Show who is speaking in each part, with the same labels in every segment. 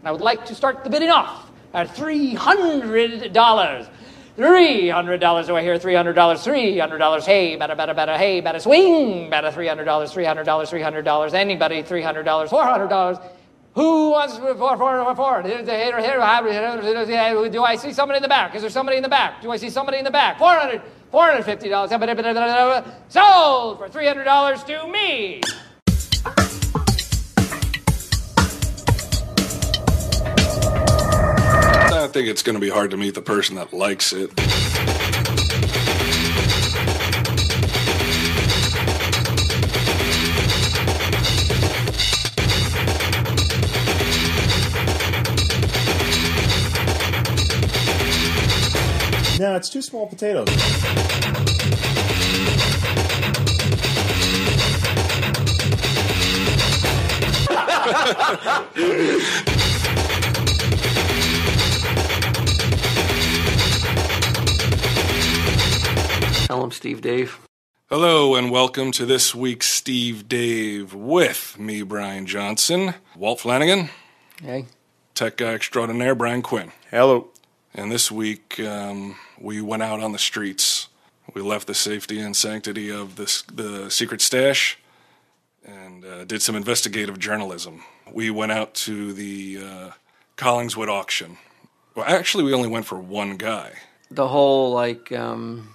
Speaker 1: And I would like to start the bidding off at $300. $300 do I hear? $300, $300. Hey, better, better, better. Hey, better swing. Better $300, $300, $300. Anybody, $300, $400. Who wants for for for for? Do I see somebody in the back? Is there somebody in the back? Do I see somebody in the back? Four hundred, four hundred fifty dollars. Sold for three hundred dollars to me.
Speaker 2: I think it's going to be hard to meet the person that likes it.
Speaker 3: No, it's two small potatoes.
Speaker 4: Um, Tell him, Steve Dave.
Speaker 2: Hello and welcome to this week's Steve Dave with me, Brian Johnson, Walt Flanagan,
Speaker 4: Hey.
Speaker 2: tech guy extraordinaire Brian Quinn.
Speaker 3: Hello.
Speaker 2: And this week, um, we went out on the streets. We left the safety and sanctity of this, the secret stash and uh, did some investigative journalism. We went out to the uh, Collingswood auction. Well, actually, we only went for one guy.
Speaker 4: The whole, like, um,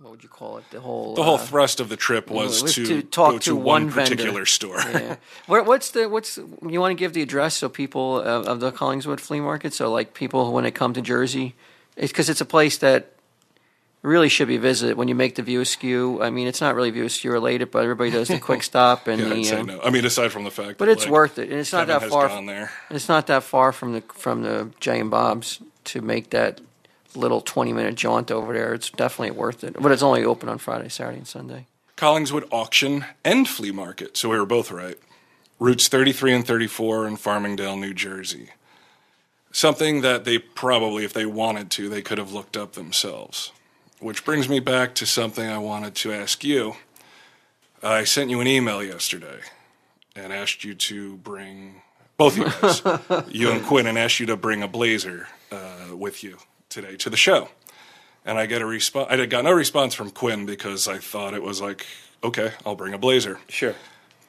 Speaker 4: what would you call it? The whole.
Speaker 2: The whole
Speaker 4: uh,
Speaker 2: thrust of the trip was,
Speaker 4: was
Speaker 2: to,
Speaker 4: to talk
Speaker 2: go to,
Speaker 4: to
Speaker 2: one,
Speaker 4: one vendor.
Speaker 2: particular store.
Speaker 4: yeah. What, what's the what's you want to give the address so people of, of the Collingswood flea market so like people when they come to Jersey, it's because it's a place that really should be visited when you make the view askew. I mean, it's not really view askew related, but everybody does the quick stop and
Speaker 2: Yeah, I'd
Speaker 4: the.
Speaker 2: say
Speaker 4: um,
Speaker 2: no. I mean, aside from the fact,
Speaker 4: But
Speaker 2: that,
Speaker 4: it's
Speaker 2: like,
Speaker 4: worth it, and it's not
Speaker 2: Kevin
Speaker 4: that
Speaker 2: has
Speaker 4: far.
Speaker 2: gone there.
Speaker 4: It's not that far from the from the Jay and Bob's to make that little twenty minute jaunt over there. It's definitely worth it, but it's only open on Friday, Saturday, and Sunday.
Speaker 2: Collingswood auction and flea market, so we were both right. Routes 33 and 34 in Farmingdale, New Jersey. Something that they probably, if they wanted to, they could have looked up themselves. Which brings me back to something I wanted to ask you. I sent you an email yesterday and asked you to bring both you guys, you and Quinn, and asked you to bring a blazer uh, with you today to the show and I get a response. I got no response from Quinn because I thought it was like, okay, I'll bring a blazer.
Speaker 3: Sure.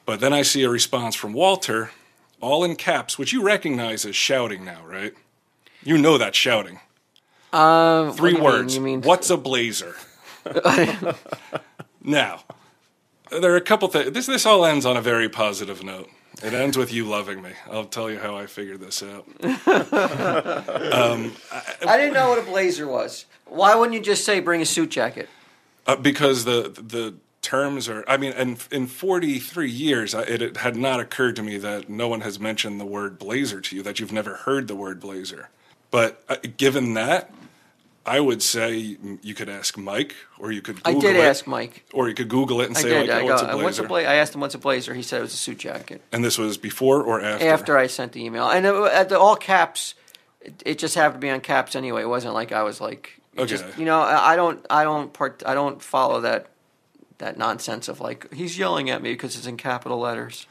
Speaker 2: But then I see a response from Walter, all in caps, which you recognize as shouting now, right? You know that shouting.
Speaker 4: Uh, what
Speaker 2: Three
Speaker 4: do you mean?
Speaker 2: words.
Speaker 4: You mean
Speaker 2: What's a blazer? now, there are a couple things. This this all ends on a very positive note. It ends with you loving me. I'll tell you how I figured this out. Um,
Speaker 4: I didn't know what a blazer was. Why wouldn't you just say bring a suit jacket?
Speaker 2: Uh, because the the terms are. I mean, and in 43 years, I, it, it had not occurred to me that no one has mentioned the word blazer to you. That you've never heard the word blazer. But uh, given that, I would say you could ask Mike, or you could.
Speaker 4: I
Speaker 2: Google
Speaker 4: did
Speaker 2: it,
Speaker 4: ask Mike.
Speaker 2: or you could Google it and
Speaker 4: I
Speaker 2: say
Speaker 4: did.
Speaker 2: like,
Speaker 4: I
Speaker 2: "What's
Speaker 4: go,
Speaker 2: a blazer?"
Speaker 4: what's a blazer? I asked him what's a blazer. He said it was a suit jacket.
Speaker 2: and this was before or after?
Speaker 4: After I sent the email, and it, at the all caps, it, it just happened to be on caps anyway. It wasn't like I was like, it
Speaker 2: Okay.
Speaker 4: just, you know, I, I don't, I don't part, I don't follow that that nonsense of like he's yelling at me because it's in capital letters.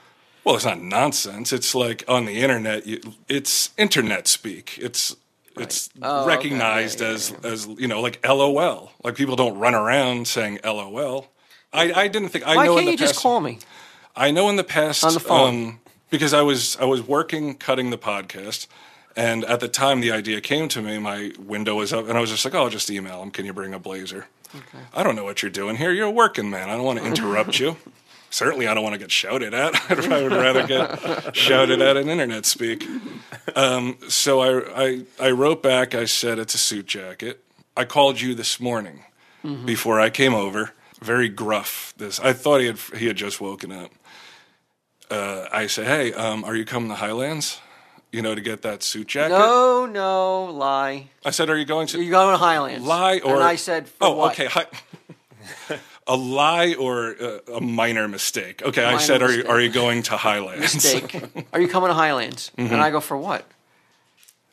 Speaker 2: Well, it's not nonsense. It's like on the internet. You, it's internet speak. It's it's
Speaker 4: Oh, okay.
Speaker 2: recognized
Speaker 4: Yeah, yeah,
Speaker 2: as as you know, like LOL. Like people don't run around saying LOL. I, I didn't think. I
Speaker 4: Why
Speaker 2: know in
Speaker 4: can't
Speaker 2: the
Speaker 4: you
Speaker 2: past,
Speaker 4: just call me?
Speaker 2: I know in the past
Speaker 4: On the phone.
Speaker 2: um, because I was I was working cutting the podcast, and at the time the idea came to me. My window was up, and I was just like, "Oh, I'll just email him. Can you bring a blazer?" I don't know what you're doing here. You're a working man. I don't want to interrupt you. Certainly, I don't want to get shouted at. I would rather get shouted at in internet speak. Um, so I, I I wrote back. I said it's a suit jacket. I called you this morning before I came over. Very gruff. This I thought he had he had just woken up. Uh, I said, "Hey, um, are you coming to Highlands? You know, to get that suit jacket."
Speaker 4: No, no, lie.
Speaker 2: I said, "Are you going to
Speaker 4: You go to Highlands.
Speaker 2: lie or?"
Speaker 4: and I said, for
Speaker 2: "Oh,
Speaker 4: what?
Speaker 2: okay." Hi- a lie or uh, a minor mistake. Okay, I
Speaker 4: Minor
Speaker 2: said, "Are you
Speaker 4: mistake.
Speaker 2: are you going to Highlands?"
Speaker 4: Steak. Are you coming to Highlands?
Speaker 2: Mm-hmm.
Speaker 4: And I go for what?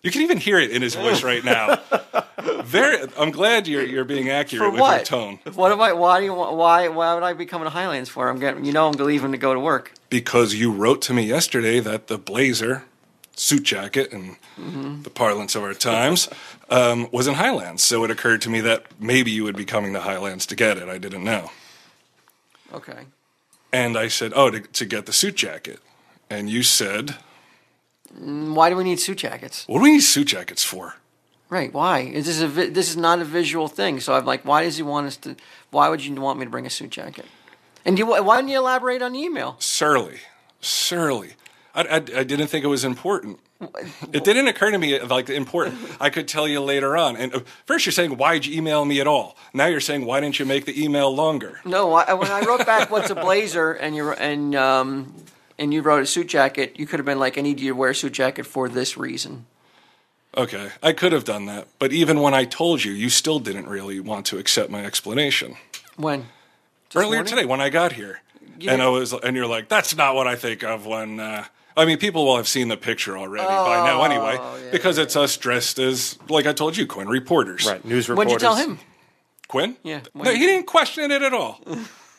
Speaker 2: You can even hear it in his voice right now. Very. I'm glad you're you're being accurate
Speaker 4: For
Speaker 2: with
Speaker 4: what?
Speaker 2: your tone
Speaker 4: What am I? Why do you? want- Why? Why would I be coming to Highlands for? I'm getting. You know, I'm leaving to go to work.
Speaker 2: because you wrote to me yesterday that the blazer suit jacket and the parlance of our times, um, was in Highlands. So it occurred to me that maybe you would be coming to Highlands to get it. I didn't know.
Speaker 4: Okay.
Speaker 2: And I said, Oh, to, to get the suit jacket. And you said,
Speaker 4: Mm, Why do we need suit jackets?
Speaker 2: What do we need suit jackets for?
Speaker 4: Right? Why? Is this a vi- this is not a visual thing? So I'm like, why does he want us to? Why would you want me to bring a suit jacket? And do, why didn't you elaborate on the email?
Speaker 2: Surly. Surly. I, I, I didn't think it was important. It didn't occur to me uh, like important. I could tell you later on. And uh, first, you're saying why'd you email me at all? Now you're saying why didn't you make the email longer?
Speaker 4: No, I, when I wrote back, "What's a blazer?" and you and um, and you wrote a suit jacket, you could have been like, "I need you to wear a suit jacket for this reason."
Speaker 2: Okay, I could have done that, but even when I told you, you still didn't really want to accept my explanation.
Speaker 4: When?
Speaker 2: Earlier
Speaker 4: morning?
Speaker 2: today, when I got here, and I was, and you're like, "That's not what I think of when." Uh, I mean, people will have seen the picture already
Speaker 4: Oh,
Speaker 2: by now, anyway, because it's us dressed as, like I told you, Quinn reporters.
Speaker 5: Right, news
Speaker 4: When'd
Speaker 5: reporters.
Speaker 4: you tell him?
Speaker 2: Quinn?
Speaker 4: Yeah,
Speaker 2: No, he didn't question it at all.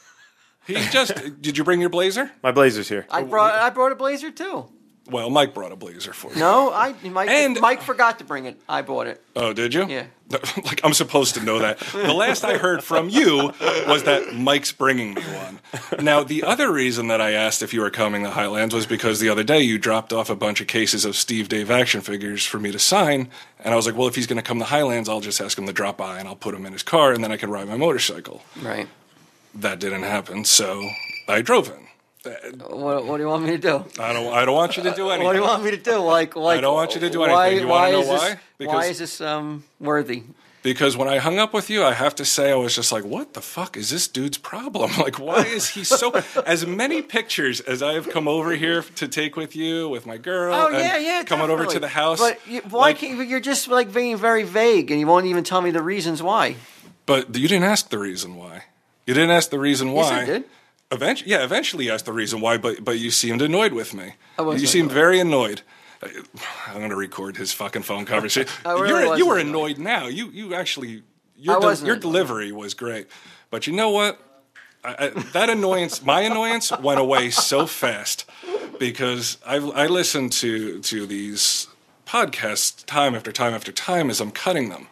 Speaker 2: he just, did you bring your blazer?
Speaker 5: My blazer's here.
Speaker 4: I brought I brought a blazer too.
Speaker 2: Well, Mike brought a blazer for you.
Speaker 4: No, I Mike
Speaker 2: And-
Speaker 4: Mike forgot to bring it. I bought it.
Speaker 2: Oh, did you?
Speaker 4: Yeah.
Speaker 2: like, I'm supposed to know that. The last I heard from you was that Mike's bringing me one. Now, the other reason that I asked if you were coming to Highlands was because the other day you dropped off a bunch of cases of Steve Dave action figures for me to sign. And I was like, well, if he's going to come to Highlands, I'll just ask him to drop by and I'll put him in his car and then I could ride my motorcycle.
Speaker 4: Right.
Speaker 2: That didn't happen, so I drove in.
Speaker 4: What, what do you want me to do?
Speaker 2: Uh, I don't. I don't want you to do anything.
Speaker 4: What do you want me to do? Like, like
Speaker 2: I don't want you to do
Speaker 4: why,
Speaker 2: anything. You wanna
Speaker 4: why
Speaker 2: know
Speaker 4: is
Speaker 2: why?
Speaker 4: This, why
Speaker 2: Because-
Speaker 4: is this um, worthy?
Speaker 2: Because when I hung up with you, I have to say I was just like, "What the fuck is this dude's problem? Like, why is he so?" as many pictures as I have come over here to take with you, with my girl.
Speaker 4: Oh
Speaker 2: and
Speaker 4: yeah, yeah.
Speaker 2: Coming over to
Speaker 4: definitely.
Speaker 2: the house,
Speaker 4: But you, why
Speaker 2: like-
Speaker 4: can't you're just like being very vague, and you won't even tell me the reasons why.
Speaker 2: But you didn't ask the reason why. You didn't ask the reason why.
Speaker 4: Yes, I did.
Speaker 2: Eventually, yeah, eventually you asked the reason why, but but you seemed annoyed with me.
Speaker 4: I wasn't
Speaker 2: you seemed very annoyed. I- I'm going to record his fucking phone conversation.
Speaker 4: I really
Speaker 2: You're- you
Speaker 4: wasn't
Speaker 2: were annoyed
Speaker 4: annoyed.
Speaker 2: now. You you actually
Speaker 4: I
Speaker 2: your del-
Speaker 4: wasn't
Speaker 2: your
Speaker 4: annoyed.
Speaker 2: delivery was great, but you know what? I, I, that annoyance, my annoyance, went away so fast because I've, I listen to to these podcasts time after time after time as I'm cutting them,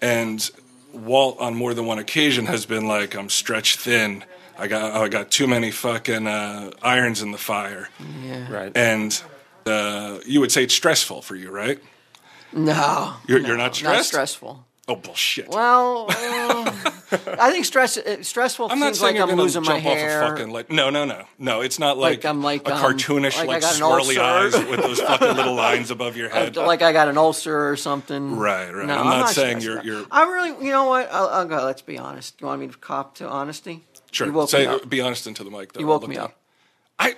Speaker 2: and Walt on more than one occasion has been like, "I'm stretched thin. I got I got too many fucking uh, irons in the fire,"
Speaker 5: Right.
Speaker 2: and uh, you would say it's stressful for you, right?
Speaker 4: No,
Speaker 2: You're, you're not stressed.
Speaker 4: not stressful.
Speaker 2: Oh bullshit!
Speaker 4: Well, uh, I think stress uh, stressful
Speaker 2: I'm not
Speaker 4: seems
Speaker 2: saying
Speaker 4: like
Speaker 2: you're
Speaker 4: I'm
Speaker 2: going
Speaker 4: losing
Speaker 2: to jump
Speaker 4: my
Speaker 2: off
Speaker 4: hair.
Speaker 2: a fucking like. No, no, no, no. It's not like,
Speaker 4: Like I'm like,
Speaker 2: a
Speaker 4: um,
Speaker 2: cartoonish
Speaker 4: like I
Speaker 2: like,
Speaker 4: got an
Speaker 2: swirly eyes
Speaker 4: ulcer.
Speaker 2: with those fucking little lines above your head.
Speaker 4: like I got an ulcer or something.
Speaker 2: Right, right. I'm not saying you're-
Speaker 4: stressed.
Speaker 2: you're-
Speaker 4: I really, you know what? I'll, I'll go. Let's be honest. You want me to cop to honesty?
Speaker 2: Sure.
Speaker 4: You woke
Speaker 2: Say,
Speaker 4: me up.
Speaker 2: Be honest into the mic. Though.
Speaker 4: You woke
Speaker 2: Look
Speaker 4: me
Speaker 2: down.
Speaker 4: up.
Speaker 2: I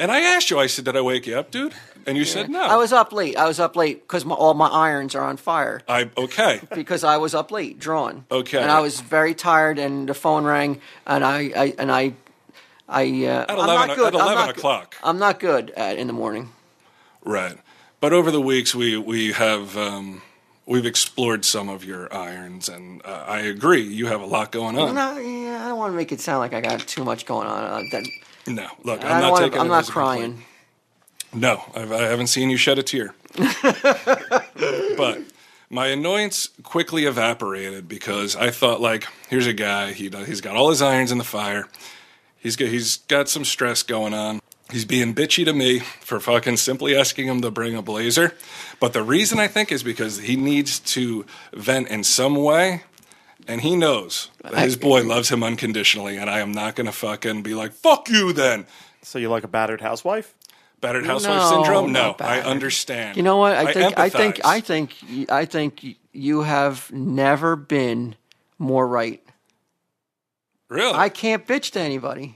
Speaker 2: and I asked you. I said, "Did I wake you up, dude?" And you said, "No."
Speaker 4: I was up late. I was up late because my, all my irons are on fire
Speaker 2: I okay.
Speaker 4: because I was up late drawing.
Speaker 2: Okay.
Speaker 4: And I was very tired, and the phone rang, and I, I and I, I. Uh,
Speaker 2: At
Speaker 4: I'm
Speaker 2: 11
Speaker 4: not good.
Speaker 2: at 11
Speaker 4: I'm not good.
Speaker 2: o'clock.
Speaker 4: I'm not good at in the morning.
Speaker 2: Right. But over the weeks, we we have um, we've explored some of your irons, and uh, I agree, you have a lot going on.
Speaker 4: No, yeah, I don't want to make it sound like I got too much going on. Uh, that,
Speaker 2: No, look, I'm not
Speaker 4: I don't want
Speaker 2: taking.
Speaker 4: to. I'm
Speaker 2: it
Speaker 4: not
Speaker 2: as a complaint.
Speaker 4: crying.
Speaker 2: No, I've, I haven't seen you shed a tear. but my annoyance quickly evaporated because I thought, like, here's a guy. He does, he's got all his irons in the fire. He's got, he's got some stress going on. He's being bitchy to me for fucking simply asking him to bring a blazer. But the reason I think is because he needs to vent in some way. And he knows that his boy loves him unconditionally. And I am not going to fucking be like, fuck you then.
Speaker 5: So you like a battered housewife?
Speaker 2: Battered housewife
Speaker 4: No,
Speaker 2: syndrome? No,
Speaker 4: not
Speaker 2: I
Speaker 4: battered.
Speaker 2: understand.
Speaker 4: You know what? I think. I, think.
Speaker 2: empathize.
Speaker 4: I think. y- I think y- you have never been more right.
Speaker 2: really.
Speaker 4: I can't bitch to anybody.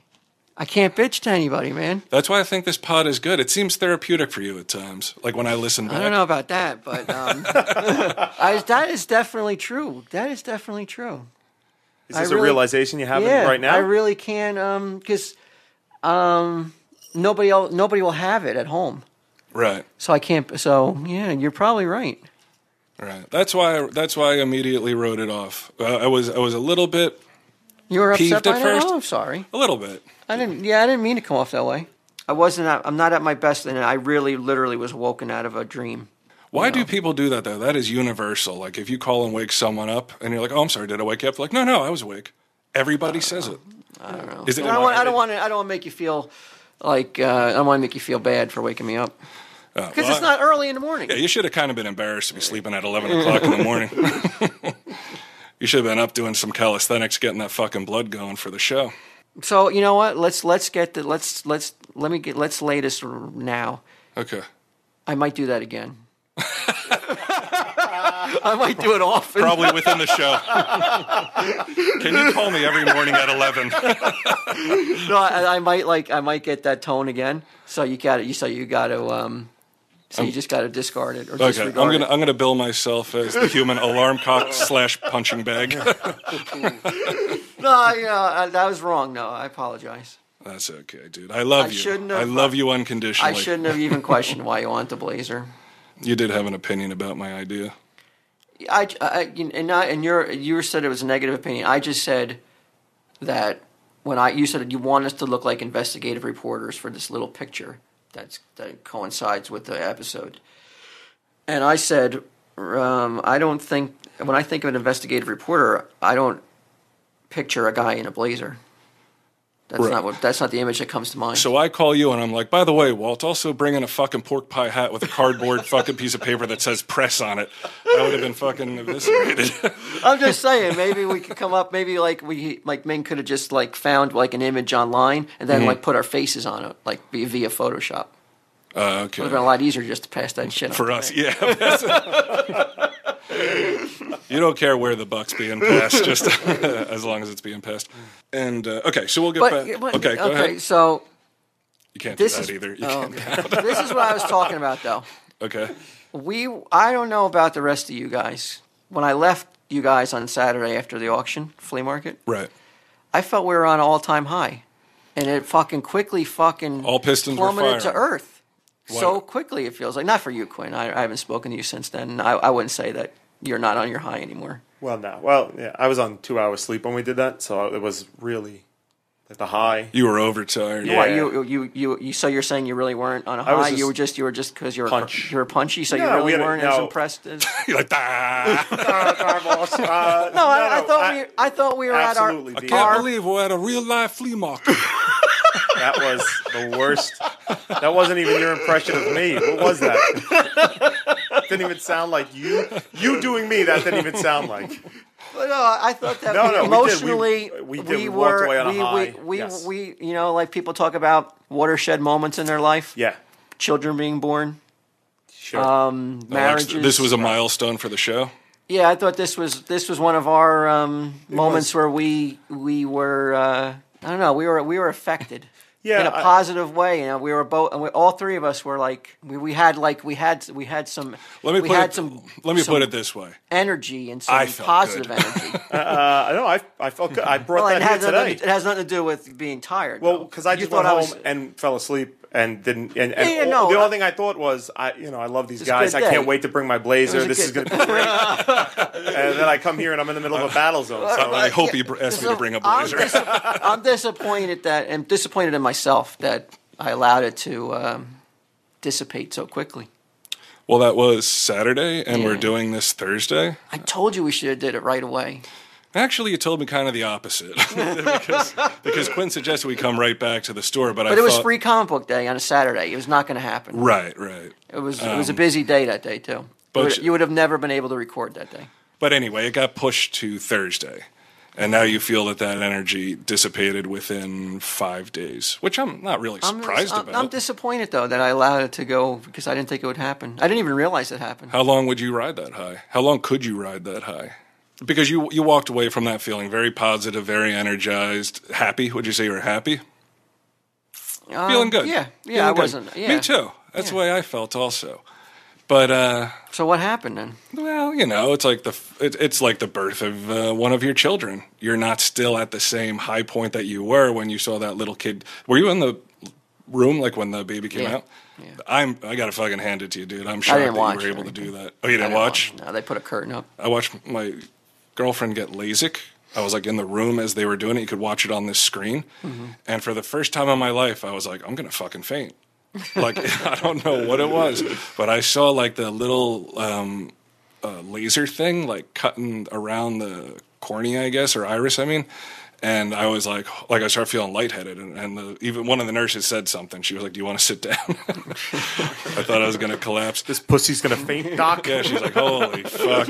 Speaker 4: I can't bitch to anybody, man.
Speaker 2: That's why I think this pod is good. It seems therapeutic for you at times. Like when I listen back,
Speaker 4: I don't know about that, but um, I, that is definitely true. That is definitely true.
Speaker 5: Is this
Speaker 4: I
Speaker 5: a
Speaker 4: really-
Speaker 5: realization you have
Speaker 4: yeah,
Speaker 5: right now?
Speaker 4: I really can because um, nobody else, nobody will have it at home,
Speaker 2: right,
Speaker 4: so I can't. So yeah, you're probably right.
Speaker 2: right. That's why. That's why I immediately wrote it off. Uh, I was. I was a little bit.
Speaker 4: You were
Speaker 2: Peeved
Speaker 4: upset by
Speaker 2: at
Speaker 4: that.
Speaker 2: first.
Speaker 4: Oh, I'm sorry.
Speaker 2: A little bit.
Speaker 4: I didn't. Yeah, I didn't mean to come off that way. I wasn't. At, I'm not at my best, and I really, literally was woken out of a dream.
Speaker 2: Why do people do that though? That is universal. Like if you call and wake someone up and you're like, "Oh, I'm sorry, did I wake you up?" Like, "No, no, I was awake." Everybody says it. I don't know. Is it?
Speaker 4: I don't want. I don't want to. I don't want to make you feel like. Uh, I don't want to make you feel bad for waking me up because
Speaker 2: well,
Speaker 4: it's not early in the morning.
Speaker 2: Yeah, you should have kind of been embarrassed to be sleeping at 11 o'clock in the morning. you should have been up doing some calisthenics, getting that fucking blood going for the show.
Speaker 4: So you know what? Let's let's get the let's let's let me get let's lay this now.
Speaker 2: Okay.
Speaker 4: I might do that again. I might do it often.
Speaker 2: Probably within the show. Can you call me every morning at 11?
Speaker 4: No, I, I might like I might get that tone again. So you got to You so you got to. Um, so you just got to discard it or
Speaker 2: Okay, I'm
Speaker 4: disregard
Speaker 2: gonna
Speaker 4: it.
Speaker 2: I'm gonna bill myself as the human alarm cock slash punching bag.
Speaker 4: No, you know,
Speaker 5: uh,
Speaker 4: I, that was wrong. No, I apologize.
Speaker 2: That's okay, dude. I love
Speaker 4: I
Speaker 2: you.
Speaker 4: shouldn't
Speaker 2: I
Speaker 4: have-
Speaker 2: love you unconditionally.
Speaker 4: I shouldn't have even questioned why you want the blazer.
Speaker 2: You did have an opinion about my idea.
Speaker 4: I, I you- and I, and your you said it was a negative opinion. I just said that when I you said you want us to look like investigative reporters for this little picture that's that coincides with the episode, and I said um, I don't think when I think of an investigative reporter, I don't picture a guy in a blazer. That's
Speaker 2: Right.
Speaker 4: not what. That's not the image that comes to mind.
Speaker 2: So I call you and I'm like, by the way, Walt, also bring in a fucking pork pie hat with a cardboard fucking piece of paper that says press on it. I would have been fucking eviscerated.
Speaker 4: I'm just saying, maybe we could come up. Maybe like we like Ming could have just like found like an image online and then
Speaker 2: Mm-hmm.
Speaker 4: like put our faces on it, like be via Photoshop.
Speaker 2: Uh,
Speaker 4: It would have been a
Speaker 2: okay.
Speaker 4: lot easier just to pass that shit.
Speaker 2: For us, yeah. you don't care where the buck's being passed, just as long as it's being passed. And uh, okay, so we'll get
Speaker 4: but,
Speaker 2: back.
Speaker 4: but-
Speaker 2: okay, go ahead.
Speaker 4: So
Speaker 2: You can't do
Speaker 4: this
Speaker 2: that
Speaker 4: is
Speaker 2: either. You
Speaker 4: oh,
Speaker 2: can't.
Speaker 4: okay. this is what I was talking about though.
Speaker 2: Okay.
Speaker 4: We I don't know about the rest of you guys. When I left you guys on Saturday after the auction flea market,
Speaker 2: Right.
Speaker 4: I felt we were on all time high, and it fucking quickly fucking
Speaker 2: All pistons were
Speaker 4: plummeted to
Speaker 2: firing.
Speaker 4: earth so
Speaker 2: What?
Speaker 4: quickly. It feels like not for you, Quinn. I, I haven't spoken to you since then. and I, I wouldn't say that you're not on your high anymore.
Speaker 5: Well, no. Well, yeah. I was on two hours sleep when we did that, so it was really like the high.
Speaker 2: You were overtired.
Speaker 5: Yeah.
Speaker 4: Why, you, you, you, you, so you're saying you really weren't on a high.
Speaker 5: was
Speaker 4: you
Speaker 5: just-
Speaker 4: were just you were just because you were
Speaker 5: Punch.
Speaker 4: you were punchy, so
Speaker 5: No,
Speaker 4: you really
Speaker 5: we had a-
Speaker 4: weren't as
Speaker 5: no.
Speaker 4: impressed as.
Speaker 2: You're like, ah, I
Speaker 5: no, I,
Speaker 4: No, I, I thought we I thought we were at our.
Speaker 5: absolutely Uh, the-
Speaker 2: can't
Speaker 5: Bar.
Speaker 2: believe we're at a real life flea market.
Speaker 5: that was the worst. That wasn't even your impression of me. What was that? didn't even sound like you. You doing me? That didn't even sound like.
Speaker 4: But no, I thought that
Speaker 5: No, no, we did. We-
Speaker 4: emotionally
Speaker 5: we did. We walked
Speaker 4: were
Speaker 5: away on a
Speaker 4: we,
Speaker 5: high.
Speaker 4: we, we,
Speaker 5: Yes.
Speaker 4: we you know like people talk about watershed moments in their life,
Speaker 5: Yeah.
Speaker 4: children being born,
Speaker 5: Sure.
Speaker 4: Um, marriages.
Speaker 2: This was a milestone for the show.
Speaker 4: yeah. I thought this was this was one of our um, moments where we we were uh, I don't know we were we were affected.
Speaker 5: Yeah,
Speaker 4: in a
Speaker 5: I-
Speaker 4: positive way. You know, we were both, and we, all three of us were like, we, we had like we had we had some.
Speaker 2: Let me
Speaker 4: we
Speaker 2: put
Speaker 4: had
Speaker 2: it.
Speaker 4: some.
Speaker 2: let me
Speaker 4: some
Speaker 2: put it this way.
Speaker 4: Energy and some
Speaker 2: I felt
Speaker 4: positive
Speaker 2: good.
Speaker 4: energy.
Speaker 5: Uh, I know. I I felt good. I brought
Speaker 4: Well, it,
Speaker 5: that here
Speaker 4: has nothing,
Speaker 5: today.
Speaker 4: it has nothing to do with being tired.
Speaker 5: Well, because I
Speaker 4: You
Speaker 5: just
Speaker 4: thought
Speaker 5: went
Speaker 4: I
Speaker 5: home
Speaker 4: was-
Speaker 5: and fell asleep and didn't. And, and
Speaker 4: Yeah, yeah,
Speaker 5: all-
Speaker 4: no,
Speaker 5: the
Speaker 4: I-
Speaker 5: only thing I thought was, I you know, I love these
Speaker 4: a
Speaker 5: guys.
Speaker 4: good
Speaker 5: I
Speaker 4: day.
Speaker 5: can't wait to bring my blazer.
Speaker 4: a
Speaker 5: This is
Speaker 4: good
Speaker 5: going to be great. and then I come here and I'm in the middle of a battle zone. So
Speaker 2: I hope he br- asked me to bring a blazer.
Speaker 4: I'm, dis- I'm disappointed that I'm disappointed in myself that I allowed it to um, dissipate so quickly.
Speaker 2: Well, that was Saturday, and we're
Speaker 4: Yeah.
Speaker 2: doing this Thursday.
Speaker 4: I told you we should have did it right away.
Speaker 2: Actually, you told me kind of the opposite because, because Quinn suggested we come right back to the store, but, I
Speaker 4: But it was
Speaker 2: thought-
Speaker 4: free comic book day on a Saturday. It was not going to happen.
Speaker 2: Right, right.
Speaker 4: It was it was a busy day that day too.
Speaker 2: but
Speaker 4: You would-
Speaker 2: you-
Speaker 4: you would have never been able to record that day.
Speaker 2: But anyway, it got pushed to Thursday, and now you feel that that energy dissipated within five days, which I'm not really
Speaker 4: I'm-
Speaker 2: surprised
Speaker 4: I'm,
Speaker 2: about.
Speaker 4: I'm disappointed though that I allowed it to go because I didn't think it would happen. I didn't even realize it happened.
Speaker 2: How long would you ride that high? How long could you ride that high? Because you you walked away from that feeling very positive, very energized, happy. Would you say you were happy?
Speaker 4: Um,
Speaker 2: Feeling good.
Speaker 4: Yeah, yeah.
Speaker 2: Feeling
Speaker 4: I
Speaker 2: good.
Speaker 4: wasn't. Yeah.
Speaker 2: Me too. That's the way I felt also. But uh,
Speaker 4: So what happened then?
Speaker 2: well, you know, it's like the f- it, it's like the birth of uh, one of your children. You're not still at the same high point that you were when you saw that little kid. Were you in the room like when the baby came
Speaker 4: Yeah.
Speaker 2: out? I'm. I gotta fucking hand it to you, dude. I'm
Speaker 4: I
Speaker 2: shocked
Speaker 4: didn't
Speaker 2: that Oh, you
Speaker 4: watch
Speaker 2: were
Speaker 4: or
Speaker 2: able to
Speaker 4: anything.
Speaker 2: do that. Oh, you didn't,
Speaker 4: I
Speaker 2: watch?
Speaker 4: No, they put a curtain up.
Speaker 2: I watched my girlfriend get LASIK I was like in the room as they were doing it. You could watch it on this screen. And for the first time in my life, I was like, I'm going to fucking faint. Like, I don't know what it was, but I saw like the little um, uh, laser thing like cutting around the cornea, I guess, or iris, I mean. And I was like, like I started feeling lightheaded, and, and the, even one of the nurses said something. She was like, "Do you want to sit down?" I thought I was going to collapse.
Speaker 5: This pussy's gonna faint, Doc.
Speaker 2: Yeah, she's like, holy fuck.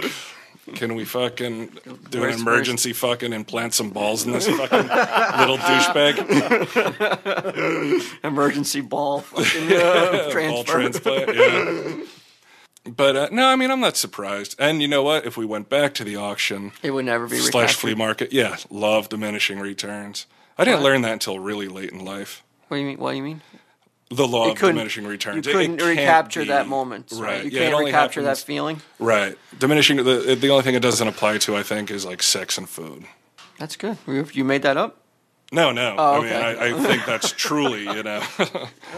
Speaker 2: Can we fucking do
Speaker 4: Where's-
Speaker 2: an emergency fucking and plant some balls in this fucking little douchebag
Speaker 4: Emergency ball fucking, uh,
Speaker 2: ball
Speaker 4: transfer.
Speaker 2: transplant? Yeah. But uh, no, I mean, I'm not surprised. And you know what? If we went back to the auction
Speaker 4: It would never be
Speaker 2: slash flea
Speaker 4: recaptured.
Speaker 2: market, yeah, love diminishing returns. I didn't learn that until really late in life.
Speaker 4: What do you mean? What do you mean?
Speaker 2: The law
Speaker 4: You
Speaker 2: of
Speaker 4: couldn't-
Speaker 2: diminishing returns. It-
Speaker 4: You
Speaker 2: it
Speaker 4: couldn't
Speaker 2: can't
Speaker 4: recapture
Speaker 2: be-
Speaker 4: that moment. Right. You
Speaker 2: Yeah, it
Speaker 4: can't
Speaker 2: only
Speaker 4: recapture
Speaker 2: happens-
Speaker 4: that feeling.
Speaker 2: Right. Diminishing, the, the only thing it doesn't apply to, I think, is like sex and food.
Speaker 4: That's good. You you made that up?
Speaker 2: No, no.
Speaker 4: Oh, okay.
Speaker 2: I mean, I, I think that's truly, you know,
Speaker 4: All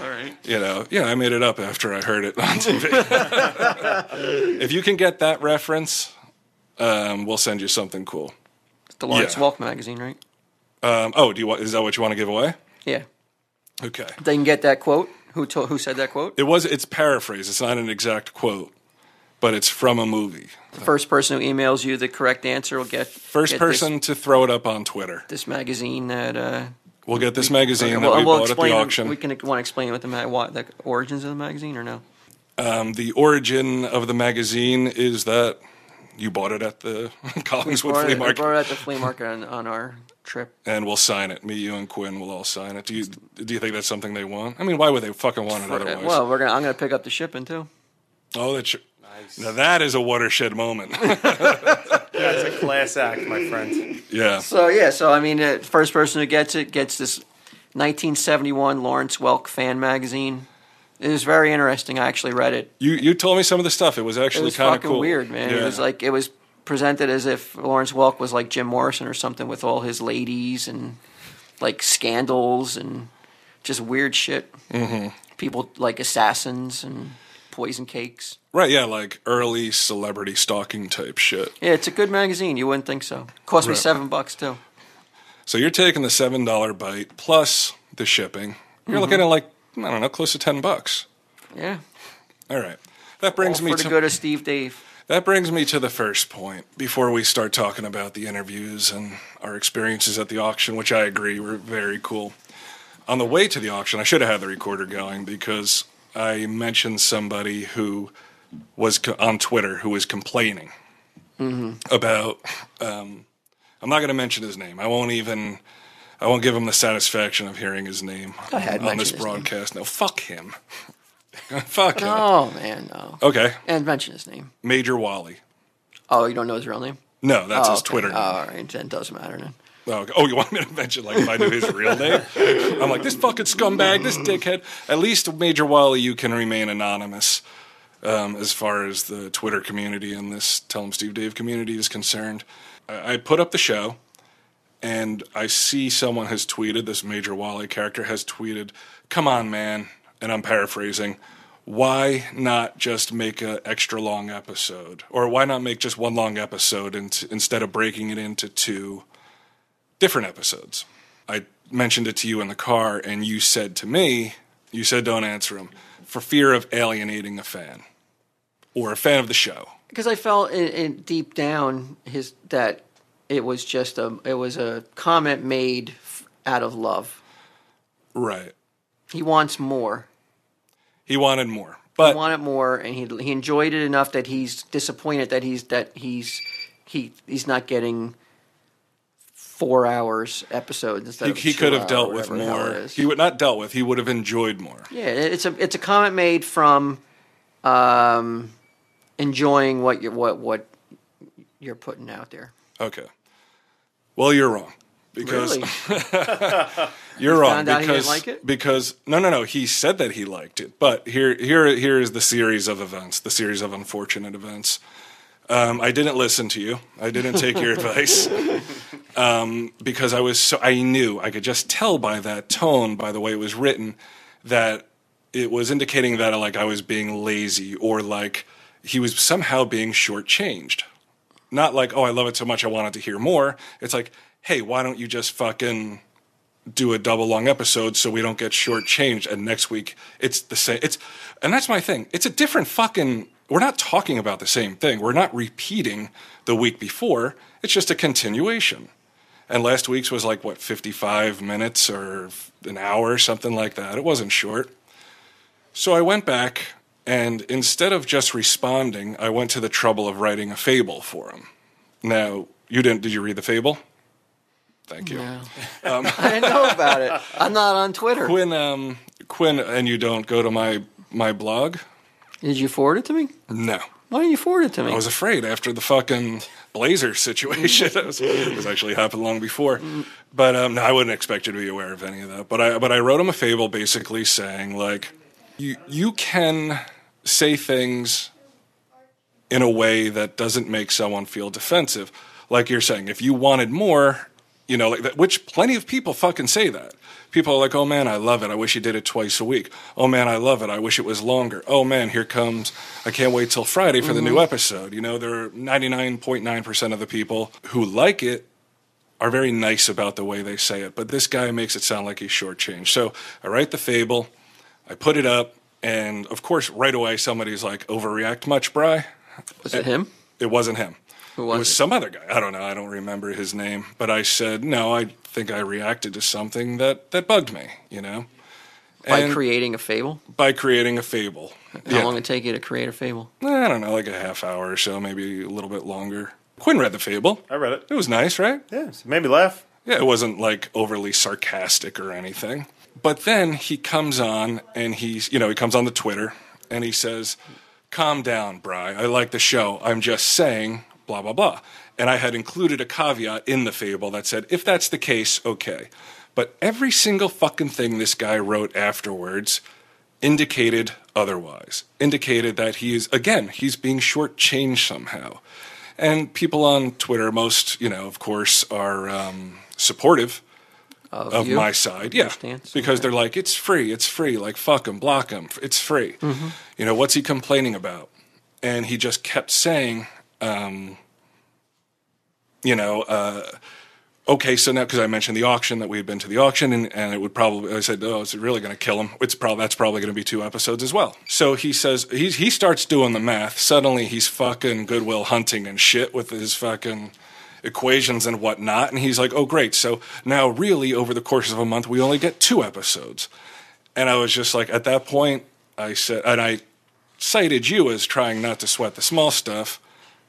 Speaker 4: right.
Speaker 2: you know, yeah. I made it up after I heard it on TV. if you can get that reference, um, we'll send you something cool.
Speaker 4: The Lawrence
Speaker 2: Yeah.
Speaker 4: Welk magazine, right?
Speaker 2: Um, oh, do you want? Is that what you want to give away?
Speaker 4: Yeah.
Speaker 2: Okay.
Speaker 4: They can get that quote. Who to, who said that quote?
Speaker 2: It was. It's paraphrased. It's not an exact quote, but it's from a movie.
Speaker 4: The first person who emails you the correct answer will get
Speaker 2: Oh. First
Speaker 4: get this-
Speaker 2: person to throw it up on Twitter.
Speaker 4: This, magazine that. Uh,
Speaker 2: We'll get this magazine that
Speaker 4: we'll,
Speaker 2: we
Speaker 4: we'll
Speaker 2: bought at the
Speaker 4: explain.
Speaker 2: auction.
Speaker 4: We can want to explain what the ma- what the origins of the magazine or no?
Speaker 2: Um, the origin of the magazine is that you bought it at the Collingswood
Speaker 4: Bought it-
Speaker 2: flea
Speaker 4: we
Speaker 2: market.
Speaker 4: bought it at the flea market on, on our trip.
Speaker 2: and we'll sign it. Me, you, and Quinn will all sign it. Do you do you think that's something they want? I mean, why would they fucking want it otherwise?
Speaker 4: well, we're gonna. I'm gonna pick up the shipping too.
Speaker 2: oh, that's nice. now that is a watershed moment.
Speaker 5: That's a class act, my friend.
Speaker 2: yeah,
Speaker 4: So yeah, so I mean, uh, first person who gets it gets this 1971 Lawrence Welk fan magazine. It was very interesting. I actually read it.
Speaker 2: you you told me some of the stuff. It was
Speaker 4: It
Speaker 2: actually
Speaker 4: was
Speaker 2: kind of
Speaker 4: fucking
Speaker 2: cool.
Speaker 4: weird, man. It
Speaker 2: Yeah.
Speaker 4: was like it was presented as if Lawrence Welk was like Jim Morrison or something with all his ladies and like scandals and just weird shit. Mm-hmm. People like assassins and poison cakes.
Speaker 2: right, yeah, like early celebrity stalking type shit.
Speaker 4: Yeah, it's a good magazine. You wouldn't think so. Cost me
Speaker 2: Right.
Speaker 4: seven bucks too.
Speaker 2: So you're taking the seven dollar bite plus the shipping. You're looking at like I don't know, close to ten bucks.
Speaker 4: Yeah,
Speaker 2: All right, that brings
Speaker 4: all
Speaker 2: me
Speaker 4: for
Speaker 2: to
Speaker 4: the good of Steve Dave.
Speaker 2: That brings me to the first point before we start talking about the interviews and our experiences at the auction, which I agree were very cool. On the way to the auction, I should have had the recorder going because I mentioned somebody who was co- on Twitter who was complaining Mm-hmm. about. Um, I'm not going to mention his name. I won't even. I won't give him the satisfaction of hearing his name
Speaker 4: Go ahead,
Speaker 2: on this
Speaker 4: mention his name.
Speaker 2: broadcast. No, fuck him. fuck him.
Speaker 4: Oh man, no.
Speaker 2: Okay,
Speaker 4: And mention his name.
Speaker 2: Major Wally.
Speaker 4: Oh, you don't know his real name?
Speaker 2: No, that's
Speaker 4: oh,
Speaker 2: his
Speaker 4: okay.
Speaker 2: Twitter. name.
Speaker 4: Oh, all right, then doesn't matter then.
Speaker 2: Oh, okay. oh, you want me to mention like if I knew his real name? I'm like this fucking scumbag, this dickhead. At least Major Wally, you can remain anonymous um, as far as the Twitter community and this Tell 'em Steve Dave community is concerned. I, I put up the show, and I see someone has tweeted this Major Wally character has tweeted, "Come on, man," and I'm paraphrasing. Why not just make an extra long episode, or why not make just one long episode and, instead of breaking it into two? different episodes. I mentioned it to you in the car, and you said to me, you said don't answer him for fear of alienating a fan or a fan of the show.
Speaker 4: Because I felt in, in deep down his that it was just a it was a comment made f- out of love.
Speaker 2: Right.
Speaker 4: He wants more.
Speaker 2: He wanted more.
Speaker 4: he
Speaker 2: But
Speaker 4: wanted more, and he he enjoyed it enough that he's disappointed that he's that he's he he's not getting four hours episodes instead
Speaker 2: he,
Speaker 4: of
Speaker 2: he
Speaker 4: two
Speaker 2: could have
Speaker 4: hour,
Speaker 2: dealt with
Speaker 4: whatever the hell it
Speaker 2: more.
Speaker 4: is.
Speaker 2: He would not dealt with. He would have enjoyed more.
Speaker 4: Yeah, it- it's a it's a comment made from um, enjoying what you what what you're putting out there.
Speaker 2: Okay. Well, you're wrong because
Speaker 4: Really?
Speaker 2: you're wrong
Speaker 4: found out
Speaker 2: because
Speaker 4: he didn't like it?
Speaker 2: because no no no he said that he liked it but here here here is the series of events the series of unfortunate events um, I didn't listen to you I didn't take your advice um, because I was so I knew I could just tell by that tone by the way it was written that it was indicating that like I was being lazy or like he was somehow being shortchanged Not like, oh, I love it so much I wanted to hear more. It's like, hey, why don't you just fucking do a double long episode so we don't get shortchanged and next week it's the same it's and that's my thing. It's a different fucking we're not talking about the same thing. We're not repeating the week before. It's just a continuation. And last week's was like what 55 minutes or an hour something like that. It wasn't short. So I went back, and instead of just responding, I went to the trouble of writing a fable for him. Now, you didn't, did you read the fable? Thank you. Um,
Speaker 4: I didn't know about it. I'm not on Twitter.
Speaker 2: Quinn, um, Quinn, and you don't go to my, my blog?
Speaker 4: Did you forward it to me?
Speaker 2: No.
Speaker 4: Why didn't you forward it to me?
Speaker 2: I was afraid after the fucking blazer situation. it, was, it was actually happened long before, but um, no, I wouldn't expect you to be aware of any of that. But I but I wrote him a fable basically saying like you you can say things in a way that doesn't make someone feel defensive. Like you're saying, if you wanted more, you know, like that, which plenty of people fucking say that. People are like, oh man, I love it. I wish you did it twice a week. Oh man, I love it. I wish it was longer. Oh man, here comes, I can't wait till Friday for the new episode. You know, there are 99.9% of the people who like it are very nice about the way they say it, but this guy makes it sound like he's shortchanged. So I write the fable, I put it up, and of course, right away, somebody's like, overreact much, Bry?
Speaker 4: was it him?
Speaker 2: It wasn't him.
Speaker 4: Who was
Speaker 2: it was
Speaker 4: it?
Speaker 2: some other guy. I don't know. I don't remember his name. But I said, no, I think I reacted to something that, that bugged me, you know?
Speaker 4: By
Speaker 2: And
Speaker 4: creating a fable?
Speaker 2: by creating a fable.
Speaker 4: How long it take you to create a fable?
Speaker 2: I don't know, like a half hour or so, maybe a little bit longer. Quinn read the fable.
Speaker 5: I read it.
Speaker 2: It was nice, right?
Speaker 5: Yeah, so it made me laugh.
Speaker 2: Yeah, it wasn't like overly sarcastic or anything. But then he comes on and he's, you know, he comes on the Twitter and he says, Calm down, Bry. I like the show. I'm just saying, blah, blah, blah. And I had included a caveat in the fable that said, If that's the case, okay. But every single fucking thing this guy wrote afterwards indicated otherwise, indicated that he is, again, he's being shortchanged somehow. And people on Twitter, most, you know, of course, are um, supportive
Speaker 4: Of,
Speaker 2: of
Speaker 4: you?
Speaker 2: my side. Yeah.
Speaker 4: stance?
Speaker 2: Because they're like, it's free, it's free. Like, fuck him, block him, it's free.
Speaker 4: Mm-hmm.
Speaker 2: You know, what's he complaining about? And he just kept saying, um, you know, uh, okay, so now, because I mentioned the auction that we had been to the auction, and, and it would probably, I said, oh, is it really going to kill him? It's probably, that's probably going to be two episodes as well. So he says, he, he starts doing the math. Suddenly he's fucking Goodwill hunting and shit with his fucking equations and whatnot. And he's like, oh, great. So now, really, over the course of a month, we only get two episodes. And I was just like, at that point, I said, and I cited you as trying not to sweat the small stuff.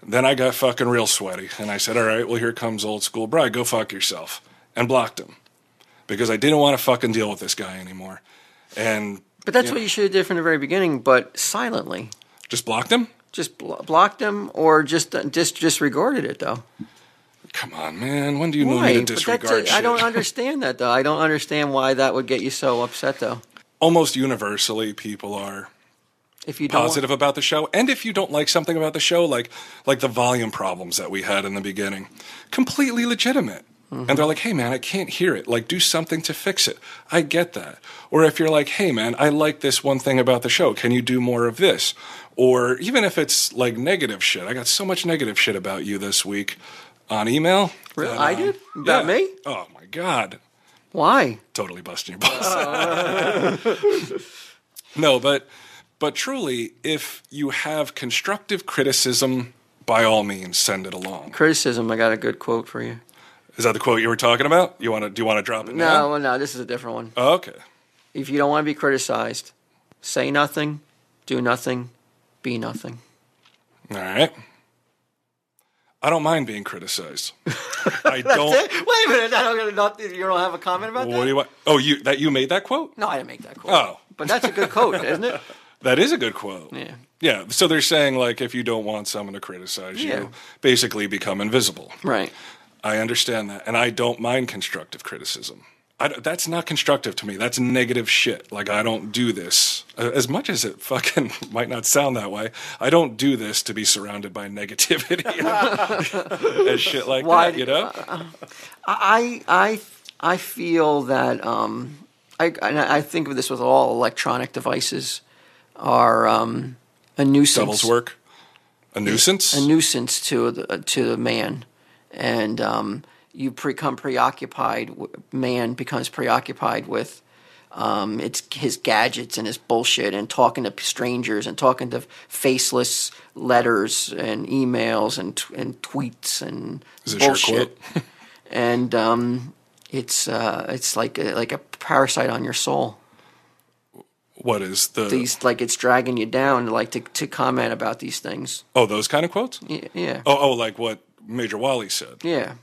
Speaker 2: Then I got fucking real sweaty. And I said, all right, well, here comes old school Bry, go fuck yourself. And blocked him because I didn't want to fucking deal with this guy anymore. And
Speaker 4: But that's what you should have did from the very beginning, but silently.
Speaker 2: just blocked him.
Speaker 4: Just blo- blocked him or just, just disregarded it, though.
Speaker 2: Come on, man. When do you know me
Speaker 4: Why?
Speaker 2: to
Speaker 4: But that's
Speaker 2: disregard
Speaker 4: a-
Speaker 2: shit?
Speaker 4: I don't understand that, though. I don't understand why that would get you so upset, though.
Speaker 2: Almost universally, people are
Speaker 4: If you don't want-
Speaker 2: positive about the show and if you don't like something about the show like like the volume problems that we had in the beginning completely legitimate
Speaker 4: Mm-hmm.
Speaker 2: and they're like hey man i can't hear it like do something to fix it i get that or if you're like hey man i like this one thing about the show can you do more of this or even if it's like negative shit i got so much negative shit about you this week on email
Speaker 4: Really?
Speaker 2: that,
Speaker 4: I
Speaker 2: um,
Speaker 4: did? About
Speaker 2: yeah.
Speaker 4: me?
Speaker 2: oh my god
Speaker 4: why? Oh.
Speaker 2: totally busting your balls.
Speaker 4: Mm-hmm.
Speaker 2: no, but but truly, if you have constructive criticism, by all means, send it along.
Speaker 4: Criticism. I got a good quote for you.
Speaker 2: Is that the quote you were talking about? You want to? Do you want to drop it
Speaker 4: No,
Speaker 2: now?
Speaker 4: well, no, this is a different one.
Speaker 2: Oh, okay.
Speaker 4: If you don't want to be criticized, say nothing, do nothing, be nothing.
Speaker 2: All right. I don't mind being criticized. I don't.
Speaker 4: a minute. I don't, not, you don't have a comment about
Speaker 2: What do you want? Oh, you that you made that quote?
Speaker 4: No, I didn't make that quote.
Speaker 2: Oh,
Speaker 4: But that's a good quote, isn't it?
Speaker 2: that is a good quote.
Speaker 4: Yeah.
Speaker 2: Yeah. So they're saying like, if you don't want someone to criticize
Speaker 4: Yeah.
Speaker 2: you, basically become invisible.
Speaker 4: Right.
Speaker 2: I understand that, and I don't mind constructive criticism. I don't- that's not constructive to me. That's negative shit. Like I don't do this. Uh, As much as it fucking might not sound that way, I don't do this to be surrounded by negativity and shit like
Speaker 4: Why
Speaker 2: that.
Speaker 4: do- uh,
Speaker 2: You know?
Speaker 4: I I I feel that um, I and I think of this with all electronic devices are um, a nuisance.
Speaker 2: Devil's work. A nuisance?
Speaker 4: a nuisance to the to the man, and um, you become preoccupied. w- Man becomes preoccupied with um, it's his gadgets and his bullshit, and talking to strangers and talking to faceless letters and emails and t- and tweets and
Speaker 2: Is this your
Speaker 4: bullshit. and um, it's uh, it's like a, like a parasite on your soul
Speaker 2: what is the.
Speaker 4: these like it's dragging you down like to, to comment about these things
Speaker 2: oh, those kind of quotes?
Speaker 4: Y- yeah
Speaker 2: Oh, oh, like what Major Wally said.
Speaker 4: yeah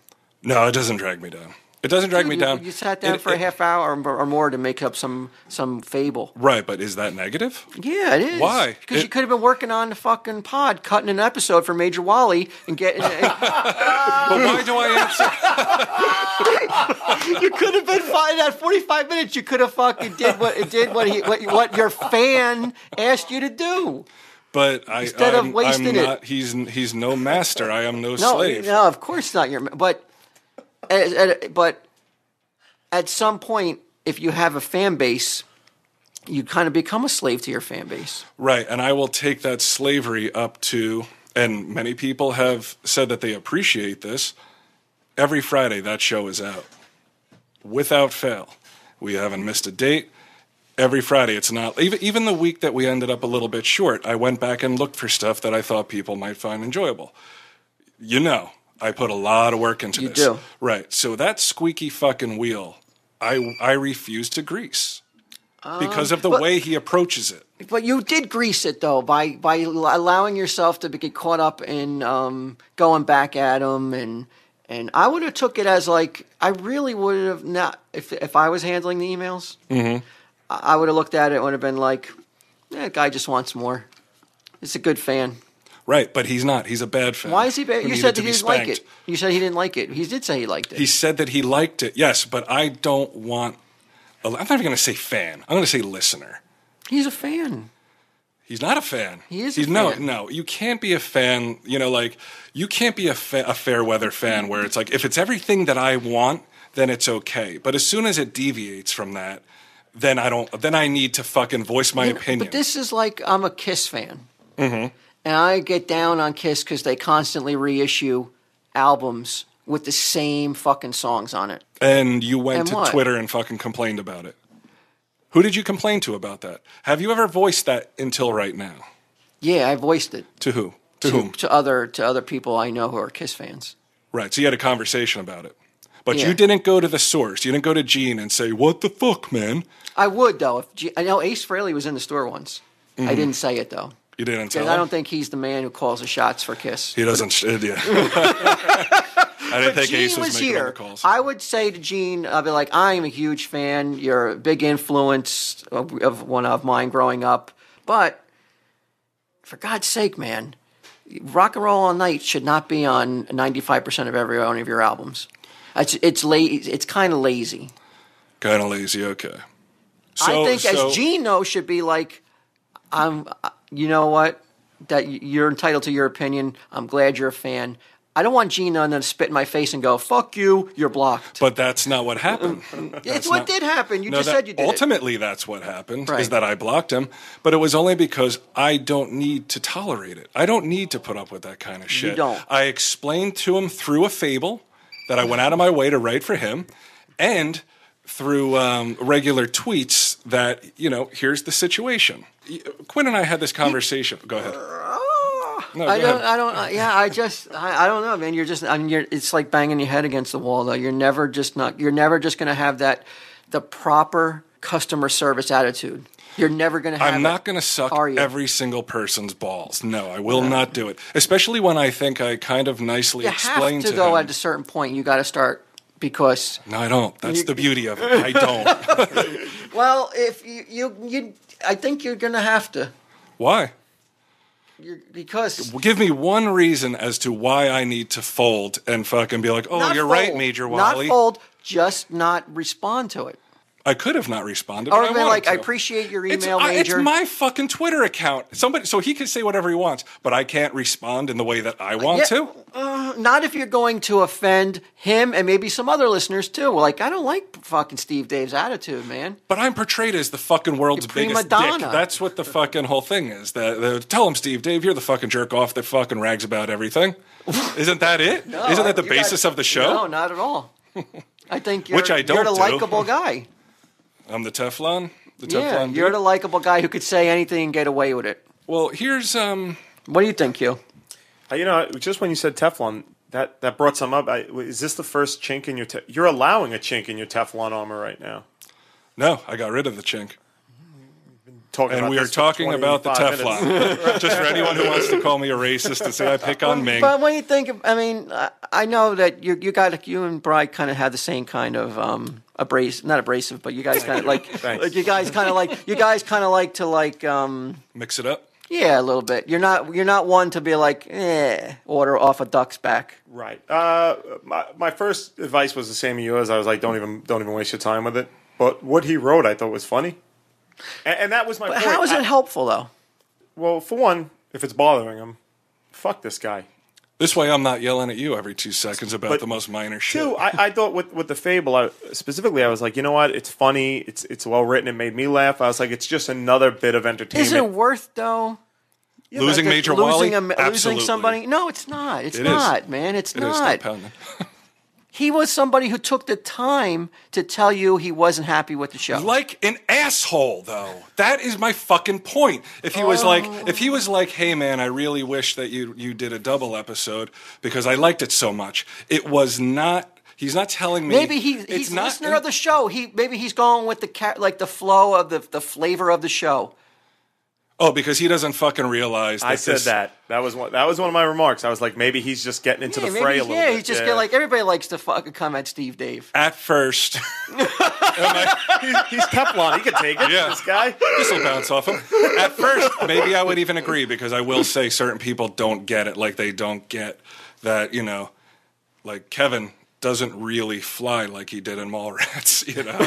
Speaker 2: No, it doesn't drag me down. It doesn't drag me
Speaker 4: you,
Speaker 2: down.
Speaker 4: you sat down
Speaker 2: It-
Speaker 4: for a
Speaker 2: it-
Speaker 4: half hour or, or more to make up some some fable
Speaker 2: Right, but is that negative?
Speaker 4: yeah it is
Speaker 2: Why?
Speaker 4: because you
Speaker 2: It-
Speaker 4: could have been working on the fucking pod cutting an episode for major wally and getting
Speaker 2: But why do I answer?
Speaker 4: you could have been fine that 45 minutes you could have fucking did what it did what he what, what your fan asked you to do
Speaker 2: But I,
Speaker 4: Instead of
Speaker 2: I'm,
Speaker 4: wasting
Speaker 2: I'm
Speaker 4: it.
Speaker 2: not, he's he's no master. I am no,
Speaker 4: No,
Speaker 2: slave.
Speaker 4: no, of course not. Your but, at- at- but at some point, if you have a fan base, you kind of become a slave to your fan base.
Speaker 2: Right, and I will take that slavery up to, and many people have said that they appreciate this. Every Friday, that show is out without fail. We haven't missed a date. Every Friday, it's not even even the week that we ended up a little bit short. I went back and looked for stuff that I thought people might find enjoyable. You know, I put a lot of work into
Speaker 4: You
Speaker 2: this.
Speaker 4: do.
Speaker 2: Right, so that squeaky fucking wheel, I I refuse to grease
Speaker 4: Um,
Speaker 2: because of the way he approaches it.
Speaker 4: But you did grease it though by by allowing yourself to be- get caught up in um, going back at him and and I would have took it as like I really would have not if if I was handling the emails. Mm-hmm. I, I would have looked at it and would have been like, eh, that guy just wants more. It's a good fan.
Speaker 2: Right, but he's not. He's a bad fan.
Speaker 4: Why is he
Speaker 2: who
Speaker 4: bad? You
Speaker 2: needed
Speaker 4: said
Speaker 2: to
Speaker 4: that he
Speaker 2: be
Speaker 4: didn't like
Speaker 2: spanked.
Speaker 4: it. You said he didn't like it. He did say he liked it.
Speaker 2: He said that he liked it. Yes, but I don't want. I'm not even going to say fan. I'm going to say listener.
Speaker 4: He's a fan.
Speaker 2: He's not a fan. He
Speaker 4: is a
Speaker 2: He's, no,
Speaker 4: fan.
Speaker 2: no. You can't be a fan. You know, like you can't be a, fa- a fair weather fan where it's like if it's everything that I want, then it's okay. But as soon as it deviates from that, then I don't. Then I need to fucking voice my opinion. Mm-hmm.
Speaker 4: But this is like I'm a Kiss fan, and I get down on Kiss because they constantly reissue albums with the same fucking songs on it.
Speaker 2: and you went
Speaker 4: And
Speaker 2: to
Speaker 4: what?
Speaker 2: Twitter and fucking complained about it. Who did you complain to about that? Have you ever voiced that until right now?
Speaker 4: Yeah, I voiced it
Speaker 2: To who? To,
Speaker 4: to,
Speaker 2: whom?
Speaker 4: to other to other people I know who are Kiss fans.
Speaker 2: Right. So you had a conversation about it. But
Speaker 4: Yeah.
Speaker 2: you didn't go to the source. You didn't go to Gene and say, What the fuck, man?
Speaker 4: I would though. If G- I know Ace Frehley was in the store once. I didn't say it though.
Speaker 2: Mm-hmm. You didn't tell
Speaker 4: Because
Speaker 2: him.
Speaker 4: I don't think he's the man who calls the shots for Kiss.
Speaker 2: he doesn't. sh- Yeah. I didn't think
Speaker 4: Gene
Speaker 2: Ace was, making all
Speaker 4: here,
Speaker 2: the calls.
Speaker 4: I would say to Gene, I'd be like, I am a huge fan. You're a big influence of, of one of mine growing up. But for God's sake, man, rock and roll all night should not be on 95% of every one of your albums. It's it's la- it's kind of lazy.
Speaker 2: kind of lazy. Okay.
Speaker 4: I
Speaker 2: So-
Speaker 4: think
Speaker 2: so-
Speaker 4: as Gene though should be like, I'm. uh, You know what? That y- you're entitled to your opinion. I'm glad you're a fan. I don't want Gene to then spit in my face and go, "Fuck you, you're blocked."
Speaker 2: But that's not what happened.
Speaker 4: It's what did happen. You
Speaker 2: No,
Speaker 4: just
Speaker 2: that-
Speaker 4: said you did. it.
Speaker 2: ultimately, that's what happened is
Speaker 4: Right.
Speaker 2: that I blocked him, but it was only because I don't need to tolerate it. I don't need to put up with that kind of shit.
Speaker 4: don't.
Speaker 2: I explained to him through a fable that I went out of my way to write for him, and through um, regular tweets that you know, here's the situation. Y- Quinn and I had this conversation. Go ahead. No,
Speaker 4: I
Speaker 2: go
Speaker 4: don't.
Speaker 2: ahead.
Speaker 4: I don't. I- Yeah, I just. I, I don't know, man. You're just. I mean, you're. It's like banging your head against the wall, though. You're never just not. You're never just going to have that, the proper customer service attitude. You're never going to have.
Speaker 2: I'm not
Speaker 4: it.
Speaker 2: going to suck
Speaker 4: Are you?
Speaker 2: every single person's balls. No, I will not do it. Especially when I think I kind of nicely
Speaker 4: You
Speaker 2: explained
Speaker 4: have to
Speaker 2: to
Speaker 4: go
Speaker 2: him.
Speaker 4: at a certain point. You got to start because.
Speaker 2: No, I don't. That's the beauty of it. I don't.
Speaker 4: Well, if you you you, I think you're going to have to.
Speaker 2: why?
Speaker 4: You're, because
Speaker 2: Well, give me one reason as to why I need to fold and fucking be like, oh,
Speaker 4: not
Speaker 2: you're
Speaker 4: fold.
Speaker 2: right, Major Wally.
Speaker 4: Not fold. Just not respond to it.
Speaker 2: I could have not responded.
Speaker 4: Or
Speaker 2: but I
Speaker 4: they're like,
Speaker 2: wanted
Speaker 4: I
Speaker 2: to.
Speaker 4: appreciate your
Speaker 2: It's,
Speaker 4: email,
Speaker 2: I- it's
Speaker 4: Major.
Speaker 2: my fucking Twitter account. Somebody, so he can say whatever he wants, but I can't respond in the way that I want
Speaker 4: Yeah,
Speaker 2: to.
Speaker 4: uh, not if you're going to offend him and maybe some other listeners too. Like, I don't like fucking Steve Dave's attitude, man.
Speaker 2: But I'm portrayed as the fucking world's
Speaker 4: You're prima
Speaker 2: biggest
Speaker 4: donna.
Speaker 2: dick. That's what the fucking whole thing is. The, the, tell him, Steve, Dave, you're the fucking jerk off that fucking rags about everything. Isn't that it? not that the
Speaker 4: You
Speaker 2: basis
Speaker 4: got-
Speaker 2: of the show?
Speaker 4: No, not at all. I think you're,
Speaker 2: Which I don't
Speaker 4: you're the
Speaker 2: do.
Speaker 4: likable guy.
Speaker 2: I'm the Teflon. The Teflon.
Speaker 4: yeah,
Speaker 2: dude.
Speaker 4: you're the likable guy who could say anything and get away with it.
Speaker 2: well, here's um.
Speaker 4: What do you think, Hugh?
Speaker 5: Uh, You know, just when you said Teflon, that, that brought some up. I, is this the first chink in your? Te- you're allowing a chink in your Teflon armor right now.
Speaker 2: No, I got rid of the chink.
Speaker 5: Talking
Speaker 2: And
Speaker 5: about
Speaker 2: we are
Speaker 5: this for
Speaker 2: talking about the
Speaker 5: 25 minutes.
Speaker 2: Teflon. Just for anyone who wants to call me a racist and say I pick on Ming.
Speaker 4: But when you think, of, I mean, I, I know that you you got you and Bry kind of had the same kind of um abrasive, not abrasive, but you guys kind of like,
Speaker 5: Thanks.
Speaker 4: like you guys kind of like you guys kind of like to like um
Speaker 2: Mix it up.
Speaker 4: yeah a little bit. You're not you're not one to be like eh order off a duck's back.
Speaker 5: Right. Uh, my, my first advice was the same as yours. I was like, don't even don't even waste your time with it. But what he wrote, I thought was funny, and, and that was my.
Speaker 4: But
Speaker 5: point.
Speaker 4: how is
Speaker 5: I-
Speaker 4: it helpful though?
Speaker 5: well, for one, if it's bothering him, fuck this guy.
Speaker 2: This way, I'm not yelling at you every two seconds about
Speaker 5: But
Speaker 2: the most minor shit.
Speaker 5: Two, I, I thought with with the fable I, specifically, I was like, you know what? It's funny. It's it's well written. It made me laugh. I was like, it's just another bit of entertainment.
Speaker 4: Is it worth though?
Speaker 2: losing Major Wally,
Speaker 4: losing a, losing
Speaker 2: Absolutely.
Speaker 4: somebody? No, it's not. It's
Speaker 2: It is.
Speaker 4: not, man. It's
Speaker 2: It is
Speaker 4: not.
Speaker 2: still pounding.
Speaker 4: he was somebody who took the time to tell you he wasn't happy with the show.
Speaker 2: like an asshole though that is my fucking point if he was like
Speaker 5: Oh.
Speaker 2: if he was like hey man i really wish that you you did a double episode because i liked it so much it was not he's not telling me
Speaker 4: Maybe he,
Speaker 2: it's
Speaker 4: he's a
Speaker 2: not
Speaker 4: listener
Speaker 2: in-
Speaker 4: of the show. He maybe he's going with the ca- like the flow of the the flavor of the show.
Speaker 2: oh because he doesn't fucking realize that
Speaker 5: I said
Speaker 2: this-
Speaker 5: that. That was one. That was one of my remarks. I was like, maybe he's just getting into
Speaker 4: yeah,
Speaker 5: the
Speaker 4: maybe
Speaker 5: fray a
Speaker 4: he's-
Speaker 5: little
Speaker 4: yeah,
Speaker 5: bit.
Speaker 4: he's just get, like everybody likes to fucking come at Steve Dave.
Speaker 2: at first
Speaker 5: he's Teflon. He could take it.
Speaker 2: Yeah.
Speaker 5: This guy.
Speaker 2: this will bounce off him at first maybe i would even agree because i will say certain people don't get it like they don't get that you know like kevin doesn't really fly like he did in Mallrats, you know.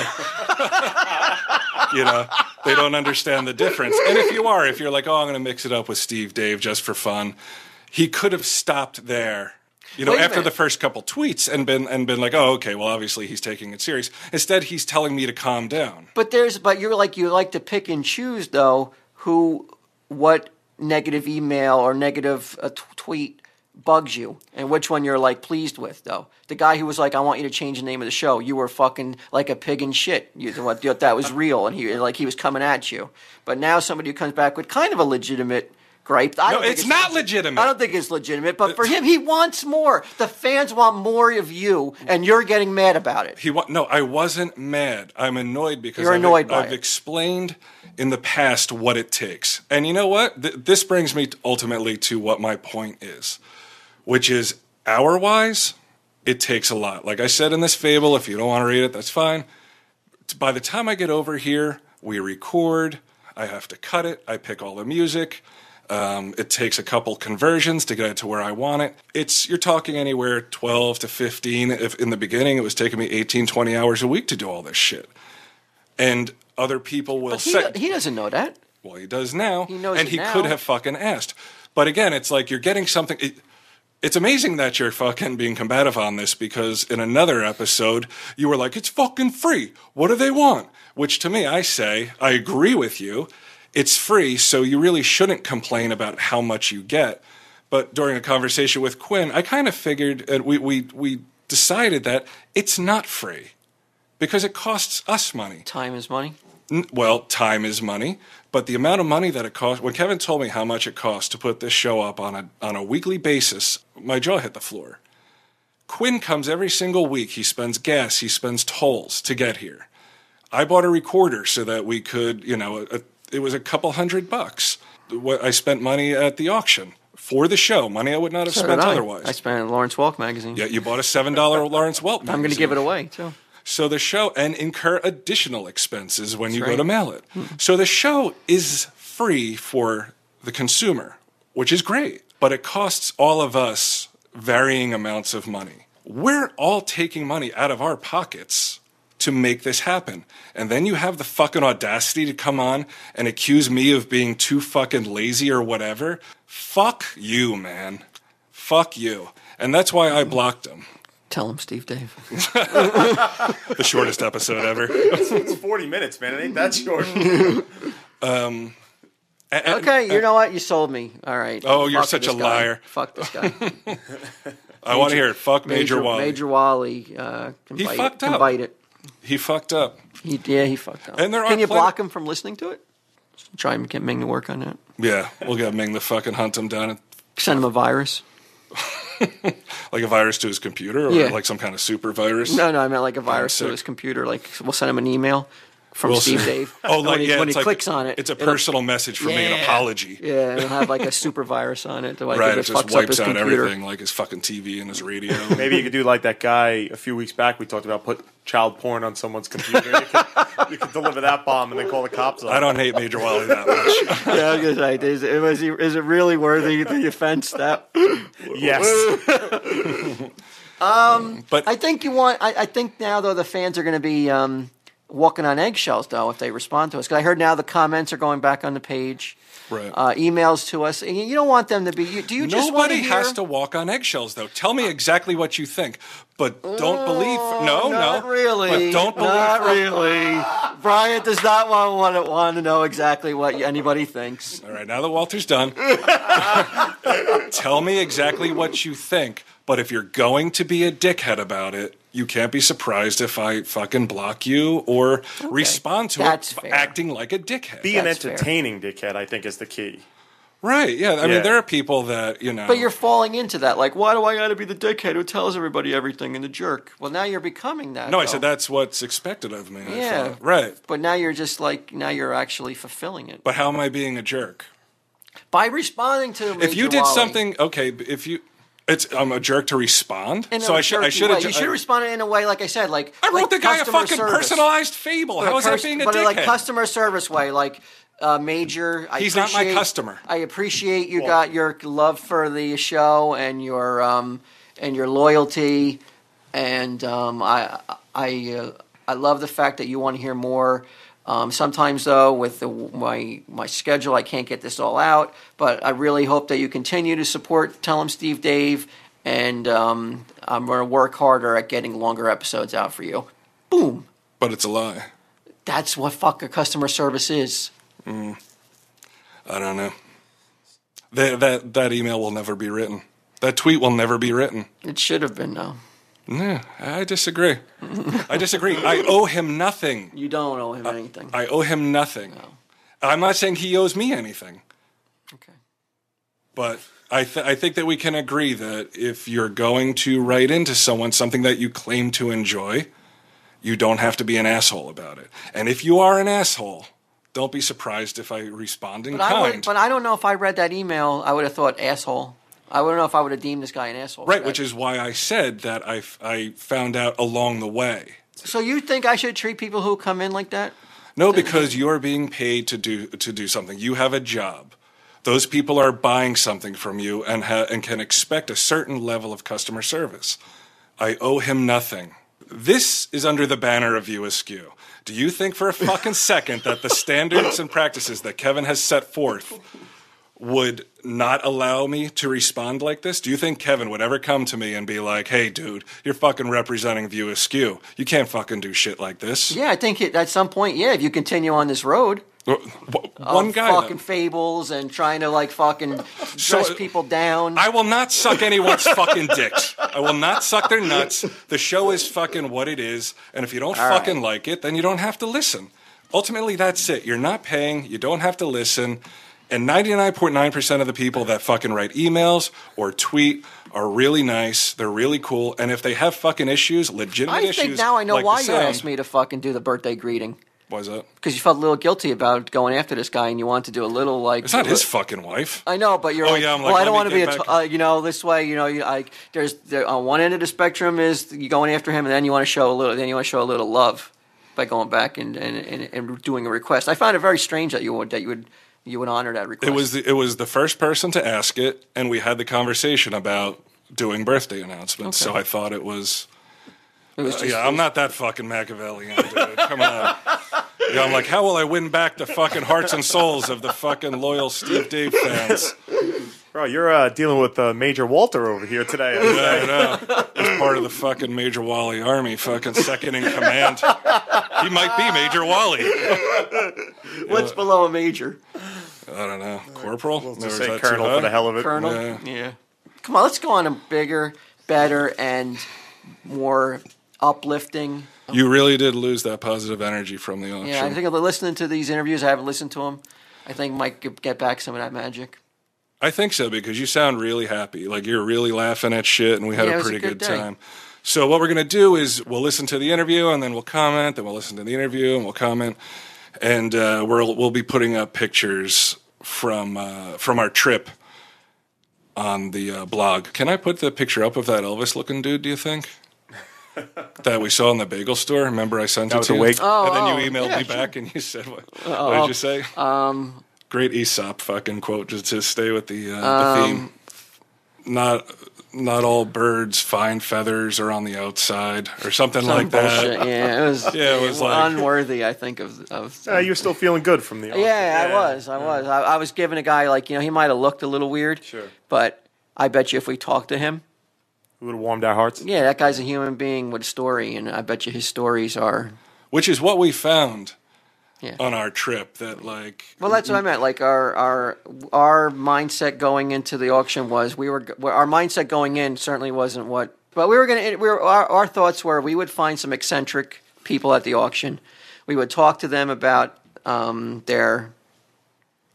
Speaker 2: you know, they don't understand the difference. And if you are, if you're like, oh, I'm going to mix it up with Steve Dave just for fun, he could have stopped there. You know,
Speaker 4: Wait a
Speaker 2: after the
Speaker 4: minute.
Speaker 2: first couple tweets and been and been like, oh, okay, well, obviously he's taking it serious. Instead, he's telling me to calm down.
Speaker 4: But there's but you're like you like to pick and choose though who what negative email or negative uh, t- tweet bugs you and which one you're like pleased with though. The guy who was like I want you to change the name of the show. You were fucking like a pig in shit. You what that was real and he like he was coming at you. But now somebody who comes back with kind of a legitimate gripe. I
Speaker 2: No,
Speaker 4: don't think
Speaker 2: it's not legitimate.
Speaker 4: I don't think it's legitimate, but for him he wants more. The fans want more of you and you're getting mad about it.
Speaker 2: He wa- no, I wasn't mad. I'm annoyed because
Speaker 4: You're
Speaker 2: I've,
Speaker 4: annoyed by
Speaker 2: I've
Speaker 4: it.
Speaker 2: explained in the past what it takes, and you know what? Th- this brings me t- ultimately to what my point is, which is hour wise, it takes a lot. Like I said in this fable, if you don't want to read it, that's fine. T- By the time I get over here, we record. I have to cut it. I pick all the music. Um, it takes a couple conversions to get it to where I want it. It's you're talking anywhere 12 to 15. If in the beginning it was taking me 18, 20 hours a week to do all this shit, and other people will
Speaker 4: He,
Speaker 2: say,
Speaker 4: he doesn't know that.
Speaker 2: well, he does now. He
Speaker 4: knows
Speaker 2: and
Speaker 4: it
Speaker 2: he
Speaker 4: now.
Speaker 2: could have fucking asked. But again, it's like you're getting something. It, it's amazing that you're fucking being combative on this because in another episode you were like, "It's fucking free. What do they want?" Which to me, I say, I agree with you. It's free, so you really shouldn't complain about how much you get. But during a conversation with Quinn, I kind of figured, and we we we decided that it's not free because it costs us money.
Speaker 4: Time is money.
Speaker 2: N- Well, time is money, but the amount of money that it costs. When Kevin told me how much it costs to put this show up on a on a weekly basis, my jaw hit the floor. Quinn comes every single week. He spends gas, he spends tolls to get here. I bought a recorder so that we could, you know, a, a- it was a couple hundred bucks. What I spent money at the auction for the show, money I would not have
Speaker 4: So
Speaker 2: spent
Speaker 4: did I.
Speaker 2: otherwise.
Speaker 4: I spent it in Lawrence Walk magazine.
Speaker 2: yeah, you bought a seven dollar Lawrence Welk.
Speaker 4: I'm going to give it away too.
Speaker 2: so the show and incur additional expenses when you go
Speaker 4: right.
Speaker 2: to mail it. So the show is free for the consumer, which is great, but it costs all of us varying amounts of money. We're all taking money out of our pockets to make this happen. And then you have the fucking audacity to come on and accuse me of being too fucking lazy or whatever. Fuck you, man. Fuck you. And that's why I blocked him.
Speaker 4: Tell him, Steve Dave.
Speaker 2: The shortest episode ever.
Speaker 5: It's 40 minutes, man. It ain't that short.
Speaker 2: Um, And- and
Speaker 4: Okay, you know what? You sold me. All right.
Speaker 2: Oh, you're
Speaker 4: Fuck
Speaker 2: such
Speaker 4: this
Speaker 2: a
Speaker 4: guy.
Speaker 2: liar.
Speaker 4: Fuck this guy.
Speaker 2: I want to hear it. Fuck Major, Wally.
Speaker 4: Major Wally. Uh, can
Speaker 2: He
Speaker 4: bite
Speaker 2: fucked
Speaker 4: it, can
Speaker 2: up.
Speaker 4: Bite it.
Speaker 2: He fucked up.
Speaker 4: He, yeah, he fucked up.
Speaker 2: And there are
Speaker 4: can you
Speaker 2: plenty-
Speaker 4: block him from listening to it? Try and get Ming to work on it.
Speaker 2: Yeah, we'll get Ming the fucking hunt him down and
Speaker 4: Send him a virus.
Speaker 2: like a virus to his computer or
Speaker 4: Yeah.
Speaker 2: like some kind of super virus.
Speaker 4: No, no, I meant like a virus to
Speaker 2: sick.
Speaker 4: his computer. Like we'll send him an email from
Speaker 2: We'll
Speaker 4: Steve
Speaker 2: see.
Speaker 4: Dave.
Speaker 2: Oh,
Speaker 4: And
Speaker 2: like
Speaker 4: when he,
Speaker 2: yeah,
Speaker 4: when
Speaker 2: it's
Speaker 4: he
Speaker 2: like
Speaker 4: clicks on it,
Speaker 2: It's a
Speaker 4: it'll-
Speaker 2: personal message for me, an
Speaker 4: Yeah.
Speaker 2: apology.
Speaker 4: Yeah, it'll have like a super virus on it. that, Like,
Speaker 2: Right, it
Speaker 4: just
Speaker 2: just
Speaker 4: fucks up
Speaker 2: wipes
Speaker 4: his
Speaker 2: out
Speaker 4: computer.
Speaker 2: everything, like his fucking TV and his radio.
Speaker 5: Maybe you could do like that guy a few weeks back we talked about put child porn on someone's computer. You could, you could deliver that bomb and then call the cops on
Speaker 2: I
Speaker 5: it.
Speaker 2: don't hate Major Wally that much.
Speaker 4: Yeah, I was gonna say, is, it- was he- is it really worthy the offense? That
Speaker 5: Yes.
Speaker 2: But
Speaker 4: Um, I think you want. I, I think now though the fans are going to be um, walking on eggshells though if they respond to us. Because I heard now the comments are going back on the page,
Speaker 2: Right.
Speaker 4: Uh, emails to us. And You you don't want them to be. You, do you just want
Speaker 2: nobody
Speaker 4: to
Speaker 2: has
Speaker 4: hear- Uh,
Speaker 2: to walk on eggshells, though. Tell me exactly what you think, but don't believe. No,
Speaker 4: not
Speaker 2: no,
Speaker 4: really.
Speaker 2: But don't believe.
Speaker 4: Not really. Brian does not want, want, want to know exactly what anybody thinks.
Speaker 2: All right, now that Walter's done, tell me exactly what you think. But if you're going to be a dickhead about it, you can't be surprised if I fucking block you or respond to
Speaker 4: That's
Speaker 2: it
Speaker 4: fair.
Speaker 2: acting like a dickhead.
Speaker 5: Be an
Speaker 4: That's fair.
Speaker 5: entertaining dickhead, I think, is the key.
Speaker 2: right? Yeah. I
Speaker 5: Yeah.
Speaker 2: mean, there are people that you know.
Speaker 4: But you're falling into that. Like, why do I got to be the dickhead who tells everybody everything and the jerk? Well, now you're becoming that.
Speaker 2: no, I
Speaker 4: though.
Speaker 2: said that's what's expected of me. I
Speaker 4: Yeah.
Speaker 2: thought. Right.
Speaker 4: But now you're just like now you're actually fulfilling it
Speaker 2: But how am I being a jerk?
Speaker 4: by responding to. Major
Speaker 2: if you did
Speaker 4: Wally.
Speaker 2: something okay b- if you it's i'm a jerk to respond
Speaker 4: in a
Speaker 2: so i should i
Speaker 4: jerky
Speaker 2: should
Speaker 4: way. You should have responded in a way like I said, like
Speaker 2: i wrote
Speaker 4: like
Speaker 2: the guy a
Speaker 4: customer
Speaker 2: fucking
Speaker 4: service.
Speaker 2: personalized fable how is that
Speaker 4: Cust-
Speaker 2: being a
Speaker 4: but like
Speaker 2: dickhead
Speaker 4: customer service way, like uh, major. I
Speaker 2: He's not my
Speaker 4: appreciate-
Speaker 2: customer.
Speaker 4: I appreciate you got your love for the show and your um and your loyalty, and um I I uh, I love the fact that you want to hear more. Um, sometimes though, with the, my my schedule, I can't get this all out. But I really hope that you continue to support. Tell him Steve Dave, and um, I'm going to work harder at getting longer episodes out for you. Boom.
Speaker 2: but it's a lie
Speaker 4: That's what fuck a customer service is.
Speaker 2: Mm. i don't know that that that email will never be written that tweet will never be written
Speaker 4: It should have been no.
Speaker 2: yeah i disagree i disagree i owe him nothing
Speaker 4: You don't owe him anything.
Speaker 2: i owe him nothing i'm not saying he owes me anything
Speaker 4: okay.
Speaker 2: But I, th- I think that we can agree that if you're going to write into someone something that you claim to enjoy, you don't have to be an asshole about it. And if you are an asshole, don't be surprised if I respond in
Speaker 4: But I would,
Speaker 2: kind.
Speaker 4: but I don't know if I read that email. I would have thought asshole. I wouldn't know if I would have deemed this guy an asshole. for
Speaker 2: right,
Speaker 4: that.
Speaker 2: which is why I said that I, f- I found out along the way.
Speaker 4: so. You think I should treat people who come in like that?
Speaker 2: No, because you're being paid to do to do something. You have a job. Those people are buying something from you and ha- and can expect a certain level of customer service. I owe him nothing. This is under the banner of USQ. Do you think for a fucking second that the standards and practices that Kevin has set forth would not allow me to respond like this? Do you think Kevin would ever come to me and be like, "Hey, dude, you're fucking representing View Askew. You can't fucking do shit like this."
Speaker 4: Yeah, I think it, at some point, yeah, if you continue on this road
Speaker 2: Wh- wh-
Speaker 4: of
Speaker 2: One guy. then.
Speaker 4: fucking fables and trying to like fucking dress people down.
Speaker 2: I will not suck anyone's fucking dicks. I will not suck their nuts. The show is fucking what it is, and if you don't
Speaker 4: All
Speaker 2: fucking
Speaker 4: right.
Speaker 2: like it, then you don't have to listen. Ultimately, that's it. You're not paying. You don't have to listen. And 99.9% of the people that fucking write emails or tweet are really nice. They're really cool. And if they have fucking issues, legitimate
Speaker 4: I
Speaker 2: issues.
Speaker 4: think now I know
Speaker 2: like the
Speaker 4: why you
Speaker 2: sound-
Speaker 4: asked me to fucking do the birthday greeting.
Speaker 2: Why is that?
Speaker 4: Because you felt a little guilty about going after this guy, and you wanted to do a little like uh,
Speaker 2: It's not his fucking wife.
Speaker 4: I know, but you're
Speaker 2: Oh,
Speaker 4: like,
Speaker 2: yeah, I'm like,
Speaker 4: well, I
Speaker 2: let
Speaker 4: don't
Speaker 2: me
Speaker 4: want to be
Speaker 2: get
Speaker 4: a, t-
Speaker 2: back-
Speaker 4: uh, you know, this way, you know, you like, there's there, on one end of the spectrum is you going after him, and then you want to show a little, then you want to show a little love by going back and, and, and, and doing a request. I found it very strange that you would that you would you would honor that request.
Speaker 2: It was the, it was the first person to ask it, and we had the conversation about doing birthday announcements. So I thought it was. uh,
Speaker 4: It was just,
Speaker 2: yeah, I'm not that fucking Machiavellian, dude. Come on. Yeah, I'm like, how will I win back the fucking hearts and souls of the fucking loyal Steve Dave fans?
Speaker 5: Bro, you're uh, dealing with uh, Major Walter over here today.
Speaker 2: I don't know. He's part of the fucking Major Wally Army, fucking second in command. He might be Major Wally. I
Speaker 4: what's below a major?
Speaker 2: don't know. Corporal? We'll
Speaker 5: Just say Colonel for the hell of it.
Speaker 4: Colonel?
Speaker 2: Yeah.
Speaker 4: Come on, let's go on a bigger, better, and more uplifting.
Speaker 2: You really did lose that positive energy from the auction.
Speaker 4: Yeah, I think I've been listening to these interviews. I haven't listened to them. I think Mike could get back some of that magic.
Speaker 2: I think so because you sound really happy. Like you're really laughing at shit, and we had
Speaker 4: Yeah, it
Speaker 2: a
Speaker 4: was a
Speaker 2: pretty
Speaker 4: good
Speaker 2: good,
Speaker 4: day.
Speaker 2: time. So what we're gonna do is we'll listen to the interview, and then we'll comment. Then we'll listen to the interview, and we'll comment. And uh, we'll we'll be putting up pictures from uh, from our trip on the uh, blog. Can I put the picture up of that Elvis looking dude? Do you think? that we saw in the bagel store. Remember, I sent it
Speaker 5: was
Speaker 2: to
Speaker 5: a
Speaker 2: you,
Speaker 5: wake-
Speaker 4: Oh,
Speaker 2: and
Speaker 4: oh,
Speaker 2: then you emailed
Speaker 4: yeah,
Speaker 2: me
Speaker 4: sure. Uh, oh, um,
Speaker 2: back, and you said, "What, what did you say?" Great Aesop fucking quote just to stay with the, uh,
Speaker 4: Um,
Speaker 2: the theme. Not not all birds find feathers are on the outside or something
Speaker 4: Some
Speaker 2: like
Speaker 4: bullshit.
Speaker 2: that.
Speaker 4: Yeah, it was,
Speaker 2: Yeah, it was like-
Speaker 4: unworthy, I think, of. of
Speaker 5: Uh, you're still feeling good from the.
Speaker 4: Yeah, I was. I was. I, I was giving a guy like you know he might have looked a little weird.
Speaker 5: Sure.
Speaker 4: But I bet you if we talked to him,
Speaker 5: We would have warmed our hearts.
Speaker 4: yeah, that guy's a human being with a story, and I bet you his stories are.
Speaker 2: Which is what we found
Speaker 4: Yeah.
Speaker 2: on our trip that like
Speaker 4: Well, that's what I meant. Like our our our mindset going into the auction was we were g- our mindset going in certainly wasn't what, but we were gonna. We were, our, our thoughts were we would find some eccentric people at the auction. We would talk to them about um, their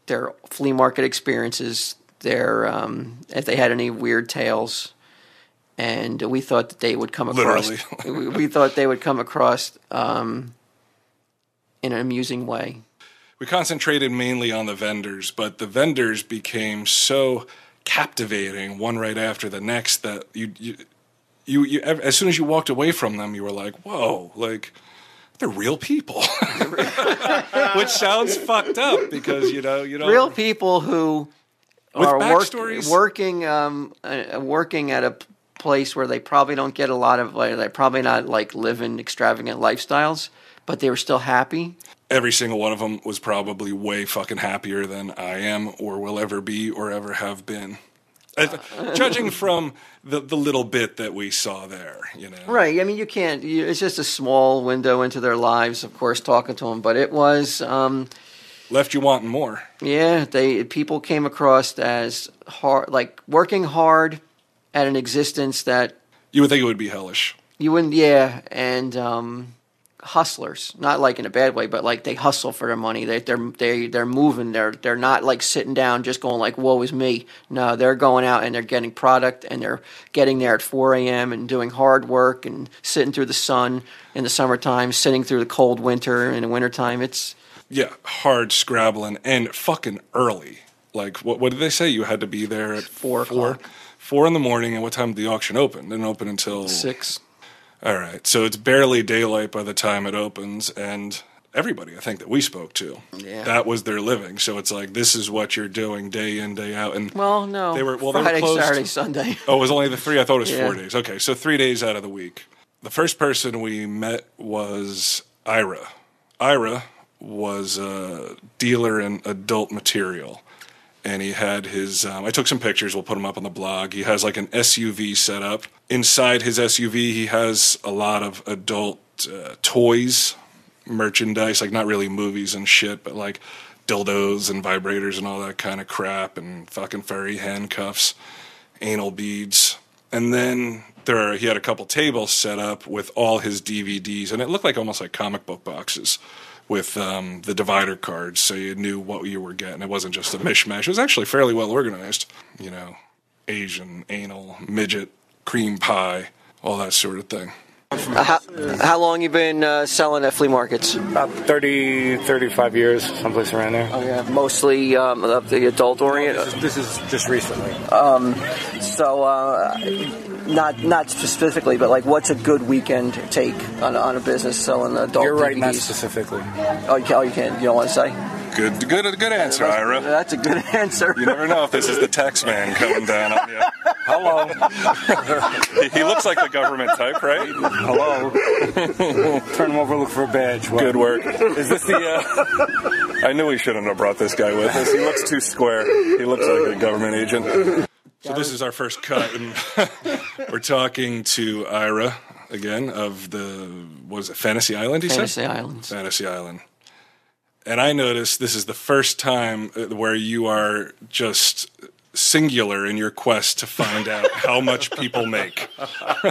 Speaker 4: their flea market experiences, their um, if they had any weird tales, and we thought that they would come across.
Speaker 2: Literally.
Speaker 4: we, we thought they would come across um, in an amusing way.
Speaker 2: we concentrated mainly on the vendors, but the vendors became so captivating one right after the next that you you you, you ev- as soon as you walked away from them, you were like, "Whoa!" Like they're real people, which sounds fucked up because you know you don't
Speaker 4: real people who
Speaker 2: With
Speaker 4: are work-
Speaker 2: backstories?
Speaker 4: working um, uh, working at a p- place where they probably don't get a lot of like, they're probably not like living extravagant lifestyles but they were still happy
Speaker 2: every single one of them was probably way fucking happier than I am or will ever be or ever have been. Uh, Judging from the, the little bit that we saw there, you know.
Speaker 4: right i mean you can't you, it's just a small window into their lives of course talking to them but it was um,
Speaker 2: Left you wanting more.
Speaker 4: Yeah, they people came across as hard, like working hard at an existence that
Speaker 2: You would think it would be hellish.
Speaker 4: you wouldn't. Yeah, and um, hustlers, not like in a bad way, but like they hustle for their money. They they're they they're moving. They're they're not like sitting down just going like "woe is me." No, they're going out and they're getting product and they're getting there at four a.m. and doing hard work and sitting through the sun in the summertime, sitting through the cold winter in the wintertime. It's
Speaker 2: Yeah, hard scrabbling and fucking early. Like, what, what did they say? You had to be there at
Speaker 4: Four
Speaker 2: four,
Speaker 4: o'clock.
Speaker 2: four in the morning. And what time did the auction open? Didn't open until
Speaker 4: six.
Speaker 2: All right, so it's barely daylight by the time it opens, and everybody I think that we spoke to,
Speaker 4: Yeah.
Speaker 2: that was their living. So it's like this is what you're doing day in day out. And
Speaker 4: Well, no,
Speaker 2: They were- well, they were
Speaker 4: Friday,
Speaker 2: closed.
Speaker 4: Saturday, Sunday.
Speaker 2: oh, it was only the three. I thought it was four
Speaker 4: Yeah.
Speaker 2: days. Okay, so three days out of the week. The first person we met was Ira. Ira was a dealer in adult material. And he had his. Um, I took some pictures. We'll put them up on the blog. He has like an SUV set up. Inside his SUV, he has a lot of adult uh, toys, merchandise, like not really movies and shit, but like dildos and vibrators and all that kind of crap and fucking furry handcuffs, anal beads. And then there he had a couple tables set up with all his DVDs and it looked like almost like comic book boxes with um, the divider cards so you knew what you were getting. It wasn't just a mishmash. It was actually fairly well organized, you know, Asian, anal, midget, cream pie, all that sort of thing.
Speaker 4: How, how long you been uh, selling at flea markets?
Speaker 6: About 30, 35 years, someplace around there.
Speaker 4: Oh, Mostly um, of the adult orient.
Speaker 6: This is just recently.
Speaker 4: Um, So, uh, not not specifically, but like, what's a good weekend take on, on a business selling adult?
Speaker 6: You're right, not
Speaker 4: DVDs?
Speaker 6: specifically.
Speaker 4: oh, you can't, oh, you can't. You don't want to say.
Speaker 2: Good, good, good answer, Ira.
Speaker 4: That's a good answer.
Speaker 2: You never know if this is the tax man coming down on you. Hello. he, he looks like the government type, right?
Speaker 6: Hello. Turn him over, look for a badge. What?
Speaker 2: Good work. Is this the? Uh, I knew we shouldn't have brought this guy with us. He looks too square. He looks like a government agent. So this is our first cut, and we're talking to Ira again of the what was it Fantasy Island? He
Speaker 4: Fantasy
Speaker 2: said
Speaker 4: Islands.
Speaker 2: Fantasy Island. And I noticed this is the first time uh, where you are just singular in your quest to find out how much people make.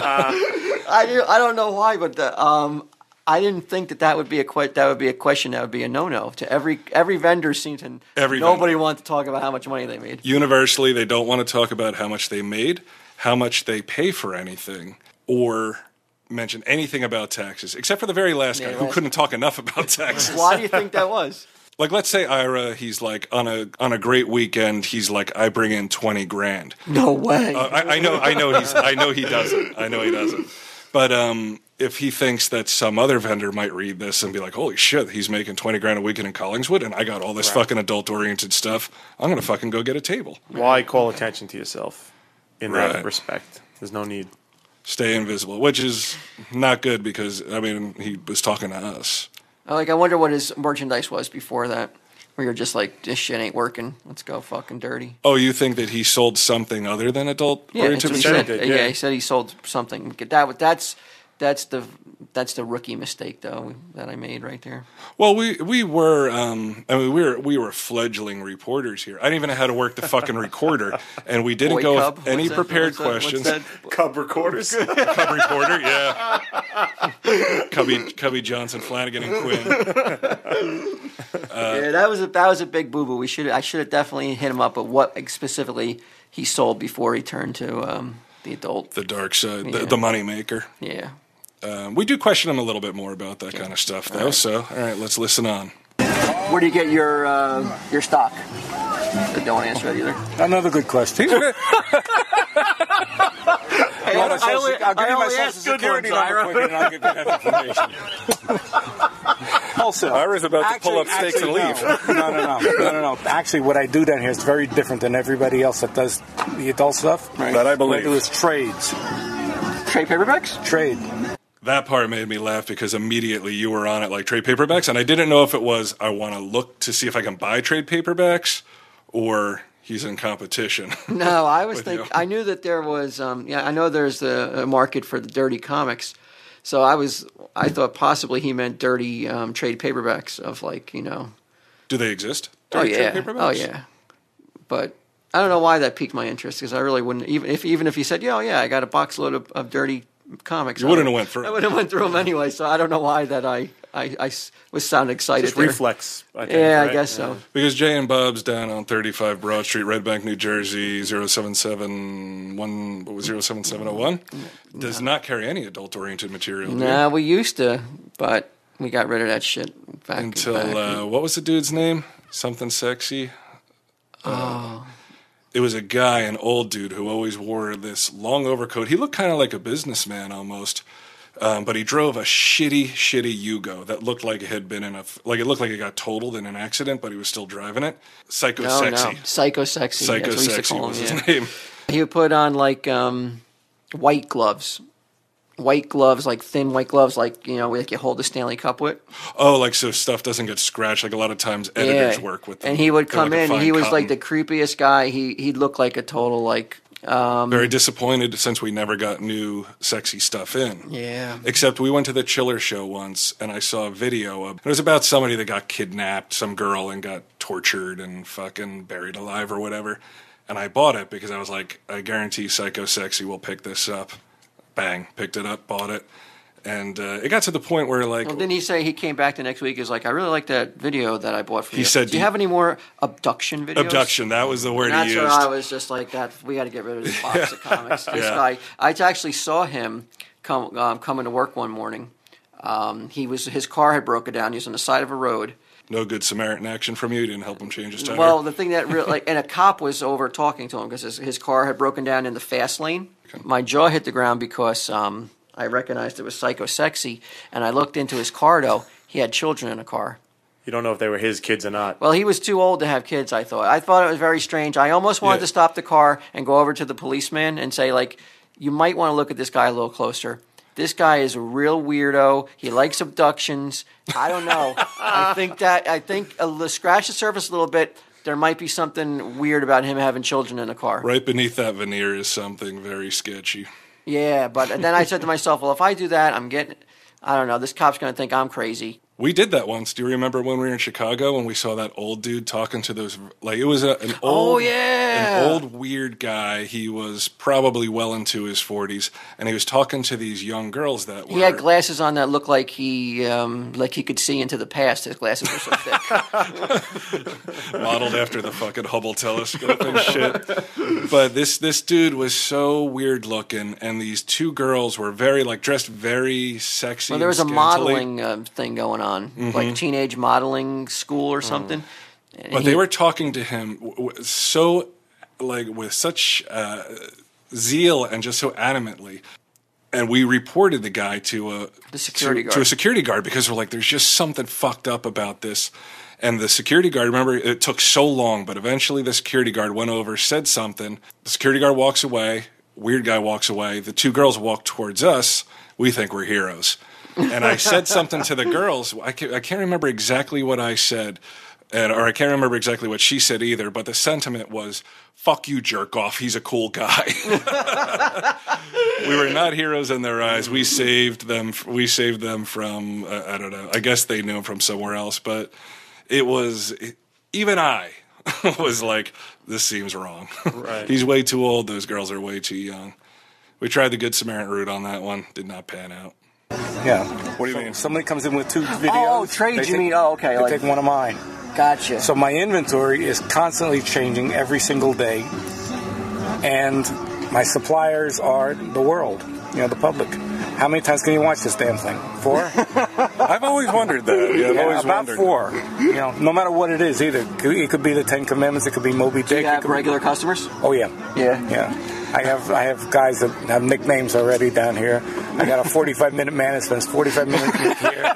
Speaker 4: I, do- I don't know why, but the, um, I didn't think that that would be a que- that would be a question that would be a no no to every every vendor seemed to
Speaker 2: Every
Speaker 4: nobody
Speaker 2: vendor.
Speaker 4: wants to talk about how much money they made.
Speaker 2: Universally, they don't want to talk about how much they made, how much they pay for anything, or mention anything about taxes, except for the very last guy
Speaker 4: Yeah,
Speaker 2: who
Speaker 4: right.
Speaker 2: couldn't talk enough about taxes.
Speaker 4: Why do you think that was?
Speaker 2: Like let's say Ira, he's like on a on a great weekend, he's like I bring in twenty grand.
Speaker 4: No way.
Speaker 2: Uh, I, I know, I know he's, I know he doesn't, I know he doesn't. But um, if he thinks that some other vendor might read this and be like, "Holy shit, he's making twenty grand a weekend in Collingswood, and I got all this fucking adult oriented stuff," I'm gonna fucking go get a table.
Speaker 5: Why call attention to yourself in
Speaker 2: Right.
Speaker 5: that respect? There's no need.
Speaker 2: Stay invisible, which is not good because I mean he was talking to us.
Speaker 4: Uh, like I wonder what his merchandise was before that. Where you're just like this shit ain't working. Let's go fucking dirty.
Speaker 2: Oh, you think that he sold something other than adult
Speaker 4: Yeah, that's
Speaker 2: oriented?
Speaker 4: what he
Speaker 5: Sure
Speaker 4: said.
Speaker 5: he did,
Speaker 4: yeah.
Speaker 5: yeah.
Speaker 4: he said he sold something. That would- that's that's the that's the rookie mistake though that I made right there.
Speaker 2: Well, we we were. Um, I mean, we were we were fledgling reporters here. I didn't even know how to work the fucking recorder, and we didn't
Speaker 4: Boy
Speaker 2: go
Speaker 4: Cub,
Speaker 2: with any
Speaker 4: what's that-
Speaker 2: prepared
Speaker 4: what's that- what's
Speaker 2: questions.
Speaker 4: that-
Speaker 5: Cub recorders.
Speaker 2: Cub reporter, yeah. Cubby Cubby Johnson, Flanagan, and Quinn.
Speaker 4: yeah, that was a that was a big boo boo. We should I should have definitely hit him up with what specifically he sold before he turned to um, the adult.
Speaker 2: The dark side, the,
Speaker 4: Yeah.
Speaker 2: the money maker.
Speaker 4: yeah.
Speaker 2: Um, we do question him a little bit more about that kind of stuff, though. So, all right, let's listen on.
Speaker 4: Where do you get your uh, your stock? I don't answer that either.
Speaker 6: Another good question. I'll
Speaker 4: I only-
Speaker 6: give
Speaker 4: I
Speaker 6: you my
Speaker 4: only
Speaker 6: social
Speaker 4: ask good
Speaker 6: security
Speaker 4: ones,
Speaker 6: number
Speaker 4: Ira.
Speaker 6: quick and I'll give you that information. Wholesale.
Speaker 2: Ira's about to pull up stakes
Speaker 6: actually,
Speaker 2: and leave.
Speaker 6: No. no, no, no, no, no, no. Actually, what I do down here is very different than everybody else that does the adult stuff.
Speaker 4: Right.
Speaker 2: That I
Speaker 6: What I do
Speaker 2: believe.
Speaker 6: is trades.
Speaker 4: Trade paperbacks?
Speaker 6: Trade.
Speaker 2: That part made me laugh because immediately you were on it like trade paperbacks, and I didn't know if it was I want to look to see if I can buy trade paperbacks or he's in competition.
Speaker 4: No, I was
Speaker 2: you.
Speaker 4: thinking. I knew that there was. Um, yeah, I know there's the a market for the dirty comics. So I was. I thought possibly he meant dirty um, trade paperbacks of like you know.
Speaker 2: Do they exist?
Speaker 4: Oh
Speaker 2: Dirty
Speaker 4: yeah.
Speaker 2: trade paperbacks?
Speaker 4: Oh yeah. But I don't know why that piqued my interest because I really wouldn't even if even if he said, "Yeah, oh, yeah, I got a box load of, of dirty comics." You
Speaker 2: wouldn't have went through
Speaker 4: I
Speaker 2: it.
Speaker 4: would have went through them anyway. So I don't know why that I I, I s- was sound excited.
Speaker 5: Just
Speaker 4: there.
Speaker 5: reflex. I think,
Speaker 4: Yeah,
Speaker 5: right?
Speaker 4: I guess so.
Speaker 2: Because Jay and Bob's down on 35 Broad Street, Red Bank, New Jersey, 07701, what was 07701? Does not carry any adult oriented material. dude.
Speaker 4: Nah, we used to, but we got rid of that shit back
Speaker 2: Until,
Speaker 4: back-
Speaker 2: uh, what was the dude's name? Something sexy. Uh, It was a guy, an old dude, who always wore this long overcoat. He looked kind of like a businessman almost. Um, but he drove a shitty, shitty Yugo that looked like it had been in a f- like it looked like it got totaled in an accident, but he was still driving it. Psycho
Speaker 4: no,
Speaker 2: sexy.
Speaker 4: no, psycho sexy. that's
Speaker 2: Psycho
Speaker 4: what we used to
Speaker 2: Sexy
Speaker 4: call
Speaker 2: was
Speaker 4: him,
Speaker 2: his
Speaker 4: yeah.
Speaker 2: name.
Speaker 4: He would put on like um, white gloves, white gloves, like thin white gloves, like you know, like you hold the Stanley Cup with.
Speaker 2: Oh, like so stuff doesn't get scratched. Like a lot of times editors work with them.
Speaker 4: And he would
Speaker 2: They're
Speaker 4: come
Speaker 2: like a
Speaker 4: in. and
Speaker 2: fine
Speaker 4: He was like the
Speaker 2: cotton.
Speaker 4: creepiest guy. He he looked like a total like um
Speaker 2: very disappointed since we never got new sexy stuff in.
Speaker 4: yeah.
Speaker 2: Except we went to the Chiller show once and I saw a video of it was about somebody that got kidnapped, some girl and got tortured and fucking buried alive or whatever. And I bought it because I was like, I guarantee Psycho Sexy will pick this up. Bang, picked it up, bought it. And uh, it got to the point where like
Speaker 4: Well, didn't he say he came back the next week? Is like, I really like that video that I bought for you.
Speaker 2: said,
Speaker 4: "Do you have any more abduction videos?"
Speaker 2: abduction, that was the word
Speaker 4: And that's
Speaker 2: he
Speaker 4: where
Speaker 2: used.
Speaker 4: I was just like, "That we got to get rid of this box of comics." This
Speaker 2: Yeah.
Speaker 4: guy, I actually saw him come um, coming to work one morning. Um, he was his car had broken down. He was on the side of a road.
Speaker 2: no good Samaritan action from you. You didn't help him change his tire.
Speaker 4: Well, the thing that really, like, and a cop was over talking to him because his, his car had broken down in the fast lane. My jaw hit the ground because um, I recognized it was psycho sexy, and I looked into his car though. He had children in a car.
Speaker 5: You don't know if they were his kids or not.
Speaker 4: Well, he was too old to have kids, I thought. I thought it was very strange. I almost wanted
Speaker 2: Yeah.
Speaker 4: to stop the car and go over to the policeman and say, like, you might want to look at this guy a little closer. This guy is a real weirdo. He likes abductions. I don't know. I think that, I think, a, li- scratch the surface a little bit. There might be something weird about him having children in a car.
Speaker 2: Right beneath that veneer is something very sketchy.
Speaker 4: Yeah, but then I said to myself, well, if I do that, I'm getting, I don't know, this cop's going to think I'm crazy.
Speaker 2: We did that once. Do you remember when we were in Chicago and we saw that old dude talking to those like it was a, an old
Speaker 4: Oh, yeah.
Speaker 2: an old weird guy. He was probably well into his 40s and he was talking to these young girls that were
Speaker 4: He had glasses on that looked like he um, like he could see into the past. His glasses were so thick.
Speaker 2: modeled after the fucking Hubble telescope and shit. But this this dude was so weird looking, and these two girls were very like dressed very sexy.
Speaker 4: well, there was a
Speaker 2: and scantily,
Speaker 4: modeling um, thing going on,
Speaker 2: Mm-hmm.
Speaker 4: like teenage modeling school or something. And
Speaker 2: but
Speaker 4: he-
Speaker 2: they were talking to him w- w- so like with such uh, zeal and just so animately. And we reported the guy to a
Speaker 4: The security
Speaker 2: to,
Speaker 4: guard.
Speaker 2: to a security guard because we're like, there's just something fucked up about this. And the security guard, remember, it took so long, but eventually the security guard went over, said something. The security guard walks away. Weird guy walks away. The two girls walk towards us. We think we're heroes. And I said something to the girls. I can't, I can't remember exactly what I said, and, or I can't remember exactly what she said either, but the sentiment was, fuck you, jerk off. He's a cool guy. we were not heroes in their eyes. We saved them. We saved them from uh, I don't know. I guess they knew him from somewhere else, but it was even I was like, this seems wrong.
Speaker 5: Right.
Speaker 2: He's way too old. Those girls are way too young. We tried the Good Samaritan route on that one. Did not pan out.
Speaker 6: Yeah.
Speaker 2: What do you mean?
Speaker 6: Somebody comes in with two videos.
Speaker 4: Oh, trades,
Speaker 6: they
Speaker 4: you
Speaker 6: take-
Speaker 4: mean. Oh, okay,
Speaker 6: They
Speaker 4: like-
Speaker 6: take one of mine.
Speaker 4: gotcha.
Speaker 6: So my inventory is constantly changing every single day, and my suppliers are the world, you know, the public. How many times can you watch this damn thing? Four.
Speaker 2: I've always wondered that. Yeah, I've
Speaker 6: Yeah,
Speaker 2: always
Speaker 6: about
Speaker 2: wondered.
Speaker 6: four. You know, no matter what it is, either it could be the Ten Commandments, it could be Moby
Speaker 4: Do
Speaker 6: Dick.
Speaker 4: you
Speaker 6: it
Speaker 4: have
Speaker 6: could be-
Speaker 4: regular customers?
Speaker 6: oh yeah,
Speaker 4: Yeah.
Speaker 6: yeah. I have I have guys that have nicknames already down here. I got a 45 minute man that spends 45 minutes here.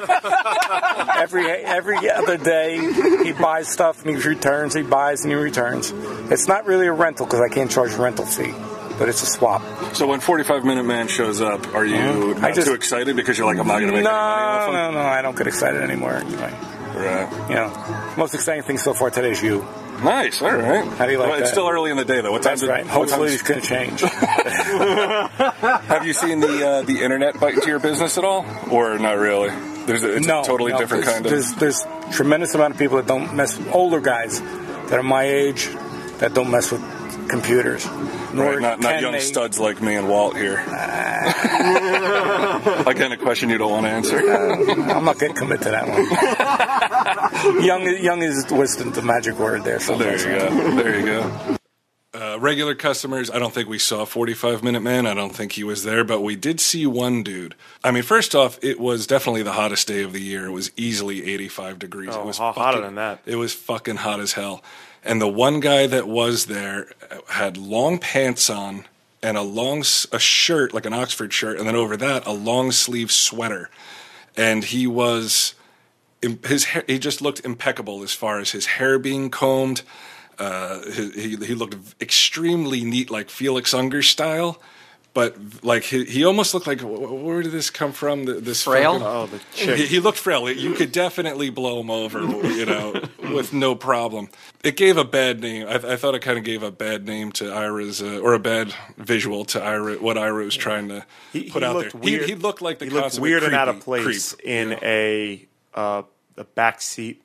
Speaker 6: every every other day, he buys stuff and he returns. He buys and he returns. It's not really a rental because I can't charge a rental fee, but it's a swap. Uh-huh.
Speaker 2: So when Forty Five Minute Man shows up, are you
Speaker 6: I
Speaker 2: not
Speaker 6: just-
Speaker 2: too excited because you're like, I'm not going to make any
Speaker 6: No,
Speaker 2: money
Speaker 6: no,
Speaker 2: off
Speaker 6: no. I don't get excited anymore. Anyway.
Speaker 2: him? Right.
Speaker 6: You know, most exciting thing so far today is you.
Speaker 2: Nice. All right.
Speaker 6: How do you like
Speaker 2: well, It's
Speaker 6: that?
Speaker 2: still early in the day though. What time?
Speaker 6: That's
Speaker 2: did,
Speaker 6: right.
Speaker 2: What
Speaker 6: Hopefully,
Speaker 2: time
Speaker 6: it's going to change.
Speaker 2: Have you seen the uh, the internet bite into your business at all, or not really? There's a, it's
Speaker 6: no,
Speaker 2: a totally
Speaker 6: no,
Speaker 2: different
Speaker 6: there's,
Speaker 2: kind of.
Speaker 6: There's there's tremendous amount of people that don't mess. Older guys that are my age that don't mess with computers. Nor
Speaker 2: Right, not not
Speaker 6: can
Speaker 2: young
Speaker 6: they-
Speaker 2: studs like me and Walt here. Again, a question you don't want to answer.
Speaker 6: I'm not going to commit to that one. young, young is was the, the magic word there. So
Speaker 2: There you go. There you go. Uh, regular customers, I don't think we saw 45 Minute Man. I don't think he was there, but we did see one dude. I mean, first off, it was definitely the hottest day of the year. It was easily 85 degrees.
Speaker 5: Oh,
Speaker 2: it was
Speaker 5: ho- hotter than that.
Speaker 2: It was fucking hot as hell. And the one guy that was there had long pants on and a long s- a shirt, like an Oxford shirt, and then over that a long sleeve sweater. And he was im- his hair, he just looked impeccable as far as his hair being combed. Uh, he, he he looked extremely neat, like Felix Unger style. But like he, he almost looked like wh- wh- where did this come from? th- This
Speaker 4: Frail?
Speaker 2: fucking-
Speaker 5: Oh, the
Speaker 2: he,
Speaker 5: chick.
Speaker 2: he looked frail. You could definitely blow him over, you know, with no problem. It gave a bad name. I, I thought it kind of gave a bad name to Ira's, uh, or a bad visual to Ira, what Ira was trying to
Speaker 5: He,
Speaker 2: put
Speaker 5: he
Speaker 2: out there.
Speaker 5: looked Weird.
Speaker 2: He, he looked like the
Speaker 5: he looked
Speaker 2: consummate
Speaker 5: weird and out
Speaker 2: creepy
Speaker 5: of place
Speaker 2: creep.
Speaker 5: in a uh, a backseat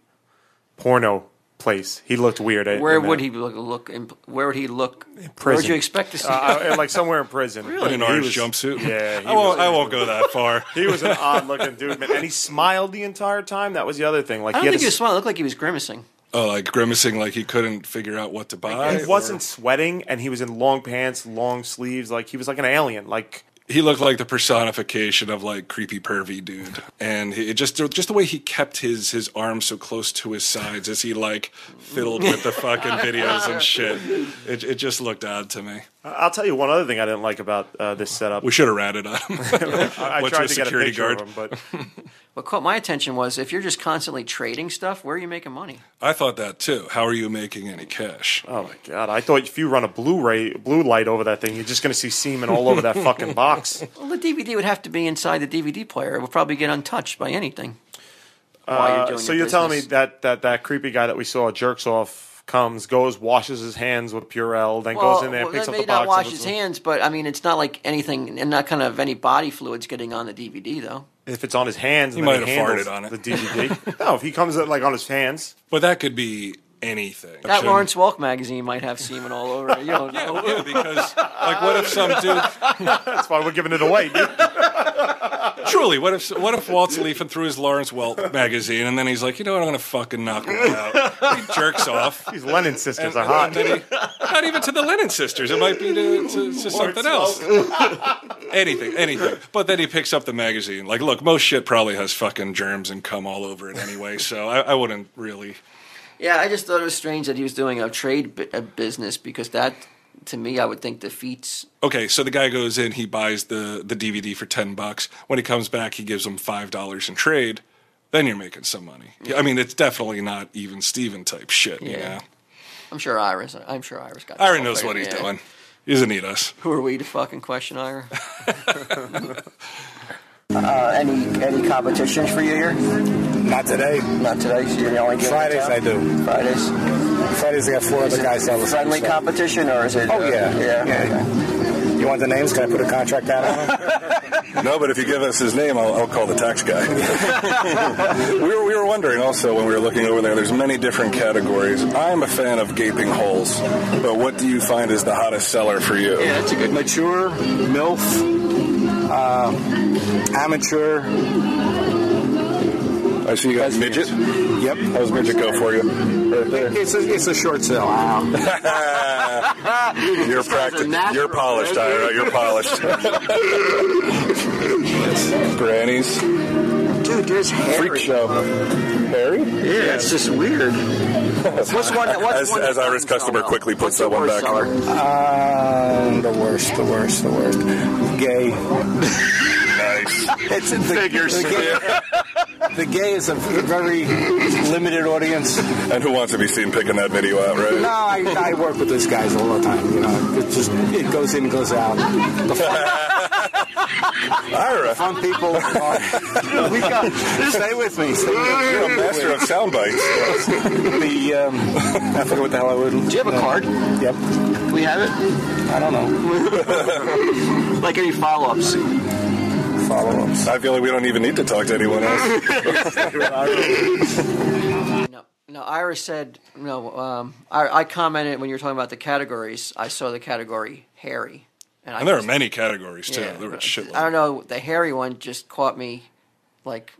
Speaker 5: porno place. He looked weird. in-
Speaker 4: Where
Speaker 5: in
Speaker 4: would
Speaker 5: that.
Speaker 4: he look? look in, where would he look? Where would
Speaker 5: prison.
Speaker 4: you expect to see? him?
Speaker 5: Uh, like somewhere in prison.
Speaker 2: in an
Speaker 5: He
Speaker 2: orange
Speaker 5: was-
Speaker 2: jumpsuit.
Speaker 5: Yeah, he
Speaker 2: I won't.
Speaker 5: was-
Speaker 2: I won't go that far.
Speaker 5: He was an odd looking dude, man. and he smiled the entire time. That was the other thing. Like
Speaker 4: I don't
Speaker 5: he had
Speaker 4: think
Speaker 5: a
Speaker 4: he was smiling. It looked like he was grimacing.
Speaker 2: oh, like grimacing, like he couldn't figure out what to buy.
Speaker 5: He wasn't sweating, and he was in long pants, long sleeves. Like he was like an alien. Like
Speaker 2: he looked like the personification of like creepy pervy dude, and he, it just just the way he kept his his arms so close to his sides as he like fiddled with the fucking videos and shit. It it just looked odd to me.
Speaker 5: I- I'll tell you one other thing I didn't like about uh, this setup.
Speaker 2: We should have ratted on him.
Speaker 5: I, I
Speaker 2: went to
Speaker 5: tried
Speaker 2: a
Speaker 5: to get a
Speaker 2: security
Speaker 5: picture
Speaker 2: guard.
Speaker 5: of him, but
Speaker 4: What caught my attention was if you're just constantly trading stuff, where are you making money?
Speaker 2: I thought that too. How are you making any cash?
Speaker 5: Oh my god! I thought if you run a blue ray, blue light over that thing, you're just going to see semen all over that fucking box.
Speaker 4: Well, the DVD would have to be inside the DVD player. It would probably get untouched by anything. while
Speaker 5: Uh, so you're telling me
Speaker 4: business.
Speaker 5: that, that that creepy guy that we saw jerks off, comes, goes, washes his hands with Purell, then goes in there,
Speaker 4: well,
Speaker 5: picks
Speaker 4: they
Speaker 5: up
Speaker 4: may
Speaker 5: the
Speaker 4: not
Speaker 5: box.
Speaker 4: wash
Speaker 5: and
Speaker 4: his
Speaker 5: puts it-
Speaker 4: hands, but I mean, it's not like anything, and not kind of any body fluids getting on the DVD though.
Speaker 5: If it's on his hands,
Speaker 2: He
Speaker 5: and then
Speaker 2: might
Speaker 5: he
Speaker 2: have farted
Speaker 5: handles
Speaker 2: on it.
Speaker 5: The DVD. no, if he comes like on his hands,
Speaker 2: But that could be anything.
Speaker 4: That Lawrence Welk magazine might have semen all over it. You don't know.
Speaker 2: Yeah, because like, what if some dude?
Speaker 5: that's why we're giving it away. Dude.
Speaker 2: Truly, what if what if Walt's leafing through his Lawrence Welk magazine and then he's like, you know what, I'm gonna fucking knock one out. He jerks off.
Speaker 5: These Lennon sisters
Speaker 2: And-
Speaker 5: are hot.
Speaker 2: and then he- not even to the Lennon sisters. It might be to, to, to something else. anything, anything. But then he picks up the magazine. Like, look, most shit probably has fucking germs and cum all over it anyway. So I, I wouldn't really.
Speaker 4: Yeah, I just thought it was strange that he was doing a trade bu- a business because that, to me, I would think defeats.
Speaker 2: Okay, so the guy goes in, he buys the the DVD for ten bucks. When he comes back, he gives him five dollars in trade. Then you're making some money. I mean, it's definitely not even Steven type shit. You
Speaker 4: Mm. Yeah.
Speaker 2: know?
Speaker 4: I'm sure Iris. I'm sure Iris got.
Speaker 2: Ira
Speaker 4: that
Speaker 2: knows
Speaker 4: all
Speaker 2: what he's
Speaker 4: figured, yeah.
Speaker 2: doing. He doesn't need us.
Speaker 4: Who are we to fucking question Ira?
Speaker 7: Uh, any any competitions for you here?
Speaker 6: Not today.
Speaker 7: Not today. So you're the only game in
Speaker 6: Fridays
Speaker 7: town?
Speaker 6: I do.
Speaker 7: Fridays.
Speaker 6: Fridays they got four other guys that was
Speaker 7: Friendly competition or is it?
Speaker 6: Oh
Speaker 7: uh,
Speaker 6: yeah.
Speaker 7: yeah.
Speaker 6: You want the names? Can I put a contract out on them?
Speaker 8: No, but if you give us his name, I'll, I'll call the tax guy. we, were, we were wondering also when we were looking over there, there's many different categories. I'm a fan of gaping holes, but what do you find is the hottest seller for you?
Speaker 4: Yeah, that's a good.
Speaker 6: Mature, MILF, uh, amateur.
Speaker 8: I see you got midget.
Speaker 6: Yep.
Speaker 8: How's midget go for you? Right there.
Speaker 6: It's a, it's a short sale. Wow.
Speaker 8: You're
Speaker 4: a
Speaker 8: practiced.
Speaker 4: natural.
Speaker 8: You're polished, Ira. You're polished. Grannies.
Speaker 7: Dude, there's Harry.
Speaker 8: Freak show. Harry?
Speaker 7: Yeah, it's just weird.
Speaker 4: What's one? What's
Speaker 8: As-
Speaker 4: one
Speaker 8: as Ira's
Speaker 4: that doesn't sell
Speaker 8: customer
Speaker 4: well?
Speaker 8: quickly puts
Speaker 4: What's
Speaker 8: that
Speaker 4: the
Speaker 8: one
Speaker 4: worst
Speaker 8: back.
Speaker 4: seller?
Speaker 6: Um, the worst, the worst, the worst. Gay.
Speaker 8: Nice.
Speaker 6: It's the, Figures. The gay, the gay is a very limited audience.
Speaker 8: And who wants to be seen picking that video out, right?
Speaker 6: No, I, I work with these guys all the time. You know, it just it goes in, goes out. The fun,
Speaker 8: Ira,
Speaker 6: fun people. Are, we got, stay with me. Stay
Speaker 8: you're a
Speaker 6: with me.
Speaker 8: master of sound bites.
Speaker 6: The um, I forget what the hell I would.
Speaker 4: Do you have a card?
Speaker 6: Yep.
Speaker 4: Can we have it?
Speaker 6: I don't know.
Speaker 4: Like any follow-ups?
Speaker 6: Follow ups.
Speaker 8: I feel like we don't even need to talk to anyone else.
Speaker 4: No, no. Ira said no. Um, I, I commented when you were talking about the categories. I saw the category hairy, I
Speaker 2: And there are
Speaker 4: just-
Speaker 2: many categories too.
Speaker 4: Yeah. Uh,
Speaker 2: There were shitloads.
Speaker 4: I don't know. The hairy one just caught me, like,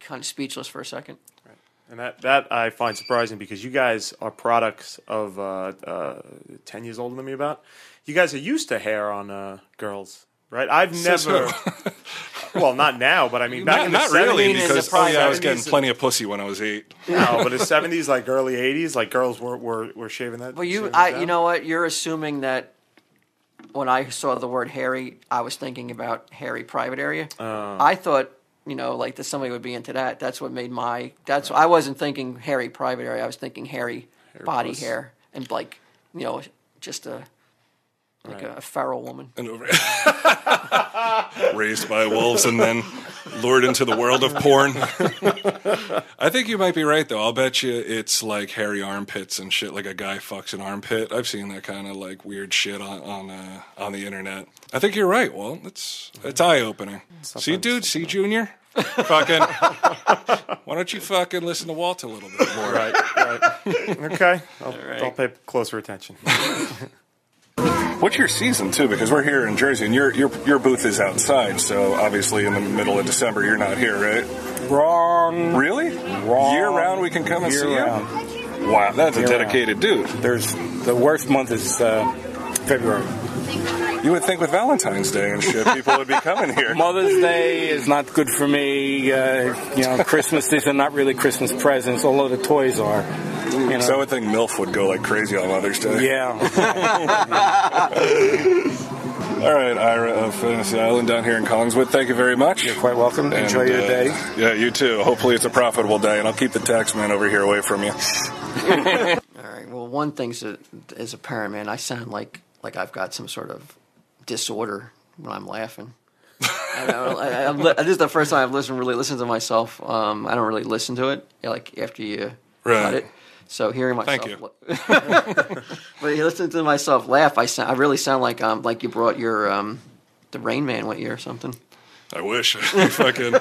Speaker 4: kind of speechless for a second.
Speaker 5: And that, that I find surprising because you guys are products of uh, uh, 10 years older than me, about. You guys are used to hair on uh, girls, right? I've never. well, not now, but I mean, back
Speaker 2: Not,
Speaker 5: in the
Speaker 2: not
Speaker 5: 70s.
Speaker 2: really,
Speaker 4: in the
Speaker 2: because oh, yeah, I was
Speaker 5: 70s.
Speaker 2: getting plenty of pussy when I was eight.
Speaker 5: No, but the 70s, like early 80s, like girls were, were, were shaving that.
Speaker 4: Well, you,
Speaker 5: shaving it
Speaker 4: I,
Speaker 5: down.
Speaker 4: you know what? You're assuming that when I saw the word hairy, I was thinking about hairy private area.
Speaker 2: Oh.
Speaker 4: I thought, you know, like that somebody would be into that. That's what made my. That's I wasn't thinking hairy private area. I was thinking hairy body
Speaker 5: plus.
Speaker 4: hair and like, you know, just a like a, a feral woman.
Speaker 2: And over- raised by wolves and then lured into the world of porn. I think you might be right though. I'll bet you it's like hairy armpits and shit. Like a guy fucks an armpit. I've seen that kind of like weird shit on on, uh, on the internet. I think you're right. Well, it's it's eye opening. See, dude, see, Junior, fucking. why don't you fucking listen to Walt a little bit more?
Speaker 5: Right, right. okay. I'll, I'll pay closer attention.
Speaker 8: What's your season too? Because we're here in Jersey, and your your your booth is outside. So obviously, in the middle of December, you're not here, right?
Speaker 6: Wrong.
Speaker 8: Really?
Speaker 6: Wrong.
Speaker 8: Year round, we can come and see
Speaker 6: Year-round.
Speaker 8: you. Wow, that's a
Speaker 6: Year-round.
Speaker 8: dedicated dude.
Speaker 6: There's the worst month is uh, February.
Speaker 8: You would think with Valentine's Day and shit, people would be coming here.
Speaker 6: Mother's Day is not good for me. Uh, you know, Christmas these are not really Christmas presents, although the toys are. You know.
Speaker 8: So I would think MILF would go like crazy on Mother's Day.
Speaker 6: yeah.
Speaker 8: All right, Ira of Fantasy Island down here in Collingswood, thank you very much. You're
Speaker 6: Quite welcome. Enjoy your
Speaker 2: uh,
Speaker 6: day.
Speaker 8: yeah, you too. Hopefully it's a profitable day, and I'll keep the tax man over here away from you.
Speaker 4: All right. Well, one thing's that is apparent, man. I sound like like I've got some sort of disorder when I'm laughing. I don't, I, I, I'm li- this is the first time I've listened really listened to myself. Um, I don't really listen to it like after you
Speaker 2: Right.
Speaker 4: cut it. So hearing myself,
Speaker 2: Thank you.
Speaker 4: but you listen to myself laugh. I sound, I really sound like um like you brought your um the Rain Man with you or something.
Speaker 2: I wish I'd fucking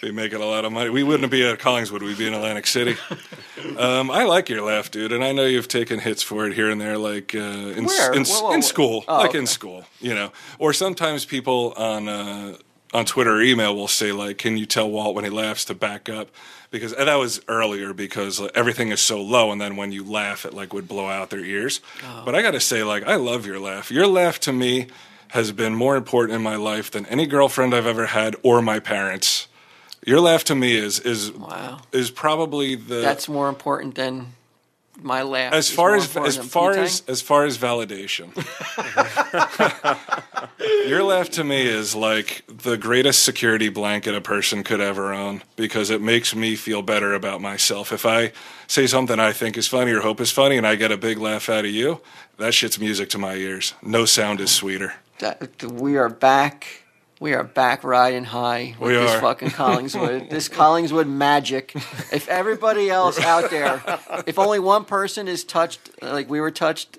Speaker 2: be making a lot of money. We wouldn't be at Collingswood; we'd be in Atlantic City. Um, I like your laugh, dude, and I know you've taken hits for it here and there, like uh, in,
Speaker 4: Where?
Speaker 2: in,
Speaker 4: Whoa, whoa, whoa.
Speaker 2: in school,
Speaker 4: Oh,
Speaker 2: like
Speaker 4: okay.
Speaker 2: in school, you know. Or sometimes people on uh, on Twitter or email will say, like, "Can you tell Walt when he laughs to back up?" Because and that was earlier because like, everything is so low, and then when you laugh, it like would blow out their ears.
Speaker 4: Oh.
Speaker 2: But I gotta say, like, I love your laugh. Your laugh to me has been more important in my life than any girlfriend I've ever had or my parents. Your laugh to me is is
Speaker 4: Wow.
Speaker 2: is probably the
Speaker 4: That's more important than my laugh.
Speaker 2: as
Speaker 4: is
Speaker 2: far
Speaker 4: more
Speaker 2: as
Speaker 4: important
Speaker 2: as
Speaker 4: than
Speaker 2: far
Speaker 4: Putang.
Speaker 2: as as far as validation your laugh to me is like the greatest security blanket a person could ever own because it makes me feel better about myself if i say something i think is funny or hope is funny and i get a big laugh out of you that shit's music to my ears no sound is sweeter
Speaker 4: that we are back. We are back riding high with
Speaker 2: We
Speaker 4: this
Speaker 2: are.
Speaker 4: fucking Collingswood, this Collingswood magic. If everybody else out there, if only one person is touched, like we were touched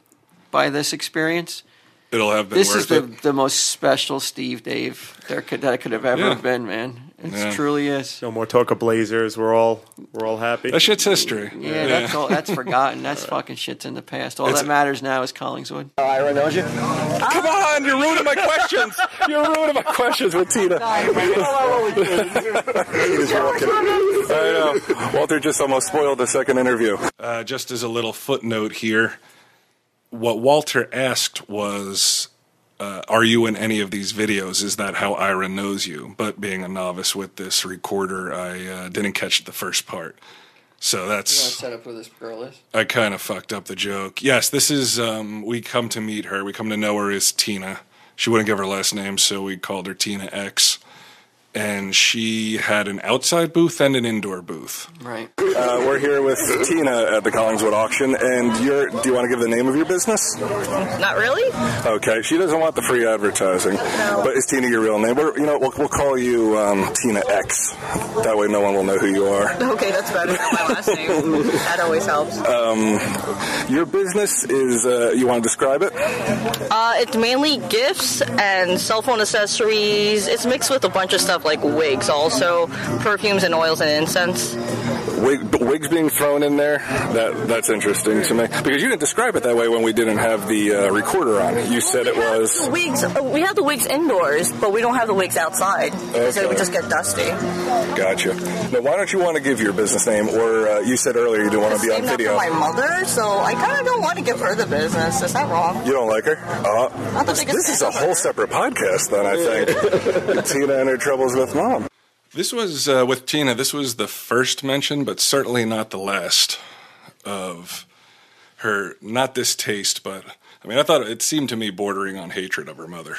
Speaker 4: by this experience,
Speaker 2: it'll have been
Speaker 4: this
Speaker 2: worth
Speaker 4: is the,
Speaker 2: it
Speaker 4: the most special Steve Dave there could, that could have ever
Speaker 2: Yeah.
Speaker 4: been, man. It
Speaker 2: Yeah.
Speaker 4: truly is.
Speaker 5: No more talk of Blazers. We're all we're all happy.
Speaker 2: that shit's history
Speaker 4: Yeah, that's all. That's forgotten. That's fucking shit's in the past. All
Speaker 2: It's-
Speaker 4: that matters now is Collingswood.
Speaker 7: Ira knows you.
Speaker 8: Come on, you're ruining my questions. You're ruining my questions with Tina. He's walking. I know. Walter just almost spoiled the second interview.
Speaker 2: Uh, just as a little footnote here, what Walter asked was, uh, "Are you in any of these videos? Is that how Ira knows you?" But being a novice with this recorder, I uh, didn't catch the first part, so that's
Speaker 4: set up where this girl is.
Speaker 2: I kind of fucked up the joke. Yes, this is um, we come to meet her. We come to know her as Tina. She wouldn't give her last name, so we called her Tina X. And she had an outside booth and an indoor booth.
Speaker 4: Right.
Speaker 8: Uh, we're here with Tina at the Collingswood auction, and you're, do you want to give the name of your business?
Speaker 9: Not really?
Speaker 8: Okay, she doesn't want the free advertising, but is Tina your real name? We're, you know, we'll, we'll call you um, Tina X. That way, no one will know who you are.
Speaker 9: Okay, that's better than my last name. That always helps.
Speaker 8: Um, Your business is, uh, you want to describe it?
Speaker 9: Uh, it's mainly gifts and cell phone accessories. It's mixed with a bunch of stuff like wigs, also perfumes and oils and incense.
Speaker 8: Wig, wigs being thrown in there? That That's interesting to me. Because you didn't describe it that way when we didn't have the uh, recorder on. You said it was.
Speaker 9: Wigs. uh, We have the wigs indoors, but we don't have the wigs outside because
Speaker 8: Okay.
Speaker 9: it would just get dusty.
Speaker 8: Gotcha. Now, why don't you want to give your business name? Or uh, you said earlier you didn't want to be on
Speaker 9: Saved up for
Speaker 8: video.
Speaker 9: my mother, so I kind of don't want to give her the business. Is that wrong?
Speaker 8: You don't like her? Uh,
Speaker 9: Not the biggest
Speaker 8: this is
Speaker 9: fan
Speaker 8: a
Speaker 9: of
Speaker 8: whole
Speaker 9: her.
Speaker 8: separate podcast, then, I think. Tina and her troubles with mom.
Speaker 2: This was uh, with Tina. This was the first mention, but certainly not the last of her. Not this taste, but I mean, I thought it seemed to me bordering on hatred of her mother.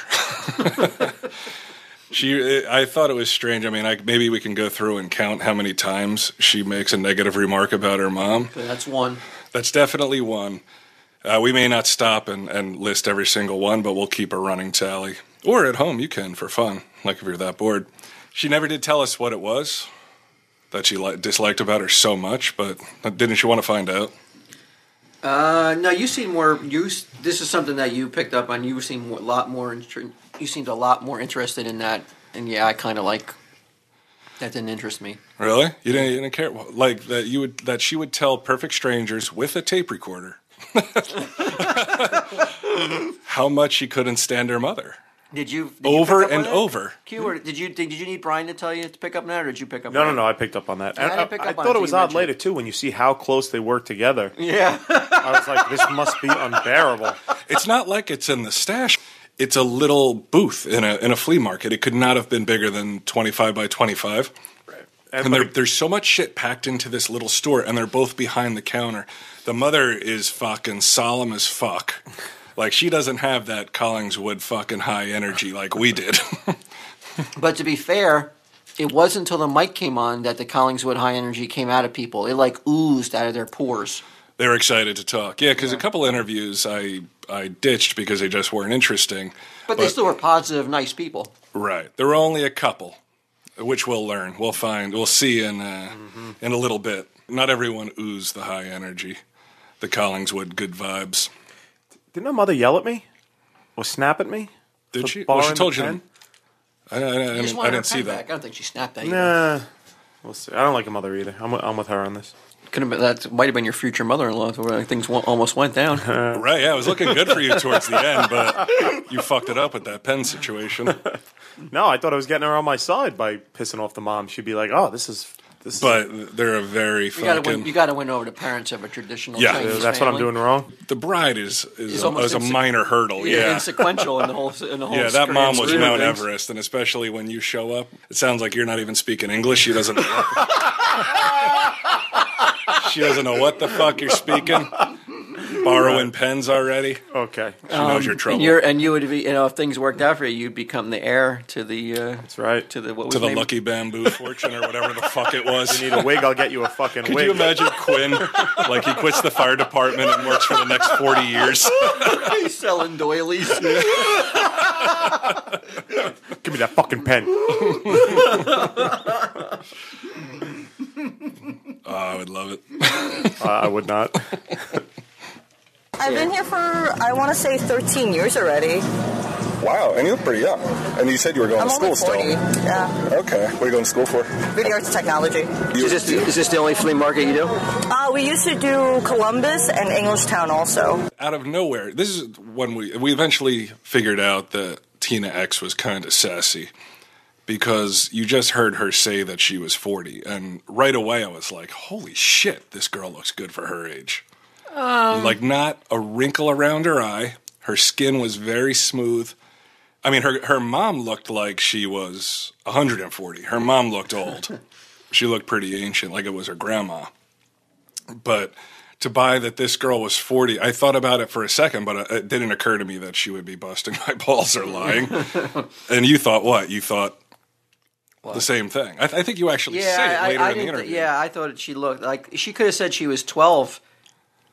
Speaker 2: she, I thought it was strange. I mean, I, maybe we can go through and count how many times she makes a negative remark about her mom.
Speaker 4: That's one.
Speaker 2: That's definitely one. Uh, we may not stop and, and list every single one, but we'll keep a running tally. Or at home, you can for fun, like if you're that bored. She never did tell us what it was that she li- disliked about her so much, but uh, didn't she want to find out?
Speaker 4: Uh, no, you seem more. You s- this is something that you picked up on. You seem a lot more. inter- You seemed a lot more interested in that. And yeah, I kind of like. That didn't interest me.
Speaker 2: Really? You didn't, you didn't care? Like that you would that she would tell perfect strangers with a tape recorder how much she couldn't stand her mother
Speaker 4: Did you did you
Speaker 2: over
Speaker 4: pick up on
Speaker 2: and
Speaker 4: that?
Speaker 2: over.
Speaker 4: Q, or did you did, did you need Brian to tell you to pick up on that, or did you pick up?
Speaker 5: No, no,
Speaker 4: on
Speaker 5: no. I picked up on that.
Speaker 4: Yeah, I
Speaker 5: And uh,
Speaker 4: didn't pick
Speaker 5: I,
Speaker 4: up on it
Speaker 5: thought it
Speaker 4: till
Speaker 5: was
Speaker 4: you
Speaker 5: odd
Speaker 4: mentioned
Speaker 5: later
Speaker 4: it.
Speaker 5: too when you see how close they work together.
Speaker 4: that? Yeah,
Speaker 5: I was like, this must be unbearable.
Speaker 2: It's not like it's in the stash. It's a little booth in a in a flea market. It could not have been bigger than twenty five by twenty five. And there, there's so much shit packed into this little store, and they're both behind the counter. The mother is fucking solemn as fuck. Like she doesn't have that Collingswood fucking high energy like we did.
Speaker 4: But to be fair, it wasn't until the mic came on that the Collingswood high energy came out of people. It like oozed out of their pores.
Speaker 2: they were excited to talk. Yeah, because a couple interviews I I ditched because they just weren't interesting.
Speaker 4: But they still were positive, nice people.
Speaker 2: Right. There were only a couple, which we'll learn. We'll find. We'll see in uh, in a little bit. Not everyone oozed the high energy, the Collingswood good vibes.
Speaker 5: Didn't her mother yell at me or snap at me?
Speaker 2: Did
Speaker 5: For
Speaker 2: she? Well,
Speaker 5: borrowing
Speaker 2: she
Speaker 5: the
Speaker 2: told you.
Speaker 5: pen?
Speaker 2: I, I, I
Speaker 4: She just
Speaker 2: didn't,
Speaker 4: wanted
Speaker 2: I
Speaker 4: her
Speaker 2: didn't see
Speaker 4: pen
Speaker 2: that.
Speaker 4: Back. I don't think she snapped that. either.
Speaker 5: Nah, we'll see. I don't like her mother either. I'm, I'm with her on this.
Speaker 4: Could have been, that might have been your future mother-in-law. Where things wa- almost went down.
Speaker 2: Right, yeah, it was looking good for you towards the end, but you fucked it up with that pen situation.
Speaker 5: No, I thought I was getting her on my side by pissing off the mom. She'd be like, "Oh, this is this." is
Speaker 2: But they're a very
Speaker 4: You got to win.
Speaker 2: fucking.
Speaker 4: You got to win over the parents of a traditional.
Speaker 2: Yeah,
Speaker 5: Uh,
Speaker 4: Chinese
Speaker 5: that's what I'm
Speaker 4: family.
Speaker 5: doing wrong.
Speaker 2: the bride is is,
Speaker 4: It's
Speaker 2: a,
Speaker 4: almost
Speaker 2: is a
Speaker 4: inse-
Speaker 2: minor hurdle.
Speaker 4: Yeah,
Speaker 2: Yeah,
Speaker 4: insequential in the whole. In
Speaker 10: Oh,
Speaker 4: the whole
Speaker 2: yeah. That
Speaker 4: grand
Speaker 2: mom was
Speaker 4: scheme of
Speaker 2: Mount
Speaker 4: things.
Speaker 2: Everest, and especially when you show up, it sounds like you're not even speaking English. She doesn't. Know. she doesn't know what the fuck you're speaking. Borrowing pens already.
Speaker 5: Okay,
Speaker 2: She knows your trouble.
Speaker 4: And, Um, you're, and you would be, you know, if things worked out for you, you'd become the heir to the. Uh,
Speaker 5: that's right.
Speaker 4: To the what was
Speaker 2: to the
Speaker 4: named-
Speaker 2: lucky bamboo fortune or whatever the fuck it was.
Speaker 5: Need a wig? I'll get you a fucking
Speaker 2: Could
Speaker 5: wig.
Speaker 2: you imagine Quinn? Like he quits the fire department and works for the next forty years.
Speaker 4: He's selling doilies.
Speaker 5: Give me that fucking pen.
Speaker 2: Oh, I would love it.
Speaker 5: Uh, I would not.
Speaker 9: I've been here for, I want to say 13 years already.
Speaker 8: Wow, and you look pretty young. And you said you were going
Speaker 9: I'm
Speaker 8: to
Speaker 9: only
Speaker 8: school
Speaker 9: 40.
Speaker 8: still.
Speaker 9: Yeah.
Speaker 8: Okay, what are you going to school for?
Speaker 9: Video arts and technology.
Speaker 8: You-
Speaker 4: Is this, is this the only flea market you do?
Speaker 9: Uh, we used to do Columbus and Englishtown also.
Speaker 2: out of nowhere. This is when we we eventually figured out that Tina X was kind of sassy because you just heard her say that she was 40 and right away I was like, "Holy shit, this girl looks good for her age." Um,
Speaker 11: Um,
Speaker 2: like not a wrinkle around her eye. Her skin was very smooth. I mean, her her mom looked like she was 140. Her mom looked old. she looked pretty ancient, like it was her grandma but to buy that this girl was 40 i thought about it for a second but uh, it didn't occur to me that she would be busting my balls or lying and you thought what you thought the same thing i, th- I think you actually said it later in the
Speaker 4: didn't thi-
Speaker 2: interview
Speaker 4: yeah, I thought she looked like she could have said she was twelve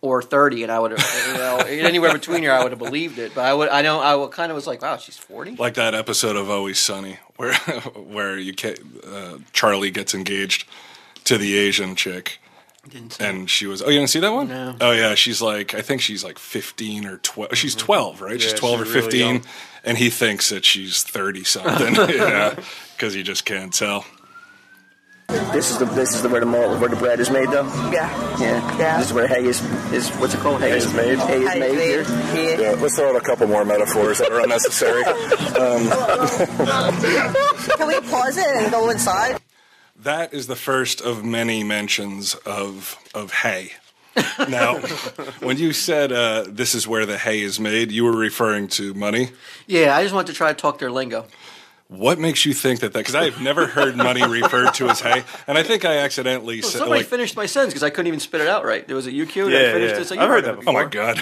Speaker 4: or thirty, and I would have, you know, anywhere between her, I would have believed it. But I would, I know, I would, kind of was like, wow, she's forty.
Speaker 2: like that episode of always sunny where where you ca uh, charlie gets engaged to the asian chick and she was oh you didn't see that one?
Speaker 4: No.
Speaker 2: Oh yeah she's like i think she's like 15 or 12 she's 12 right she's
Speaker 5: Yeah,
Speaker 2: 12
Speaker 5: she's
Speaker 2: or
Speaker 5: really
Speaker 2: 15
Speaker 5: young.
Speaker 2: and he thinks that she's 30 something yeah because you just can't tell
Speaker 7: This is the this is the where the malt where the bread is made though.
Speaker 9: Yeah.
Speaker 7: Yeah.
Speaker 9: Yeah.
Speaker 7: This is where hay is is what's it called? Hay,
Speaker 8: is made.
Speaker 7: Hay is
Speaker 9: Hey,
Speaker 7: made here.
Speaker 9: here.
Speaker 8: Yeah, let's throw out a couple more metaphors that are unnecessary. Um,
Speaker 9: Can we pause it and go inside?
Speaker 2: That is the first of many mentions of of hay. Now, when you said uh, this is where the hay is made, you were referring to money.
Speaker 4: Yeah, I just wanted to try to talk their lingo.
Speaker 2: What makes you think that that? Because I've never heard money referred to as hay, and I think I accidentally said
Speaker 4: Somebody
Speaker 2: like,
Speaker 4: finished my sentence because I couldn't even spit it out right. There was a UQ. And I
Speaker 5: Yeah,
Speaker 4: finished
Speaker 5: yeah.
Speaker 4: it. So you
Speaker 5: I've heard
Speaker 4: it
Speaker 5: that
Speaker 2: "Oh my god,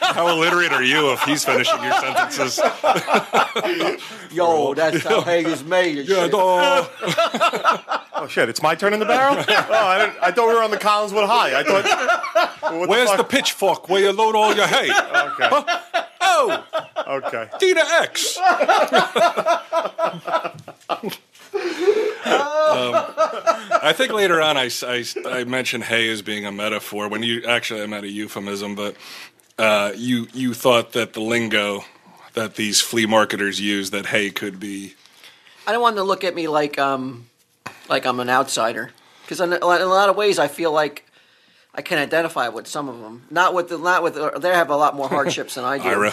Speaker 2: how illiterate are you?" If he's finishing your sentences,
Speaker 4: Yo, that's how hay is made. and
Speaker 2: Yeah,
Speaker 4: shit.
Speaker 2: duh.
Speaker 5: Oh shit! It's my turn in the barrel. oh, I, didn't, I thought we were on the Collinswood High. I thought. What
Speaker 2: where's the
Speaker 5: fuck?
Speaker 2: pitchfork where you load all your hay?
Speaker 5: Okay.
Speaker 2: Oh,
Speaker 5: Okay.
Speaker 2: Dita X. Um, I think later on I, s- I s- I mentioned hay as being a metaphor when you actually I'm at a euphemism, but uh, you you thought that the lingo that these flea marketers use that hay could be
Speaker 4: I don't want them to look at me like um like I'm an outsider because in, a- in a lot of ways I feel like I can identify with some of them. Not with the not with uh, they have a lot more hardships than I do.
Speaker 2: Ira.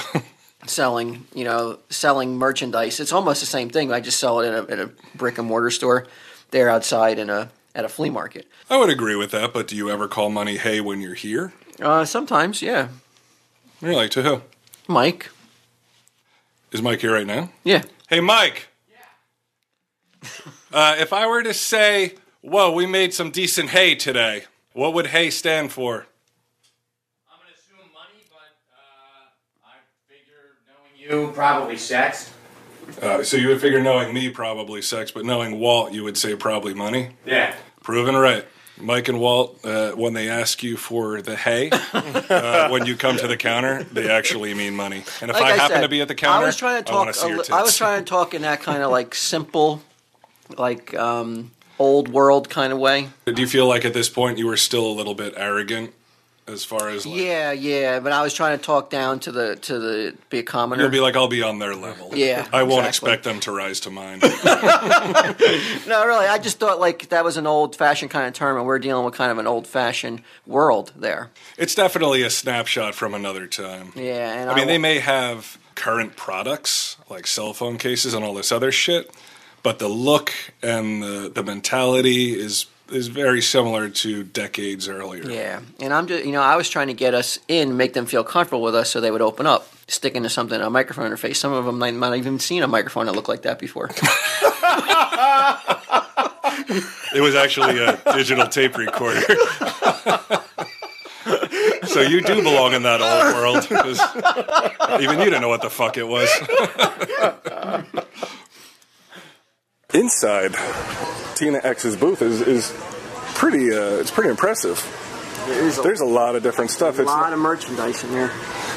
Speaker 4: Selling you know selling merchandise. It's almost the same thing. I just sell it in a, in a brick and mortar store. They're outside in a at a flea market.
Speaker 2: I would agree with that, but do you ever call money hay when you're here?
Speaker 4: Uh, sometimes, yeah.
Speaker 2: You're like to who?
Speaker 4: Mike,
Speaker 2: Is Mike here right now?
Speaker 4: yeah.
Speaker 2: Hey, Mike. Uh, if I were to say, "Whoa, we made some decent hay today," what would hay stand for?
Speaker 10: I'm gonna assume money, but uh, I'm You probably sex.
Speaker 2: Uh, so you would figure knowing me probably sex, but knowing Walt, you would say probably money.
Speaker 10: Yeah.
Speaker 2: Proven right. Mike and Walt, uh, when they ask you for the hay, uh, when you come to the counter, they actually mean money. And if I, happen
Speaker 4: said,
Speaker 2: to be at the counter,
Speaker 4: I was trying to talk.
Speaker 2: want to see
Speaker 4: a
Speaker 2: your
Speaker 4: li-
Speaker 2: tits.
Speaker 4: I was trying to talk in that kind of like simple, like um, old world kind of way.
Speaker 2: Do you feel like at this point you were still a little bit arrogant as far as like,
Speaker 4: Yeah, yeah. But I was trying to talk down to the to the be a commoner.
Speaker 2: you'll be like, I'll be on their level.
Speaker 4: Yeah,
Speaker 2: I won't
Speaker 4: exactly.
Speaker 2: expect them to rise to mine.
Speaker 4: No, really. I just thought like that was an old fashioned kind of term, and we're dealing with kind of an old fashioned world there.
Speaker 2: it's definitely a snapshot from another time.
Speaker 4: Yeah, and
Speaker 2: I mean, they
Speaker 4: wa-
Speaker 2: may have current products like cell phone cases and all this other shit, but the look and the, the mentality is is very similar to decades earlier.
Speaker 4: Yeah, and I'm just you know I was trying to get us in, make them feel comfortable with us, so they would open up. Sticking to something a microphone in their face. Some of them might not even seen a microphone that looked like that before.
Speaker 2: It was actually a digital tape recorder. so oh, you do belong in that old world 'cause even you didn't know what the fuck it was.
Speaker 8: Inside Tina X's booth is is pretty. Uh, it's pretty impressive.
Speaker 6: There's a-
Speaker 8: There's a lot of different stuff. It's
Speaker 6: of merchandise in there.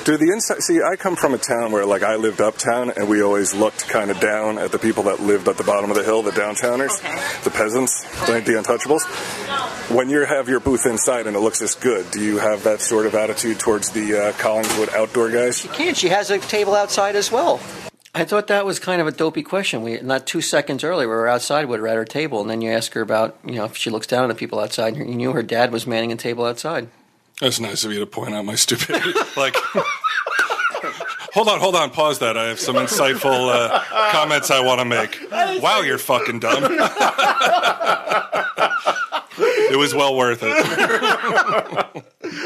Speaker 8: Do the inside? See, I come from a town where, like, I lived uptown, and we always looked kind of down at the people that lived at the bottom of the hill, the downtowners, the peasants, like the untouchables. When you have your booth inside and it looks this good, do you have that sort of attitude towards the uh, Collingswood outdoor guys?
Speaker 4: Kid, she has a table outside as well. I thought that was kind of a dopey question. We not two seconds earlier we were outside with her at her table, and then you ask her about you know if she looks down at the people outside. and You knew her dad was manning a table outside.
Speaker 2: That's nice of you to point out my stupidity. Like, hold on, hold on, pause that. I have some insightful uh, comments I want to make. Wow, you're fucking dumb. it was well worth it.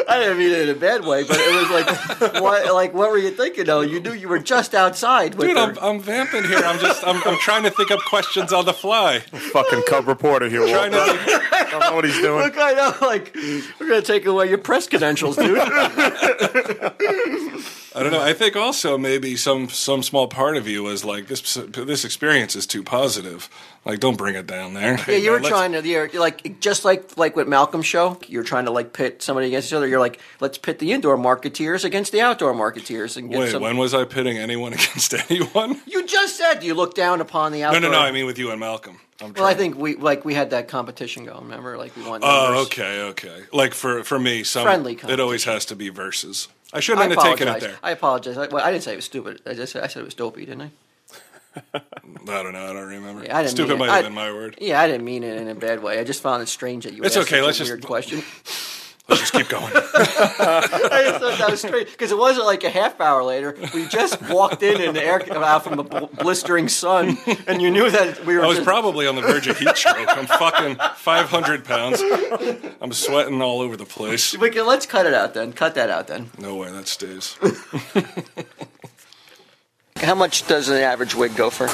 Speaker 4: I didn't mean it in a bad way, but it was like what like what were you thinking? though? you knew you were just outside with
Speaker 2: Dude,
Speaker 4: her.
Speaker 2: I'm, I'm vamping here. I'm just, I'm, I'm trying to think up questions on the fly.
Speaker 5: Fucking cub reporter here.
Speaker 2: Trying
Speaker 5: Walt.
Speaker 2: to think-
Speaker 5: I don't know what he's doing.
Speaker 4: Look, I know, like we're gonna take away your press credentials, dude.
Speaker 2: I don't know. I think also maybe some some small part of you was like this this experience is too positive. Like don't bring it down there.
Speaker 4: Yeah, you were trying to, you're, you're like, just like like with Malcolm's show, you're trying to like pit somebody against each other. You're like, let's pit the indoor marketeers against the outdoor marketeers. And get
Speaker 2: Wait,
Speaker 4: some,
Speaker 2: when was I pitting anyone against anyone?
Speaker 4: you just said you look down upon the
Speaker 2: No,
Speaker 4: outdoor.
Speaker 2: no, no. I mean with you and Malcolm. I'm
Speaker 4: well, I
Speaker 2: trying-
Speaker 4: think we like we had that competition going. Remember, like we won.
Speaker 2: Oh,
Speaker 4: numbers.
Speaker 2: okay, okay. Like for for me, some
Speaker 4: Friendly
Speaker 2: it always
Speaker 4: competition.
Speaker 2: has to be versus. I
Speaker 4: I
Speaker 2: shouldn't have
Speaker 4: apologize.
Speaker 2: taken it there.
Speaker 4: I apologize. I, well, I didn't say it was stupid. I just said, I said it was dopey, didn't I?
Speaker 2: I don't know. I don't remember.
Speaker 4: Yeah, I didn't
Speaker 2: Stupid
Speaker 4: mean it.
Speaker 2: might
Speaker 4: I-
Speaker 2: have been my word.
Speaker 4: Yeah, I didn't mean it in a bad way. I just found it strange that you. Would
Speaker 2: It's
Speaker 4: ask
Speaker 2: okay,
Speaker 4: such a
Speaker 2: let's just-
Speaker 4: weird question.
Speaker 2: Let's just keep going.
Speaker 4: I just thought that was strange because it wasn't like a half hour later. We just walked in and the air out from the bl- blistering sun, and you knew that we were.
Speaker 2: I was
Speaker 4: just-
Speaker 2: probably on the verge of heat stroke. I'm fucking 500 pounds. I'm sweating all over the place.
Speaker 4: We can, let's cut it out then. Cut that out then.
Speaker 2: No way, that stays.
Speaker 4: How much does an average wig go for?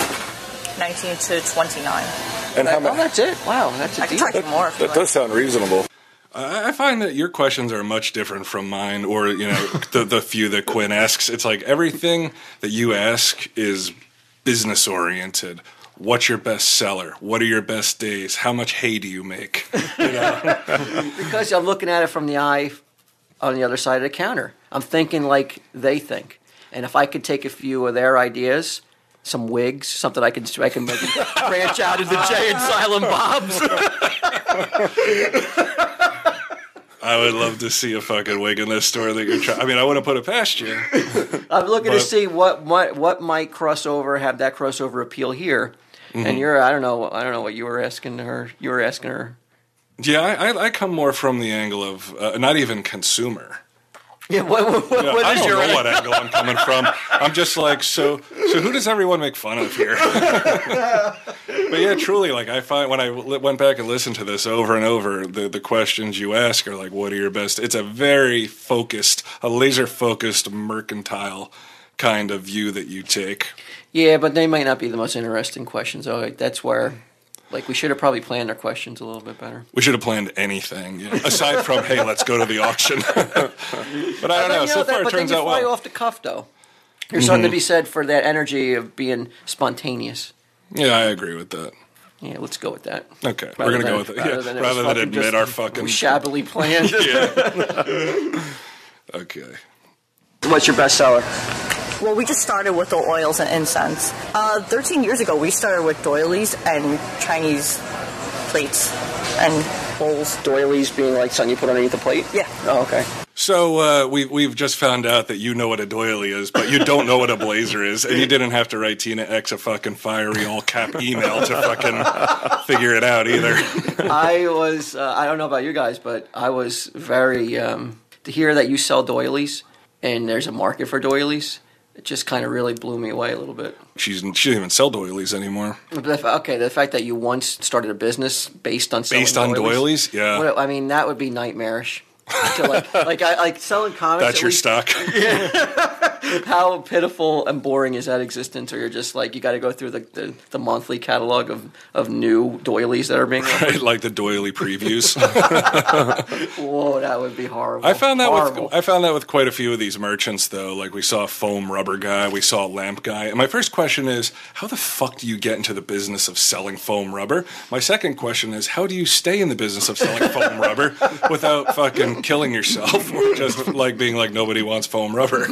Speaker 9: 19 to 29.
Speaker 8: And how
Speaker 4: Oh,
Speaker 8: much?
Speaker 4: that's it. Wow, that's a
Speaker 9: I can
Speaker 4: deal.
Speaker 9: talk you more if you
Speaker 8: That
Speaker 9: like.
Speaker 8: does sound reasonable.
Speaker 2: I I find that your questions are much different from mine, or you know, the the few that Quinn asks. It's like everything that you ask is business oriented. What's your best seller? What are your best days? How much hay do you make?
Speaker 4: Because I'm looking at it from the eye on the other side of the counter. I'm thinking like they think, and if I could take a few of their ideas. Some wigs, something I can I can make, branch out into Jay and Silent Bob's.
Speaker 2: I would love to see a fucking wig in this store that you're trying. I mean, I wouldn't put it past you.
Speaker 4: I'm looking
Speaker 2: But-
Speaker 4: to see what what what might crossover have that crossover appeal here.
Speaker 2: Mm-hmm.
Speaker 4: And you're I don't know I don't know what you were asking her. You were asking her.
Speaker 2: Yeah, I, I, I come more from the angle of uh, not even consumer.
Speaker 4: Yeah, what, what, what,
Speaker 2: Yeah,
Speaker 4: what
Speaker 2: I
Speaker 4: is
Speaker 2: don't
Speaker 4: your
Speaker 2: know what angle I'm coming from. I'm just like, so, so who does everyone make fun of here? but yeah, truly, like I find when I li- went back and listened to this over and over, the the questions you ask are like, what are your best? It's a very focused, a laser focused mercantile kind of view that you take.
Speaker 4: Yeah, but they might not be the most interesting questions. Oh, like, that's where like we should have probably planned our questions a little bit better.
Speaker 2: We should have planned anything yeah. aside from, hey, let's go to the auction. but I don't know.
Speaker 4: But, you
Speaker 2: So
Speaker 4: that-
Speaker 2: far, it
Speaker 4: but
Speaker 2: turns
Speaker 4: then you
Speaker 2: out
Speaker 4: fly
Speaker 2: well. Mm-hmm.
Speaker 4: off the cuff though. There's something to be said for that energy of being spontaneous.
Speaker 2: Yeah, I agree with that.
Speaker 4: Yeah, let's go with that.
Speaker 2: Okay, we're gonna
Speaker 4: Rather than-
Speaker 2: go with it. Yeah,
Speaker 4: rather than it was
Speaker 2: rather than
Speaker 4: fucking
Speaker 2: admit
Speaker 4: just
Speaker 2: our fucking.
Speaker 4: shabbily planned.
Speaker 2: Okay.
Speaker 7: What's your bestseller?
Speaker 9: Well, we just started with the oils and incense. Uh, 13 years ago, we started with doilies and Chinese plates and bowls.
Speaker 7: Doilies being like something you put underneath the plate?
Speaker 9: Yeah.
Speaker 7: Oh, okay.
Speaker 2: So uh, we we've just found out that you know what a doily is, but you don't know what a blazer is, and you didn't have to write Tina X a fucking fiery all cap email to fucking figure it out either.
Speaker 4: I was, uh, I don't know about you guys, but I was very, um, to hear that you sell doilies and there's a market for doilies, it just kind of really blew me away a little bit.
Speaker 2: She's she doesn't even sell doilies anymore.
Speaker 4: But the fa- okay, the fact that you once started a business based on selling
Speaker 2: Based on doilies, yeah,
Speaker 4: What, I mean, that would be nightmarish. to like, like, I, like selling comics.
Speaker 2: that's
Speaker 4: at
Speaker 2: your
Speaker 4: least
Speaker 2: stock.
Speaker 4: How pitiful and boring is that existence? Or you're just like you got to go through the, the, the monthly catalog of, of new doilies that are being.
Speaker 2: Right, like the doily previews.
Speaker 4: Whoa, that would be horrible.
Speaker 2: I found that
Speaker 4: horrible.
Speaker 2: with I found that with quite a few of these merchants though. Like we saw a foam rubber guy, we saw a lamp guy. And my first question is, how the fuck do you get into the business of selling foam rubber? My second question is, how do you stay in the business of selling foam rubber without fucking killing yourself or just like being like nobody wants foam rubber?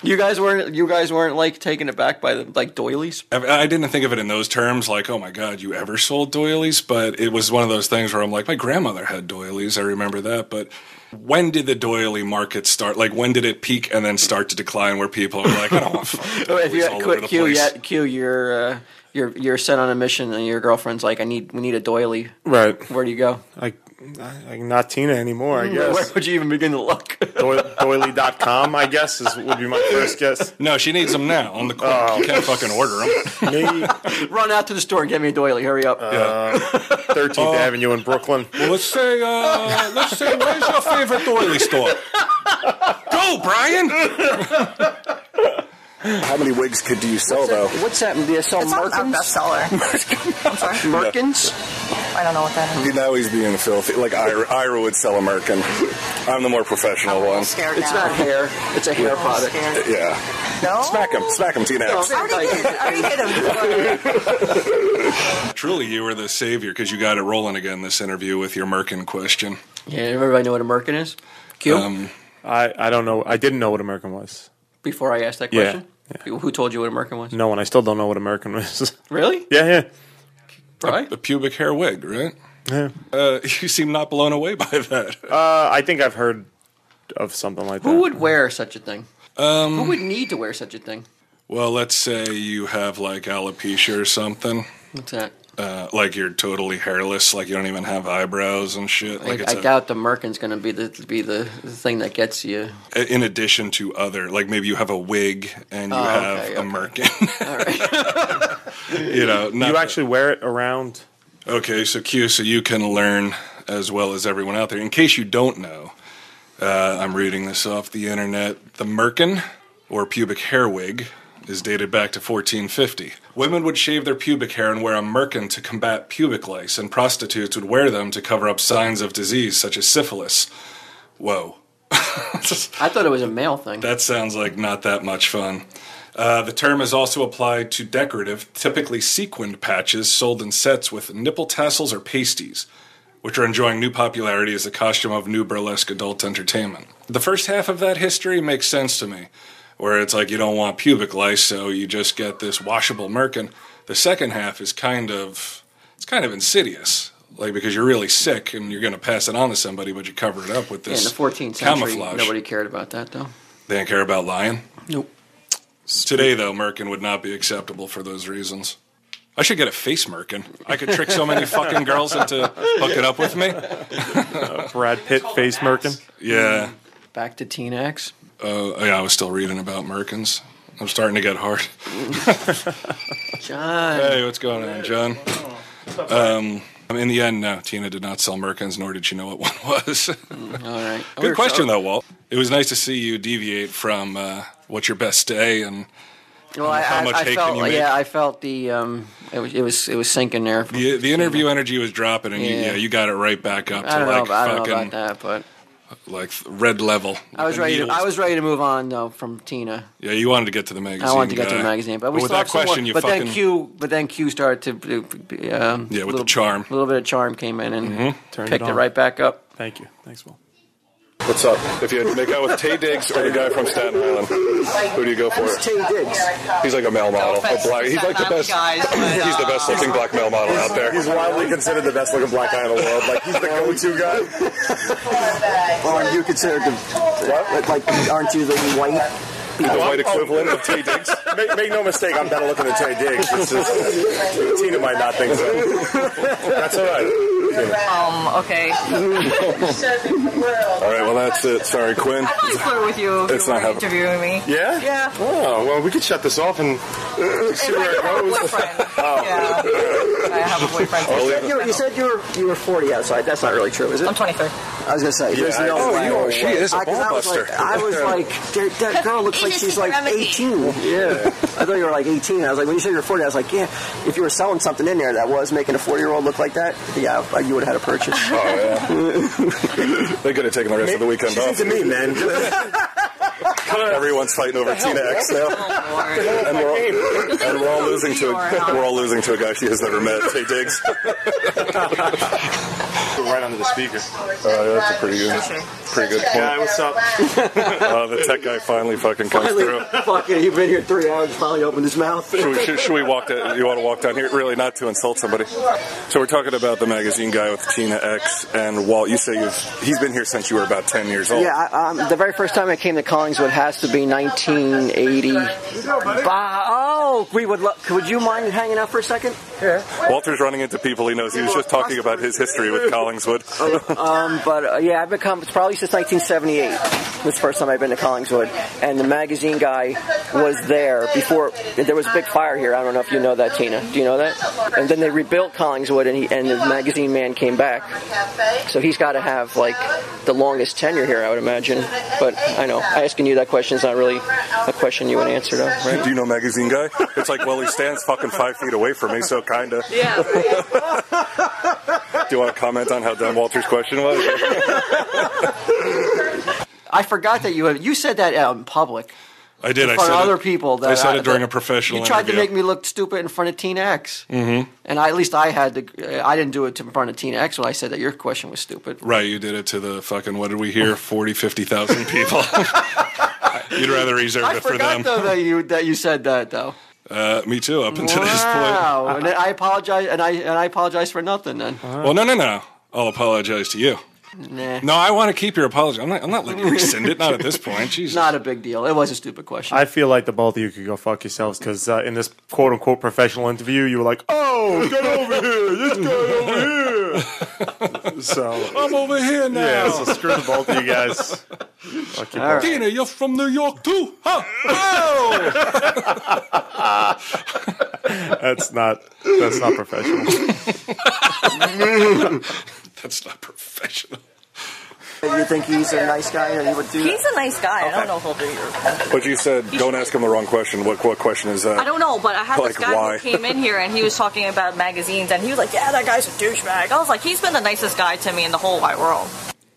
Speaker 4: You guys weren't you guys weren't like taken aback by the like doilies.
Speaker 2: I- I didn't think of it in those terms, like, oh my God, you ever sold doilies? But it was one of those things where I'm like, my grandmother had doilies. I remember that. But when did the doily market start? Like, when did it peak and then start to decline where people are like, I don't want fucking
Speaker 4: Oh, if
Speaker 2: doilies
Speaker 4: you
Speaker 2: all over
Speaker 4: quit
Speaker 2: the
Speaker 4: Q,
Speaker 2: place.
Speaker 4: yeah, Q, you're uh, you're you're sent on a mission, and your girlfriend's like, I need we need a doily.
Speaker 5: Right.
Speaker 4: Where do you go? Hmm.
Speaker 5: Like, I- I'm not Tina anymore, I
Speaker 4: Mm, Where
Speaker 5: guess.
Speaker 4: would you even begin to look?
Speaker 5: Doi- Doily.com, I guess, is, would be my first guess.
Speaker 2: No, she needs them now on the quick. You Oh, can't fucking order them.
Speaker 5: Maybe
Speaker 4: Run out to the store and get me a doily. Hurry up.
Speaker 2: Yeah. Uh,
Speaker 5: 13th Avenue in Brooklyn.
Speaker 2: Well, let's say,
Speaker 5: Oh.
Speaker 2: uh, let's say, where's your favorite doily store? Go, Brian!
Speaker 8: How many wigs could do you sell though?
Speaker 4: What's that? They sell
Speaker 9: It's not our
Speaker 4: Merkins.
Speaker 9: bestseller. I'm sorry.
Speaker 4: Merkins.
Speaker 9: I don't know what that is.
Speaker 8: You know he's being filthy. Like Ira, Ira would sell American. I'm the more professional
Speaker 9: I'm
Speaker 8: one.
Speaker 9: scared
Speaker 4: It's
Speaker 9: now.
Speaker 4: not hair. It's a hair
Speaker 9: I'm
Speaker 4: product.
Speaker 9: scared.
Speaker 8: Yeah.
Speaker 9: No.
Speaker 8: Smack him. Smack him, Tina.
Speaker 4: No.
Speaker 9: I already hit. I already hit him.
Speaker 2: Truly, you were the savior because you got it rolling again this interview with your Merkin question.
Speaker 4: Yeah, everybody know what a merkin is. Q.
Speaker 2: Um,
Speaker 5: I, I don't know. I didn't know what American was.
Speaker 4: Before I asked that
Speaker 5: Yeah,
Speaker 4: question, Who- who told you what a merkin was?
Speaker 5: No, and I still don't know what American was.
Speaker 4: Really?
Speaker 5: yeah, yeah.
Speaker 4: Right.
Speaker 2: a pubic hair wig, right? Uh, you seem not blown away by that.
Speaker 5: Uh, I think I've heard of something like that.
Speaker 4: Who would wear such a thing? Um, who would need to wear such a thing?
Speaker 2: well, let's say you have like alopecia or something.
Speaker 4: What's that?
Speaker 2: Uh, like you're totally hairless, like you don't even have eyebrows and shit. Like,
Speaker 4: Like,
Speaker 2: it's
Speaker 4: I
Speaker 2: a-
Speaker 4: doubt the Merkin's going to be the be the, the thing that gets you.
Speaker 2: in addition to other, like maybe you have a wig and you
Speaker 4: Oh,
Speaker 2: have
Speaker 4: okay,
Speaker 2: a
Speaker 4: okay.
Speaker 2: merkin.
Speaker 4: All right.
Speaker 2: you know, not
Speaker 5: You
Speaker 2: that-
Speaker 5: actually wear it around.
Speaker 2: Okay, so Q, so you can learn as well as everyone out there. In case you don't know, uh, I'm reading this off the internet. The merkin, or pubic hair wig, is dated back to 1450. Women would shave their pubic hair and wear a merkin to combat pubic lice, and prostitutes would wear them to cover up signs of disease such as syphilis. Whoa.
Speaker 4: I thought it was a male thing.
Speaker 2: That sounds like not that much fun. Uh, the term is also applied to decorative, typically sequined patches sold in sets with nipple tassels or pasties, which are enjoying new popularity as the costume of new burlesque adult entertainment. The first half of that history makes sense to me, where it's like you don't want pubic lice, so you just get this washable merkin. The second half is kind of it's kind of insidious, like because you're really sick and you're going to pass it on to somebody, but you cover it up with
Speaker 4: Yeah,
Speaker 2: this
Speaker 4: in the 14th century,
Speaker 2: camouflage.
Speaker 4: nobody cared about that though.
Speaker 2: They didn't care about lying.
Speaker 4: Nope.
Speaker 2: Today, though, Merkin would not be acceptable for those reasons. I should get a face Merkin. I could trick so many fucking girls into hooking up with me.
Speaker 5: Brad Pitt face Merkin.
Speaker 2: Yeah.
Speaker 4: Back to Teen X.
Speaker 2: Uh, yeah, I was still reading about Merkins. I'm starting to get hard.
Speaker 4: John.
Speaker 2: Hey, what's going on, John? Um, in the end, no, Tina did not sell Merkins, nor did she know what one was.
Speaker 4: Mm, All right.
Speaker 2: Good question, though, Walt. It was nice to see you deviate from uh, what's your best day and
Speaker 4: Well, I,
Speaker 2: How
Speaker 4: I,
Speaker 2: much
Speaker 4: I
Speaker 2: hate
Speaker 4: felt
Speaker 2: can you
Speaker 4: like-
Speaker 2: make?
Speaker 4: yeah, I felt the um, it was it was it was sinking there.
Speaker 2: the, the interview energy was dropping, and you,
Speaker 4: Yeah.
Speaker 2: yeah, you got it right back up to
Speaker 4: I don't know.
Speaker 2: like
Speaker 4: about- I don't know
Speaker 2: fucking
Speaker 4: about that, but
Speaker 2: like red level.
Speaker 4: I was
Speaker 2: And
Speaker 4: ready. To,
Speaker 2: needles.
Speaker 4: I was ready to move on though from Tina.
Speaker 2: Yeah, you wanted to get to the magazine.
Speaker 4: I wanted to get to
Speaker 2: guy.
Speaker 4: the magazine, but we
Speaker 2: with
Speaker 4: still
Speaker 2: that
Speaker 4: have some
Speaker 2: question,
Speaker 4: more-
Speaker 2: you
Speaker 4: But
Speaker 2: fucking
Speaker 4: then Q, but then Q started to to, um,
Speaker 2: Yeah, with the
Speaker 4: little-
Speaker 2: charm. Mm-hmm.
Speaker 4: A little bit of charm came in and
Speaker 5: Turned
Speaker 4: picked
Speaker 5: it
Speaker 4: it,
Speaker 5: on.
Speaker 4: right back up.
Speaker 5: Thank you. Thanks, Will.
Speaker 8: What's up? If you had to make out with Tay Diggs or the guy from Staten Island, who do you go for?
Speaker 7: That's Tay Diggs.
Speaker 8: He's like a male model.
Speaker 9: offense
Speaker 8: a black,
Speaker 9: to
Speaker 8: he's like the
Speaker 9: Staten
Speaker 8: best.
Speaker 9: Island guys, but,
Speaker 8: he's the
Speaker 9: uh,
Speaker 8: best looking black male model out there.
Speaker 6: He's widely considered the best looking black guy in the world. Like he's the go-to guy.
Speaker 7: Well, aren't you considered the. What? Like, aren't you the white?
Speaker 2: Oh,
Speaker 8: The white equivalent of Tay Diggs.
Speaker 6: Make, make no mistake, I'm better looking than Tay Diggs. It's just, Tina might not think so. That's all right.
Speaker 9: Um, okay.
Speaker 8: All right, well that's it. Sorry, Quinn.
Speaker 9: I'd probably flirt with you if
Speaker 8: It's
Speaker 9: you
Speaker 8: not
Speaker 9: were
Speaker 8: happening.
Speaker 9: interviewing me.
Speaker 6: Yeah?
Speaker 9: Yeah.
Speaker 6: Oh, well, we could shut this off and see
Speaker 9: If I
Speaker 6: where it
Speaker 9: don't have a
Speaker 6: goes.
Speaker 9: boyfriend.
Speaker 8: Oh.
Speaker 9: Yeah. I have a boyfriend.
Speaker 7: You, you said you were you were 40 outside. That's not really true, is it?
Speaker 9: I'm 23.
Speaker 7: I was gonna say. there's
Speaker 8: I-
Speaker 7: no
Speaker 8: oh,
Speaker 7: way.
Speaker 8: you are- she is a
Speaker 7: I, 'cause I was
Speaker 8: ballbuster.
Speaker 7: like, I was like, "Dude, that girl looks like she's like 18. Yeah. I thought you were like 18. I was like, when you said you were 40, I was like, yeah. If you were selling something in there that was making a 40 year old look like that, yeah, uh, you would have had a purchase.
Speaker 8: Oh yeah. they could have taken the rest of the weekend
Speaker 6: She's
Speaker 8: off.
Speaker 6: into me, man.
Speaker 8: Everyone's fighting over Tina X now,
Speaker 9: Oh,
Speaker 8: and we're all, and we're all losing to a, we're all losing to a guy she has never met, Tay Diggs.
Speaker 6: right under the speaker.
Speaker 8: Oh, yeah, that's a pretty good, pretty good point.
Speaker 5: Hi, what's up?
Speaker 8: Uh, the tech guy finally fucking comes through.
Speaker 7: Fuck it, you've been here three hours. Finally opened his mouth.
Speaker 8: Should we, should, should we walk down? You want to walk down here? Really, not to insult somebody. So we're talking about the magazine guy with Tina X and Walt. You say you've he's been here since you were about ten years old.
Speaker 10: Yeah, I, um, the very first time I came to Collingswood has to be 1980. Bah- oh, we would. Lo- would you mind hanging out for a second?
Speaker 8: Walter's running into people he knows. He was just talking about his history with Collingswood.
Speaker 10: Um, but uh, yeah, I've been com- it's probably since 1978. This first time I've been to Collingswood, and the magazine guy was there before there was a big fire here. I don't know if you know that, Tina. Do you know that? And then they rebuilt Collingswood, and he and the magazine man came back. So he's got to have like the longest tenure here, I would imagine. But I know asking you that question is not really a question you would answer, though, right?
Speaker 8: Do you know magazine guy? It's like, well, he stands fucking five feet away from me, so kinda.
Speaker 10: Yeah.
Speaker 8: Do you want to comment on how dumb Walter's question was?
Speaker 4: I forgot that you had, you said that out in public
Speaker 2: I did. I
Speaker 4: for
Speaker 2: said
Speaker 4: other
Speaker 2: it,
Speaker 4: people. That
Speaker 2: I said it during
Speaker 4: that
Speaker 2: a professional.
Speaker 4: You tried
Speaker 2: interview.
Speaker 4: to make me look stupid in front of Tina X, mm-hmm. and I, at least I had to. uh, I didn't do it in front of Tina X when I said that your question was stupid.
Speaker 2: Right, you did it to the fucking. What did we hear? 40, 50,000 people. You'd rather reserve
Speaker 4: I
Speaker 2: it for
Speaker 4: forgot
Speaker 2: them.
Speaker 4: though that you that you said that though.
Speaker 2: Uh, me too. Up until this point.
Speaker 4: Wow, and I apologize, and I and I apologize for nothing. Then
Speaker 2: Well, no, no, no. I'll apologize to you.
Speaker 4: nah,
Speaker 2: No, I want to keep your apology. I'm not. I'm not letting you rescind it. Not at this point. Jesus.
Speaker 4: not a big deal. It was a stupid question.
Speaker 5: I feel like the both of you could go fuck yourselves because uh, in this quote unquote professional interview, you were like, "Oh, get over here, this guy over here." so
Speaker 2: I'm over here now.
Speaker 5: yeah, so screw the both of you guys. Fuck you both.
Speaker 2: Tina, you're from New York too, huh? Oh!
Speaker 5: That's not that's not professional.
Speaker 2: That's not professional.
Speaker 7: you think he's a nice guy and he would do
Speaker 9: He's a nice guy. I don't know if he'll do your.
Speaker 8: But you said, don't ask him the wrong question. What what question is that?
Speaker 9: I don't know, but I had
Speaker 8: Like,
Speaker 9: this guy
Speaker 8: why?
Speaker 9: who came in here and he was talking about magazines and he was like, "Yeah, that guy's a douchebag." I was like, "He's been the nicest guy to me in the whole wide world."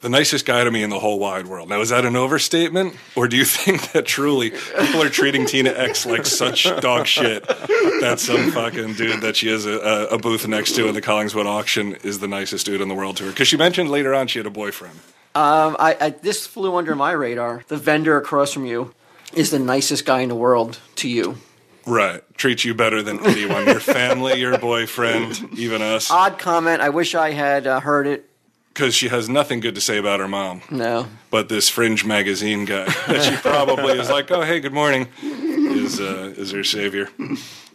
Speaker 2: The nicest guy to me in the whole wide world. Now, is that an overstatement, or do you think that truly people are treating Tina X like such dog shit that some fucking dude that she has a, a, a booth next to in the Collingswood auction is the nicest dude in the world to her? Because she mentioned later on she had a boyfriend.
Speaker 4: Um, I, I this flew under my radar. The vendor across from you is the nicest guy in the world to you.
Speaker 2: Right. Treats you better than anyone. Your family, your boyfriend, even us.
Speaker 4: Odd comment. I wish I had uh, heard it.
Speaker 2: Because she has nothing good to say about her mom.
Speaker 4: No.
Speaker 2: but this fringe magazine guy that she probably is like, oh hey, good morning, is uh, is her savior.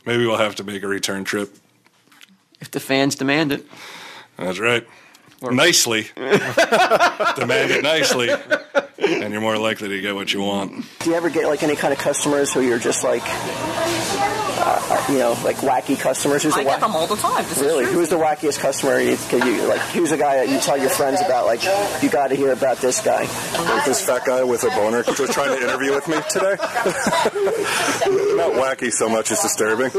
Speaker 2: Maybe we'll have to make a return trip.
Speaker 4: If the fans demand it,
Speaker 2: That's right. Nicely, demand it nicely, and you're more likely to get what you want.
Speaker 7: Do you ever get like any kind of customers who you're just like, uh,
Speaker 10: you know, like wacky customers. Who's
Speaker 9: I
Speaker 10: the
Speaker 9: get
Speaker 10: wack-
Speaker 9: them all the time. This is
Speaker 10: Really,
Speaker 9: true.
Speaker 10: who's the wackiest customer? You, could you like, who's the guy that you tell your friends about? Like, you got to hear about this guy.
Speaker 8: This fat guy with a boner who was trying to interview with me today. Not wacky so much, it's disturbing.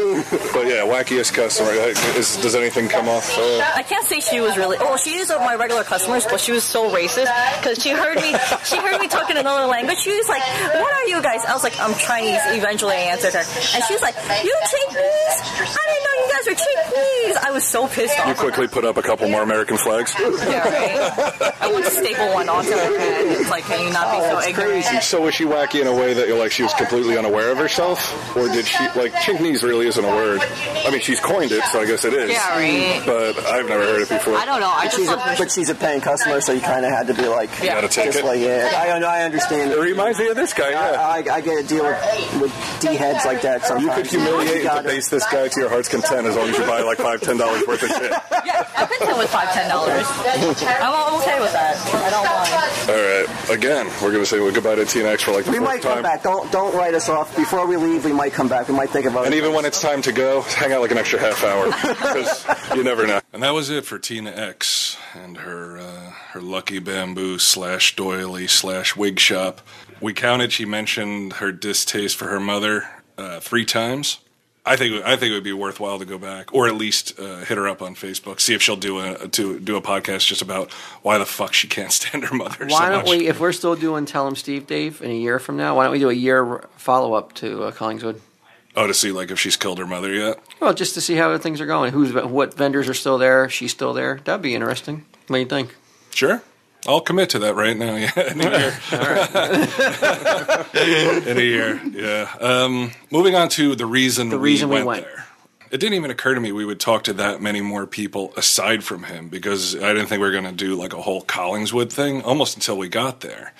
Speaker 8: But yeah, wackiest customer. Is, does anything come off? Uh,
Speaker 9: I can't say she was really. Well, she is of my regular customers, but she was so racist because she heard me. She heard me talking another language. She was like, "What are you guys?" I was like, "I'm Chinese." Eventually, I answered her, and she was like, "You Chinese? I didn't know you guys were Chinese." I was so pissed
Speaker 8: you
Speaker 9: off.
Speaker 8: quickly put up a couple more American flags.
Speaker 9: Yeah, right? I want to staple one onto her head. It's like, can you not be so ignorant?
Speaker 8: So was she wacky in a way that like she was completely unaware of herself, or did she like Chinese really isn't a word? I mean, she's coined it, so I guess it is.
Speaker 9: Yeah, right.
Speaker 8: But I've never heard it before.
Speaker 9: I don't know. I just
Speaker 10: She's a,
Speaker 9: love her.
Speaker 10: but she's a paying customer, so you kind of had to be like,
Speaker 9: Yeah.
Speaker 8: Gotta take
Speaker 10: just
Speaker 8: it.
Speaker 10: like, yeah, I know, I understand.
Speaker 8: It reminds me of this guy. Yeah.
Speaker 10: I, I get a deal with, with D heads like that sometimes.
Speaker 8: You could humiliate and
Speaker 10: gotta-
Speaker 8: debase this guy to your heart's content as long as you buy like five, ten dollars worth of shit. All
Speaker 9: Yeah, I've been to with five, ten dollars. I'm I'm okay with that. I don't mind.
Speaker 8: right, again, we're gonna say goodbye to TNX for like the
Speaker 10: We
Speaker 8: fourth
Speaker 10: might
Speaker 8: time.
Speaker 10: come back. Don't don't write us off. Before we leave, we might come back. We might think about
Speaker 8: And
Speaker 10: it.
Speaker 8: even when it's time to go, hang out like an extra half hour because you never know.
Speaker 2: And that was it for Tina X and her uh, her lucky bamboo slash doily slash wig shop. We counted. She mentioned her distaste for her mother uh, three times. I think I think it would be worthwhile to go back, or at least uh, hit her up on Facebook, see if she'll do a to do a podcast just about why the fuck she can't stand her mother.
Speaker 4: Why
Speaker 2: so
Speaker 4: don't
Speaker 2: much.
Speaker 4: we, if we're still doing Tell Him Steve Dave in a year from now, why don't we do a year follow up to uh, Collingswood?
Speaker 2: Oh, to see like if she's killed her mother yet.
Speaker 4: Well, just to see how things are going. Who's what vendors are still there? if She's still there. That'd be interesting. What do you think?
Speaker 2: Sure. I'll commit to that right now. Yeah, in a year. in a year. Yeah. Um, moving on to the reason the
Speaker 4: reason we
Speaker 2: went,
Speaker 4: went.
Speaker 2: there. It didn't even occur to me we would talk to that many more people aside from him because I didn't think we were going to do like a whole Collingswood thing almost until we got there.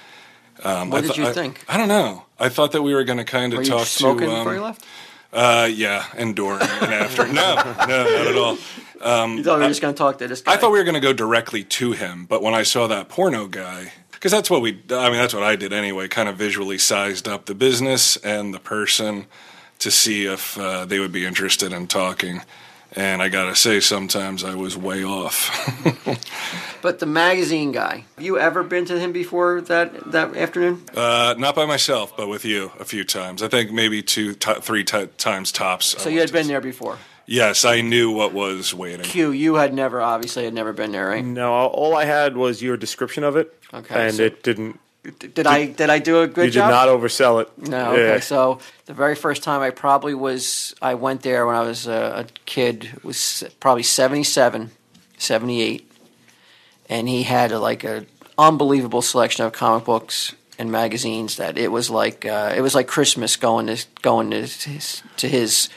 Speaker 2: Um,
Speaker 4: What
Speaker 2: I
Speaker 4: did
Speaker 2: thought-
Speaker 4: you
Speaker 2: I-
Speaker 4: think?
Speaker 2: I don't know. I thought that we were going to kind
Speaker 4: Were
Speaker 2: of
Speaker 4: you
Speaker 2: talk
Speaker 4: smoking
Speaker 2: to. um,
Speaker 4: before you left?
Speaker 2: Uh, yeah, and during and after. No, no, not at all. Um,
Speaker 4: You thought we were just going to talk to this guy?
Speaker 2: I thought we were going to go directly to him, but when I saw that porno guy, because that's what we, I mean, that's what I did anyway, kind of visually sized up the business and the person to see if uh, they would be interested in talking. And I got to say, sometimes I was way off.
Speaker 4: But the magazine guy. Have you ever been to him before that that afternoon?
Speaker 2: uh, not by myself, but with you a few times. I think maybe two, ti three ti times tops.
Speaker 4: so you had been there before.
Speaker 2: Yes, I knew what was waiting.
Speaker 4: Q, you had never obviously had never been there, right?
Speaker 5: No, all I had was your description of it,
Speaker 4: Okay,
Speaker 5: and
Speaker 4: so-
Speaker 5: it didn't.
Speaker 4: Did, I did I do a good
Speaker 5: you
Speaker 4: job?
Speaker 5: did not oversell it.
Speaker 4: No. Okay.
Speaker 5: Yeah.
Speaker 4: So the very first time I probably was, I went there when I was a, a kid, was probably 77, 78. And he had like a unbelievable selection of comic books and magazines that it was like, uh, it was like Christmas going to, going to his, to his,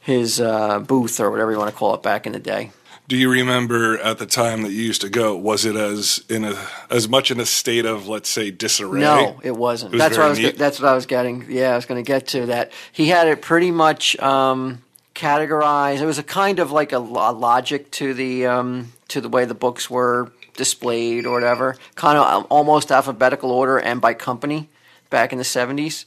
Speaker 4: his uh, booth or whatever you want to call it back in the day.
Speaker 2: Do you remember at the time that you used to go? Was it as in a as much in a state of let's say disarray?
Speaker 4: No, it wasn't.
Speaker 2: It was
Speaker 4: that's what
Speaker 2: very
Speaker 4: I was.
Speaker 2: neat.
Speaker 4: That's what I was getting. Yeah, I was going to get to that. He had it pretty much um, categorized. It was a kind of like a, lo- logic to the um, to the way the books were displayed or whatever, kind of um, almost alphabetical order and by company back in the seventies.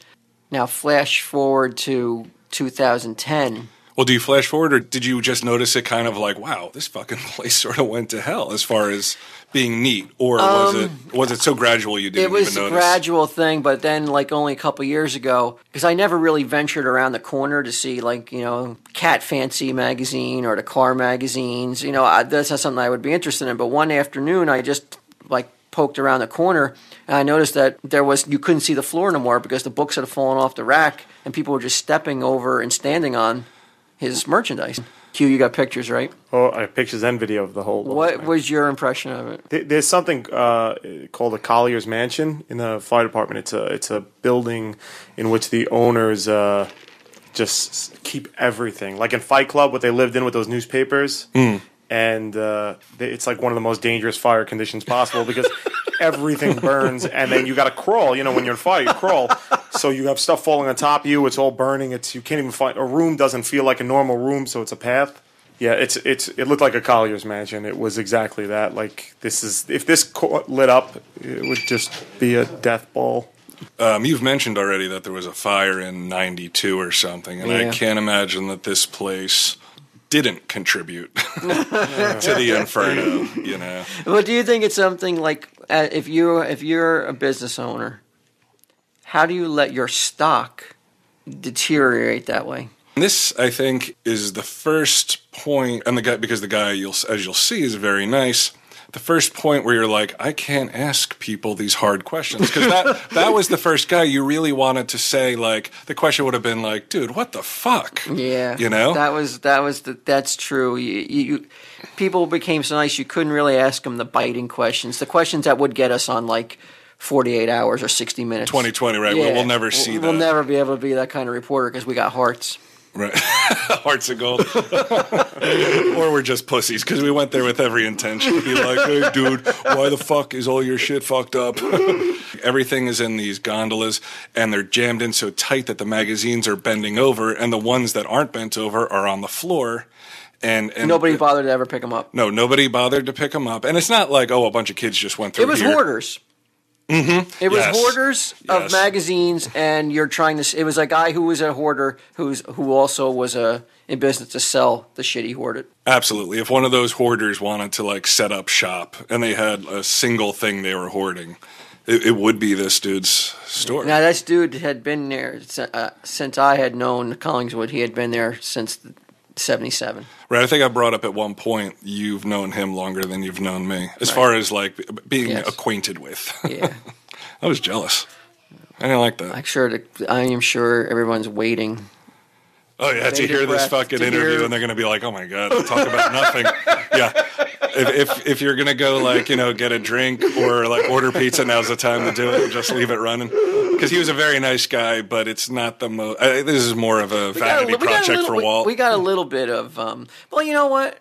Speaker 4: Now, flash forward to 2010.
Speaker 2: Well, do you flash forward, or did you just notice it kind of like, wow, this fucking place sort of went to hell as far as being neat, or was it was it so gradual you didn't
Speaker 4: Um, it was
Speaker 2: even
Speaker 4: a
Speaker 2: notice?
Speaker 4: gradual thing but then like only a couple years ago because i never really ventured around the corner to see like you know cat fancy magazine or the car magazines you know I, that's not something i would be interested in but one afternoon i just like poked around the corner and i noticed that there was you couldn't see the floor no more because the books had fallen off the rack and people were just stepping over and standing on his merchandise q you got pictures right
Speaker 5: Oh, I have pictures and video of the whole. the whole
Speaker 4: what
Speaker 5: thing.
Speaker 4: was your impression of it
Speaker 5: There- There's something uh, called a Collier's Mansion in the fire department. It's a it's a building in which the owners uh, just s- keep everything, like in Fight Club, what they lived in with those newspapers. And uh, they, it's like one of the most dangerous fire conditions possible because everything burns, and then you got to crawl. You know, when you're in fire, you crawl, so you have stuff falling on top of you. It's all burning. It's you can't even find a room. Doesn't feel like a normal room, so it's a path. Yeah, it's it's it looked like a collier's mansion. It was exactly that. Like this is if this co- lit up, it would just be a death ball.
Speaker 2: Um, you've mentioned already that there was a fire in 92 or something, and I
Speaker 4: Yeah.
Speaker 2: can't imagine that this place didn't contribute to the inferno, you know.
Speaker 4: Well, do you think it's something like uh, if you if you're a business owner, how do you let your stock deteriorate that way?
Speaker 2: This, I think, is the first point, and the guy because the guy you'll as you'll see is very nice. The first point where you're like, I can't ask people these hard questions because that that was the first guy you really wanted to say. Like the question would have been like, dude, what the fuck?
Speaker 4: Yeah,
Speaker 2: you know.
Speaker 4: that was that was the, that's true. You, you, you people became so nice you couldn't really ask them the biting questions, the questions that would get us on like forty eight hours or sixty minutes.
Speaker 2: 2020, right? We'll, we'll never see
Speaker 4: we'll,
Speaker 2: that.
Speaker 4: We'll never be able to be that kind of reporter because we got hearts.
Speaker 2: Right. Hearts of gold. or we're just pussies because we went there with every intention. Be like, hey, dude, why the fuck is all your shit fucked up? Everything is in these gondolas and they're jammed in so tight that the magazines are bending over and the ones that aren't bent over are on the floor. And, and
Speaker 4: Nobody bothered to ever pick them up.
Speaker 2: No, nobody bothered to pick them up. And it's not like, oh, a bunch of kids just went through
Speaker 4: It was
Speaker 2: here.
Speaker 4: hoarders. Mm-hmm. It was
Speaker 2: Yes.
Speaker 4: hoarders
Speaker 2: Yes.
Speaker 4: of magazines, and you're trying to. s- It was a guy who was a hoarder who's who also was a in business to sell the shit he hoarded.
Speaker 2: Absolutely. If one of those hoarders wanted to like set up shop and they had a single thing they were hoarding, it, it would be this dude's store.
Speaker 4: Now this dude had been there si- uh, since I had known Collingswood. He had been there since '77.
Speaker 2: Right. I think I brought up at one point you've known him longer than you've known me, as far as like b- being
Speaker 4: Yes.
Speaker 2: acquainted with.
Speaker 4: Yeah,
Speaker 2: I was jealous. I didn't like that.
Speaker 4: I'm sure. The, I am sure everyone's waiting.
Speaker 2: oh yeah, to
Speaker 4: bated
Speaker 2: hear this
Speaker 4: breath
Speaker 2: fucking
Speaker 4: to
Speaker 2: interview
Speaker 4: hear-
Speaker 2: and they're gonna be like, "Oh my god, talk about nothing." Yeah. If, if if you're gonna go like you know get a drink or like order pizza, now's the time to do it. and Just leave it running. Because he was a very nice guy, but it's not the most. This is more of a vanity
Speaker 4: we got a
Speaker 2: project
Speaker 4: little,
Speaker 2: for
Speaker 4: we-
Speaker 2: Walt.
Speaker 4: We, got a little bit of. Um, well, you know what?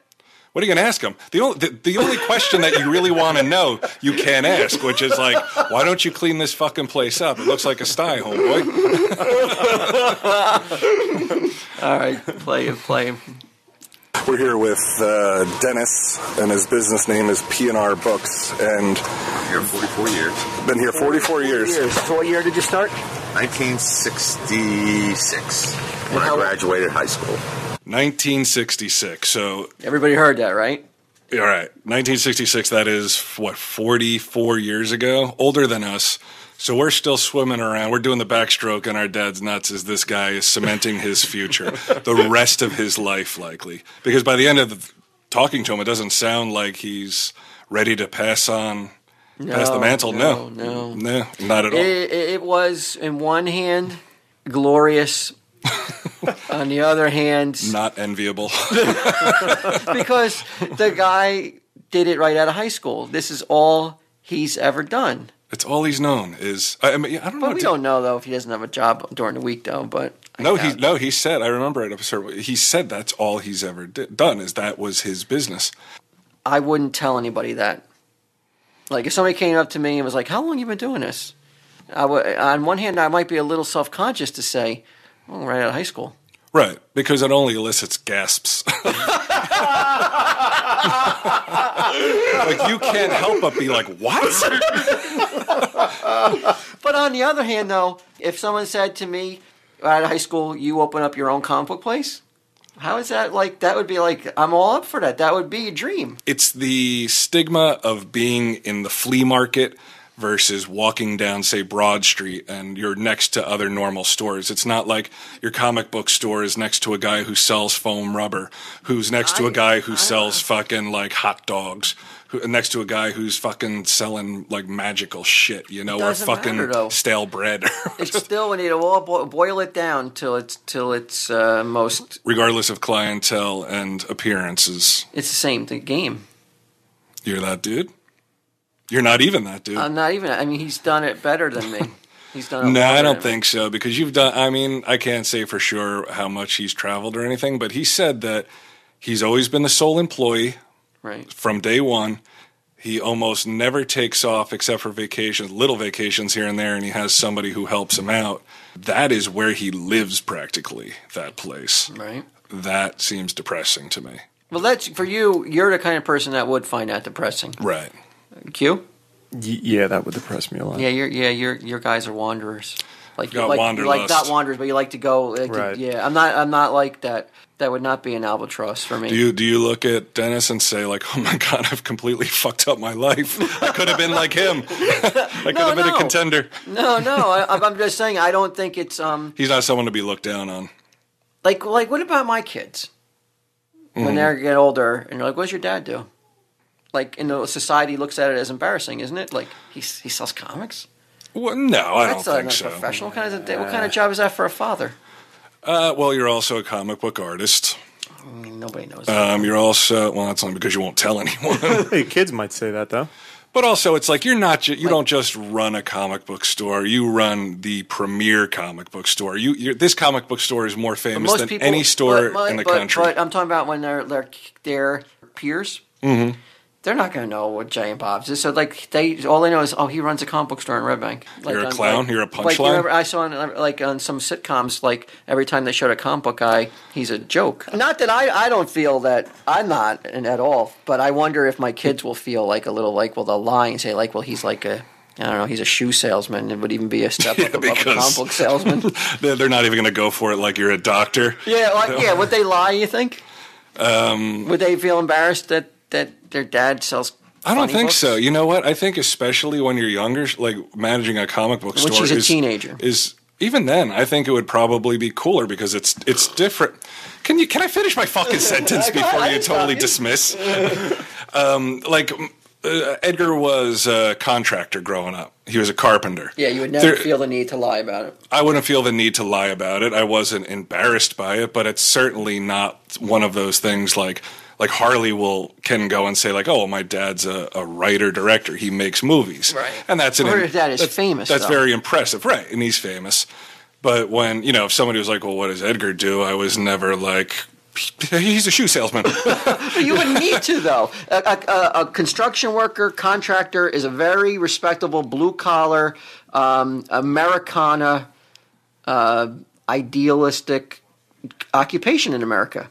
Speaker 2: What are you going to ask him? The only, the, the only question that you really want to know, you can't ask, which is like, why don't you clean this fucking place up? It looks like a sty, homeboy.
Speaker 4: All right, play him, play him.
Speaker 8: We're here with uh, Dennis, and his business name is P&R Books, and
Speaker 12: Here 44 years.
Speaker 8: been here 44 years.
Speaker 10: Years. So what year did you start?
Speaker 12: 1966 when I
Speaker 10: how-
Speaker 12: graduated high school.
Speaker 2: 1966. So,
Speaker 4: Everybody heard that, right?
Speaker 2: all right, 1966, that is what, 44 years ago? Older than us. So we're still swimming around. We're doing the backstroke on our dad's nuts as this guy is cementing his future, the rest of his life, likely. Because by the end of the, talking to him, it doesn't sound like he's ready to pass on. pass the
Speaker 4: No,
Speaker 2: mantle. No,
Speaker 4: no, no.
Speaker 2: no, not at all.
Speaker 4: It, it it was, in one hand, glorious. on the other hand,
Speaker 2: not enviable.
Speaker 4: because the guy did it right out of high school. This is all he's ever done.
Speaker 2: it's all he's known is. I, I mean, I don't know.
Speaker 4: But we
Speaker 2: did-
Speaker 4: don't know though if he doesn't have a job during the week though. But I
Speaker 2: no, he
Speaker 4: doubt-
Speaker 2: no, he said. I remember it. Sir, he said that's all he's ever di- done. Is that was his business.
Speaker 4: I wouldn't tell anybody that. Like if somebody came up to me and was like, "How long you been doing this?" I would. On one hand, I might be a little self conscious to say, "Well, right out of high school."
Speaker 2: Right, because it only elicits gasps. like you can't help but be like, "What?"
Speaker 4: But on the other hand, though, if someone said to me, "Right out of high school, you open up your own comic book place," how is that like? That would be like, I'm all up for that. That would be a dream.
Speaker 2: It's the stigma of being in the flea market versus walking down, say, Broad Street and you're next to other normal stores. It's not like your comic book store is next to a guy who sells foam rubber, who's next to a guy who sells fucking like hot dogs. Who, next to a guy who's fucking selling like magical shit, you know, or
Speaker 4: doesn't
Speaker 2: fucking
Speaker 4: matter, though.
Speaker 2: stale bread,
Speaker 4: It's still we need to all bo- boil it down till it's till it's uh, most.
Speaker 2: regardless of clientele and appearances.
Speaker 4: It's the same thing, game.
Speaker 2: You're that dude. You're not even that dude.
Speaker 4: I'm not even. I mean, he's done it better than me. He's done. It
Speaker 2: No,
Speaker 4: better
Speaker 2: I
Speaker 4: than
Speaker 2: don't
Speaker 4: me.
Speaker 2: think so because you've done. I mean, I can't say for sure how much he's traveled or anything, but he said that he's always been the sole employee
Speaker 4: Right.
Speaker 2: from day one. He almost never takes off except for vacations, little vacations here and there, and he has somebody who helps him out. That is where he lives practically, that place.
Speaker 4: Right.
Speaker 2: That seems depressing to me.
Speaker 4: Well, that's for you. You're the kind of person that would find that depressing.
Speaker 2: Right.
Speaker 4: Q.
Speaker 5: yeah, that would depress me a lot.
Speaker 4: Yeah, you're, yeah, your your guys are wanderers. Like you
Speaker 2: Got
Speaker 4: like, you like
Speaker 2: wanderlust.
Speaker 4: not wanderers, but you like to go. Like, to-
Speaker 5: Right.
Speaker 4: yeah, I'm not. I'm not like that. That would not be an albatross for me.
Speaker 2: Do you do you look at Dennis and say like, "Oh my God, I've completely fucked up my life. I could have been like him. I could
Speaker 4: No,
Speaker 2: have been
Speaker 4: no.
Speaker 2: a contender."
Speaker 4: no, no. I, I'm- I'm just saying. I don't think it's um
Speaker 2: He's not someone to be looked down on.
Speaker 4: like like what about my kids
Speaker 2: Mm-hmm.
Speaker 4: when they get older and you're like, what's your dad do? Like, and the society looks at it as embarrassing, isn't it? Like he s- he sells comics.
Speaker 2: Well, no, I
Speaker 4: That's
Speaker 2: don't
Speaker 4: not
Speaker 2: think so.
Speaker 4: professional. What kind of what kind of job is that for a father?
Speaker 2: Uh, well, you're also a comic book artist.
Speaker 4: I mean, nobody knows.
Speaker 2: Um, you're also well, that's only because you won't tell anyone.
Speaker 5: Hey, kids might say that though.
Speaker 2: But also, it's like you're not ju- you don't just run a comic book store. You run the premier comic book store. You you're, this comic book store is more famous than any store
Speaker 4: but- but-
Speaker 2: in the
Speaker 4: but-
Speaker 2: country.
Speaker 4: But uh, I'm talking about when they're they're their peers.
Speaker 2: Mm-hmm.
Speaker 4: They're not going to know what Giant Bob's is. So like they all they know is oh he runs a comic book store in Red Bank. Like,
Speaker 2: You're a
Speaker 4: on-
Speaker 2: clown?
Speaker 4: like-
Speaker 2: You're a
Speaker 4: Like,
Speaker 2: punchline?
Speaker 4: remember I saw on like on some sitcoms like every time they showed a comic book guy he's a joke. Not that I I don't feel that I'm not and at all, but I wonder if my kids will feel like a little like well they'll lie and say like well he's like a. I don't know. He's a shoe salesman. It would even be a step up above a
Speaker 2: because-
Speaker 4: comic book salesman.
Speaker 2: they're, they're not even going to go for it like you're a doctor.
Speaker 4: Yeah, like, yeah. Would they lie? You think? Um, would they feel embarrassed that that their dad sells?
Speaker 2: I don't
Speaker 4: funny
Speaker 2: think
Speaker 4: books?
Speaker 2: so. You know what? I think especially when you're younger, like managing a comic book
Speaker 4: When
Speaker 2: store
Speaker 4: she's a
Speaker 2: is,
Speaker 4: teenager.
Speaker 2: is even then. I think it would probably be cooler because it's it's different. Can you can I finish my fucking sentence before you totally dismiss? um, like uh, Edgar was a contractor growing up. He was a carpenter.
Speaker 4: Yeah, you would never
Speaker 2: There-
Speaker 4: feel the need to lie about it.
Speaker 2: I wouldn't feel the need to lie about it. I wasn't embarrassed by it, but it's certainly not one of those things like like Harley will can go and say like, "Oh, my dad's a, a writer director. He makes movies."
Speaker 4: Right.
Speaker 2: And that's an
Speaker 4: Or your dad is
Speaker 2: that's-
Speaker 4: famous,
Speaker 2: That's
Speaker 4: though.
Speaker 2: very impressive, right? And he's famous. But when you know, if somebody was like, "Well, what does Edgar do?" I was never like, "He's a shoe salesman."
Speaker 4: But you wouldn't need to though. A, a, a, a construction worker, contractor is a very respectable blue collar um, Americana uh, idealistic occupation in America.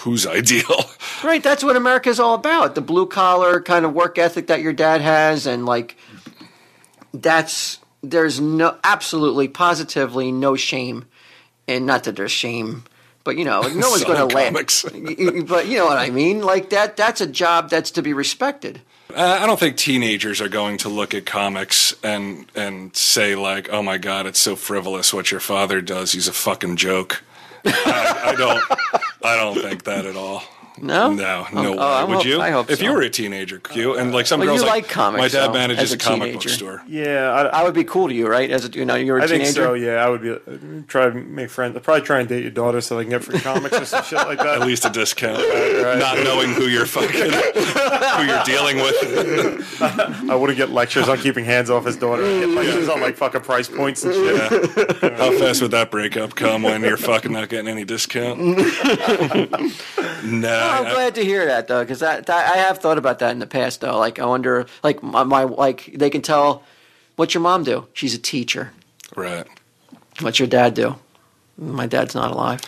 Speaker 2: Who's ideal?
Speaker 4: Right, that's what America's all about. The blue collar kind of work ethic that your dad has and like that's there's no absolutely positively no shame and not that there's shame but you know no one's going
Speaker 2: Selling
Speaker 4: to laugh
Speaker 2: comics.
Speaker 4: but you know what i mean like that that's a job that's to be respected
Speaker 2: Uh, I don't think teenagers are going to look at comics and and say like, "Oh my god, it's so frivolous what your father does. He's a fucking joke." I, I don't. I don't think that at all.
Speaker 4: No?
Speaker 2: no,
Speaker 4: Oh,
Speaker 2: no. way.
Speaker 4: I
Speaker 2: Would
Speaker 4: hope-
Speaker 2: you?
Speaker 4: I hope
Speaker 2: if
Speaker 4: so.
Speaker 2: you were a teenager, Q, and like some
Speaker 4: Well, you
Speaker 2: girls,
Speaker 4: like comics,
Speaker 2: My dad
Speaker 4: though, as
Speaker 2: manages
Speaker 4: a
Speaker 2: a, comic book
Speaker 4: teenager.
Speaker 2: store.
Speaker 5: Yeah, I,
Speaker 4: i would be cool to you right as a you know you were a
Speaker 5: I
Speaker 4: teenager
Speaker 5: think so. Yeah, I would be uh, try to make friends. I'd probably try and date your daughter so they can get free comics or some shit like that.
Speaker 2: At least a discount. Not knowing who you're fucking, who you're dealing with.
Speaker 5: I wouldn't get lectures on keeping hands off his daughter. I'd get lectures on like fucking price points and shit.
Speaker 2: How fast would that breakup come when you're fucking not getting any discount? no.
Speaker 4: Oh, I'm glad to hear that though, because that, that I have thought about that in the past though. Like I wonder, like my, my like they can tell, what's your mom do? She's a teacher.
Speaker 2: Right.
Speaker 4: What's your dad do? My dad's not alive.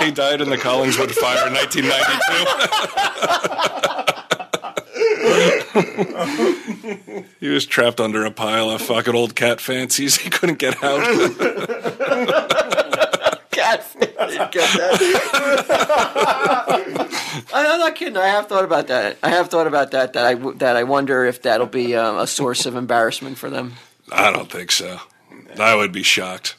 Speaker 2: He died in the Collingswood fire in 1992. he was trapped under a pile of fucking old cat fancies. He couldn't get out.
Speaker 4: God, I get that. I- I'm not kidding. I have thought about that. I have thought about that. That I w- that I wonder if that'll be um, a source of embarrassment for them.
Speaker 2: I don't think so. I would be shocked.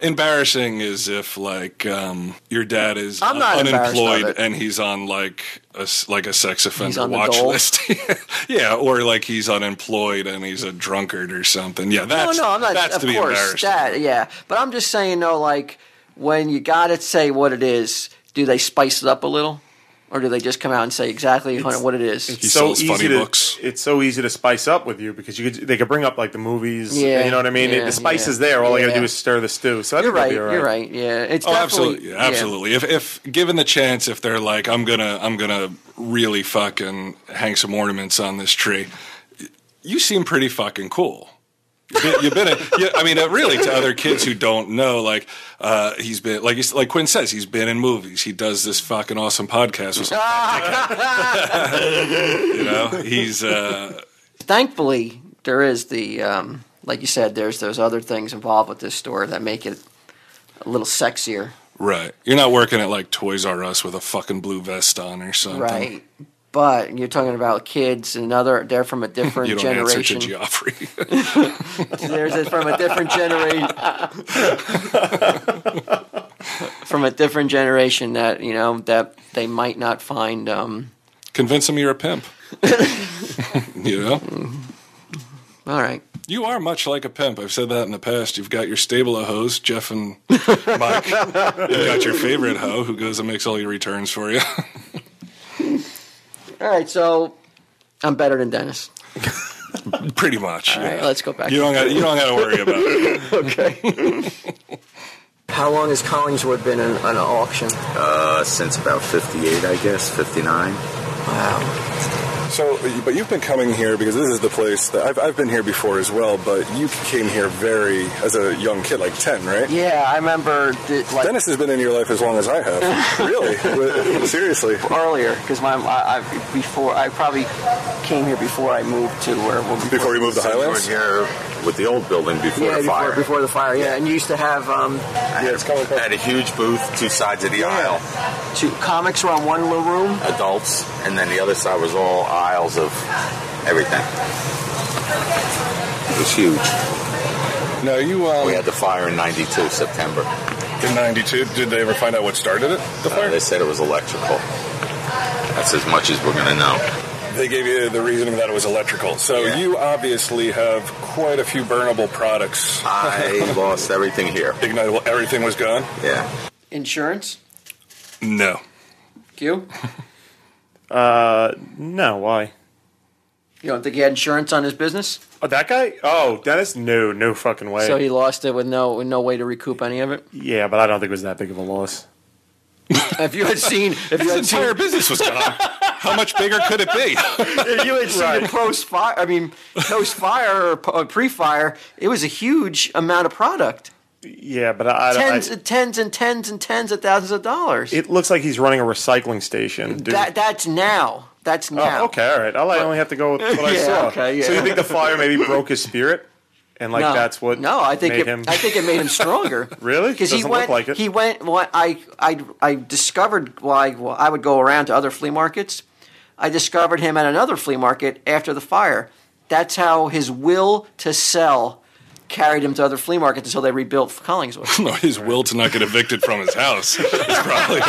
Speaker 2: Embarrassing is if like um, your dad is
Speaker 4: I'm not embarrassed of
Speaker 2: unemployed
Speaker 4: it.
Speaker 2: and he's on like a s- like a sex offender
Speaker 4: on the
Speaker 2: watch
Speaker 4: dole.
Speaker 2: list. yeah, or like he's unemployed and he's a drunkard or something. Yeah, that's
Speaker 4: no, no, I'm not.
Speaker 2: that's
Speaker 4: of
Speaker 2: to be
Speaker 4: course,
Speaker 2: embarrassed.
Speaker 4: that yeah. But I'm just saying though, like when you gotta say what it is, do they spice it up a little, or do they just come out and say exactly what it is?
Speaker 2: He
Speaker 5: It's so
Speaker 2: sells
Speaker 5: easy
Speaker 2: funny
Speaker 5: to,
Speaker 2: books.
Speaker 5: It's so easy to spice up with you because you could they could bring up like the movies.
Speaker 4: Yeah,
Speaker 5: you know what I mean. It-
Speaker 4: yeah,
Speaker 5: the spice
Speaker 4: yeah,
Speaker 5: is there. All I got to
Speaker 4: yeah.
Speaker 5: do is stir the stew. So I
Speaker 4: You're
Speaker 5: think it'll
Speaker 4: right.
Speaker 5: be all
Speaker 4: You're right. Yeah, it's
Speaker 2: Oh,
Speaker 4: definitely
Speaker 2: absolutely, yeah, absolutely. If if given the chance, if they're like, I'm gonna, I'm gonna really fucking hang some ornaments on this tree, you seem pretty fucking cool. been- you've been. A, yeah, I mean, uh, really, to other kids who don't know, like uh, he's been, like he's, like Quinn says, he's been in movies. He does this fucking awesome podcast. With, you know, he's uh,
Speaker 4: Thankfully, there is the um, like you said. There's those other things involved with this store that make it a little sexier,
Speaker 2: right. You're not working at like Toys R Us with a fucking blue vest on or something,
Speaker 4: right? But you're talking about kids and other. They're from a different
Speaker 2: You don't
Speaker 4: generation.
Speaker 2: answer to Geoffrey.
Speaker 4: There's it from a different generation. from a different generation that you know that they might not find. Um,
Speaker 2: Convince him you're a pimp. you know.
Speaker 4: all right,
Speaker 2: You are much like a pimp. I've said that in the past. You've got your stable of hoes, Jeff and Mike. You've got your favorite hoe who goes and makes all your returns for you.
Speaker 4: all right. So I'm better than Dennis.
Speaker 2: Pretty much.
Speaker 4: All right, let's go back.
Speaker 2: You don't got you don't got to worry about it.
Speaker 10: How long has Collingswood been in an auction?
Speaker 12: Uh, since about 58, I guess, 59.
Speaker 8: So, but you've been coming here because this is the place that I've, I've been here before as well. But you came here very as a young kid, like ten, right?
Speaker 10: Yeah, I remember the, like
Speaker 8: Dennis has been in your life as long as I have. really? Wi- Seriously?
Speaker 10: earlier because my I, I before I probably came here before I moved to where we
Speaker 8: Before we moved to
Speaker 12: So you were
Speaker 8: Highlands?
Speaker 12: here with the old building before
Speaker 10: yeah
Speaker 12: the fire.
Speaker 10: before, before the fire yeah, and you used to have um
Speaker 12: yeah, it's coming Had a huge booth, two sides of the aisle,
Speaker 10: two comics were on one little room
Speaker 12: adults, and then the other side was all aisles of everything. It was huge.
Speaker 8: No, you
Speaker 12: We
Speaker 8: um,
Speaker 12: had the fire in 92, September.
Speaker 8: in '92. Did they ever find out what started it? The
Speaker 12: Uh, they said it was electrical. That's as much as we're going to know.
Speaker 8: They gave you the reasoning that it was electrical. So
Speaker 12: Yeah.
Speaker 8: you obviously have quite a few burnable products.
Speaker 12: I lost everything here.
Speaker 8: Ignitable, everything was gone.
Speaker 12: Yeah.
Speaker 4: Insurance.
Speaker 2: No.
Speaker 4: Q.
Speaker 5: Uh, no, why?
Speaker 4: You don't think he had insurance on his business,
Speaker 5: Oh, that guy? Oh, Dennis? No, no fucking way.
Speaker 4: so he lost it with no with no way to recoup any of it.
Speaker 5: yeah, but I don't think it was that big of a loss.
Speaker 4: If you had seen, if you
Speaker 2: His
Speaker 4: had seen
Speaker 2: entire business was gone. How much bigger could it be?
Speaker 4: if you had seen the post fire, I mean, post fire or pre fire, it was a huge amount of product.
Speaker 5: Yeah, but I, I don't.
Speaker 4: Tens,
Speaker 5: I-
Speaker 4: and tens, and tens, and tens of thousands of dollars.
Speaker 5: it looks like he's running a recycling station. Dude.
Speaker 4: that that's now. That's now.
Speaker 5: Oh, okay, all right. I'll, I only have to go with what I
Speaker 4: Yeah,
Speaker 5: saw.
Speaker 4: okay, yeah.
Speaker 5: So you think the fire maybe broke his spirit, and like
Speaker 4: No.
Speaker 5: that's what?
Speaker 4: No, I think
Speaker 5: made
Speaker 4: it,
Speaker 5: him.
Speaker 4: I think it made him stronger.
Speaker 5: Really?
Speaker 4: Because he
Speaker 5: Doesn't
Speaker 4: went.
Speaker 5: look like it.
Speaker 4: He went. What I I I discovered why why I would go around to other flea markets. I discovered him at another flea market after the fire. That's how his will to sell carried him to other flea markets until they rebuilt Collingswood.
Speaker 2: No, his will to not get evicted from his house is probably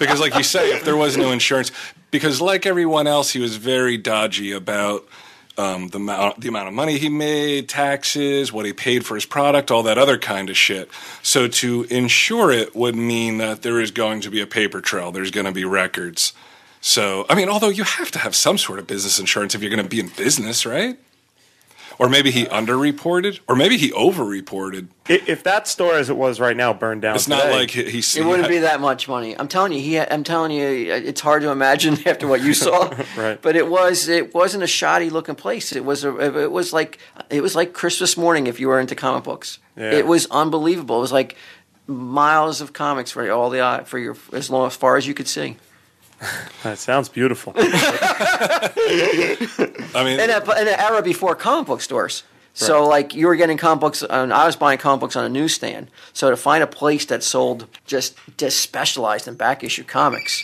Speaker 2: because, like you say, if there was no insurance, because like everyone else, he was very dodgy about um, the amount the amount of money he made, taxes, what he paid for his product, all that other kind of shit. So to insure it would mean that there is going to be a paper trail. There's going to be records. So I mean, although you have to have some sort of business insurance if you're going to be in business, right? Or maybe he underreported, or maybe he overreported.
Speaker 5: I- if that store as it was right now burned down,
Speaker 2: It's not
Speaker 5: today-
Speaker 2: like he, he's.
Speaker 4: It wouldn't be that much money. I'm telling you, he. I'm telling you, it's hard to imagine after what you saw.
Speaker 5: Right.
Speaker 4: But it was. It wasn't a shoddy looking place. It was. A, it was like. It was like Christmas morning if you were into comic books.
Speaker 5: Yeah.
Speaker 4: It was unbelievable. It was like miles of comics for all the eye- for your as long as far as you could see.
Speaker 5: that sounds beautiful.
Speaker 2: I mean,
Speaker 4: in, a, in an era before comic book stores. So like you were getting comic books, and I was buying comic books on a newsstand. So to find a place that sold just just specialized in back issue comics,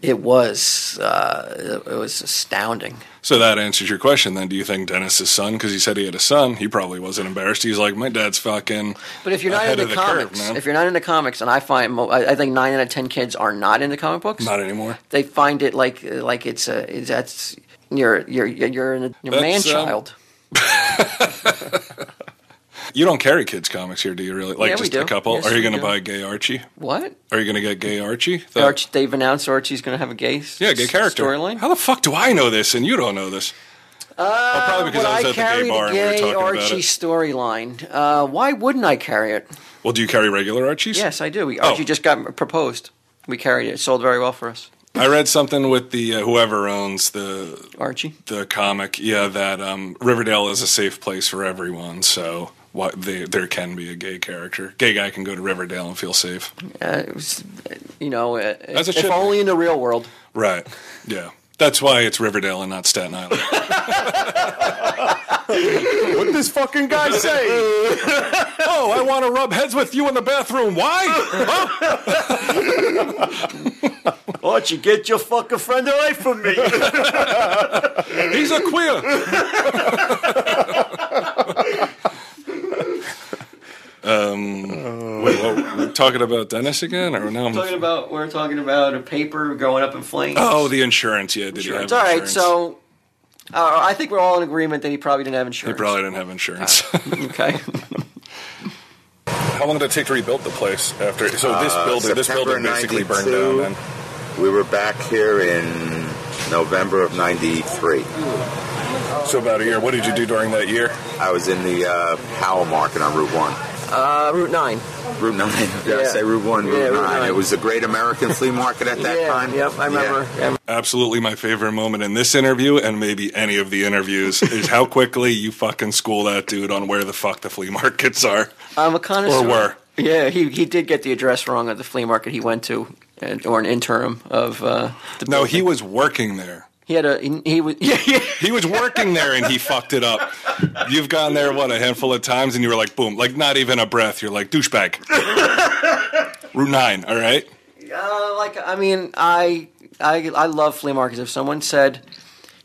Speaker 4: it was uh, it was astounding.
Speaker 2: so that answers your question. Then, do you think Dennis's son? Because he said he had a son, he probably wasn't embarrassed. He's like, my dad's fucking.
Speaker 4: But if you're not
Speaker 2: ahead
Speaker 4: into
Speaker 2: of the curve,
Speaker 4: comics,
Speaker 2: man."
Speaker 4: if you're not into comics, and I find mo- I, I think nine out of ten kids are not into comic books.
Speaker 2: not anymore.
Speaker 4: they find it like like it's a it's- that's you're you're you're an, you're
Speaker 2: That's,
Speaker 4: man
Speaker 2: um,
Speaker 4: child.
Speaker 2: You don't carry kids' comics here, do you? Really? Like
Speaker 4: Yeah, we
Speaker 2: just
Speaker 4: do.
Speaker 2: a couple?
Speaker 4: Yes,
Speaker 2: Are you
Speaker 4: we
Speaker 2: going to
Speaker 4: do.
Speaker 2: buy Gay Archie?
Speaker 4: what?
Speaker 2: Are you going to get Gay Archie? The-
Speaker 4: Arch, they've announced Archie's going to have a gay s-
Speaker 2: Yeah, gay character.
Speaker 4: storyline.
Speaker 2: How the fuck do I know this and you don't know this? Uh, probably because
Speaker 4: Would
Speaker 2: I was
Speaker 4: I
Speaker 2: at the
Speaker 4: carry
Speaker 2: gay bar and
Speaker 4: the
Speaker 2: we were
Speaker 4: gay
Speaker 2: talking about
Speaker 4: Archie
Speaker 2: it.
Speaker 4: storyline? Uh, why wouldn't I carry it?
Speaker 2: Well, do you carry regular Archies?
Speaker 4: Yes, I do. We,
Speaker 2: Oh.
Speaker 4: Archie just got proposed. We carried it. It sold very well for us.
Speaker 2: I read something with the uh, whoever owns the
Speaker 4: Archie.
Speaker 2: the comic, yeah, that um, Riverdale is a safe place for everyone. So what they, there can be a gay character, gay guy can go to Riverdale and feel safe.
Speaker 4: Uh, it was, you know, uh,
Speaker 2: As it
Speaker 4: if
Speaker 2: should
Speaker 4: only in the real world.
Speaker 2: Right. Yeah. That's why it's Riverdale and not Staten Island.
Speaker 5: what did this fucking guy say?
Speaker 2: oh, I want to rub heads with you in the bathroom. Why? Huh?
Speaker 5: Why don't you get your fucking friend away from me?
Speaker 2: He's a queer. um, wait, what- we're talking about Dennis again, or no? I'm-
Speaker 4: Talking about we're talking about a paper going up in flames.
Speaker 2: oh, the insurance. Yeah, did he have
Speaker 4: insurance.
Speaker 2: insurance?
Speaker 4: All right, so uh, I think we're all in agreement that he probably didn't have
Speaker 2: he
Speaker 4: insurance.
Speaker 2: probably didn't have insurance.
Speaker 4: okay.
Speaker 8: How long did it take to rebuild the place after? So this
Speaker 12: Uh,
Speaker 8: building, this
Speaker 12: September
Speaker 8: building basically burned
Speaker 12: 92.
Speaker 8: down. Then.
Speaker 12: We were back here in November of 93.
Speaker 8: So about a year. What did you do during that year?
Speaker 12: I was in the uh, Powell Market on Route 1.
Speaker 10: Uh, Route 9.
Speaker 12: Route 9. Did I
Speaker 10: Yeah.
Speaker 12: say Route 1? Route,
Speaker 10: Yeah, Route
Speaker 12: 9.
Speaker 10: 9.
Speaker 12: It was the Great American Flea Market at that
Speaker 10: yeah,
Speaker 12: time.
Speaker 10: Yep, I
Speaker 12: Yeah.
Speaker 10: remember. Yeah.
Speaker 2: Absolutely, my favorite moment in this interview, and maybe any of the interviews, is how quickly you fucking school that dude on where the fuck the flea markets are
Speaker 4: I'm Um, a
Speaker 2: or
Speaker 4: connoisseur.
Speaker 2: were.
Speaker 4: Yeah, he he did get the address wrong at the flea market he went to, and, or an interim of. Uh, the
Speaker 2: No, he
Speaker 4: building.
Speaker 2: was working there.
Speaker 4: he had a he, he was yeah, yeah.
Speaker 2: He was working there and he fucked it up. You've gone there what a handful of times and you were like, boom, like not even a breath. You're like douchebag. Route nine, all right.
Speaker 4: Uh, like I mean, I I I love flea markets. If someone said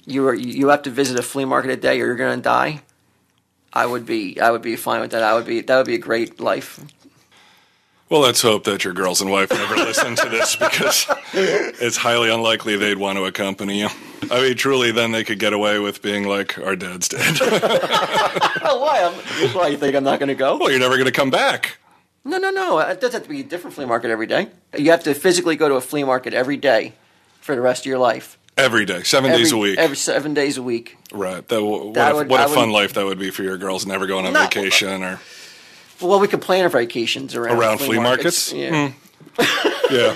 Speaker 4: you are you have to visit a flea market a day or you're gonna die, I would be I would be fine with that. I would be that would be a great life.
Speaker 2: Well, let's hope that your girls and wife never listen to this because it's highly unlikely they'd want to accompany you. I mean, truly, then they could get away with being like, our dad's dead.
Speaker 4: Oh, why? I'm, why you think I'm not gonna go?
Speaker 2: well, you're never going to come back.
Speaker 4: No, no, no. It doesn't have to be a different flea market every day. You have to physically go to a flea market every day for the rest of your life.
Speaker 2: Every day, seven
Speaker 4: Every,
Speaker 2: days a week.
Speaker 4: Every seven days a week.
Speaker 2: right. That, w-
Speaker 4: That
Speaker 2: what a,
Speaker 4: would-
Speaker 2: what a
Speaker 4: I would-
Speaker 2: fun life that would be for your girls never going on
Speaker 4: No.
Speaker 2: vacation or.
Speaker 4: Well, we could plan our vacations around
Speaker 2: Around flea markets? Hmm.
Speaker 4: Yeah.
Speaker 2: Yeah.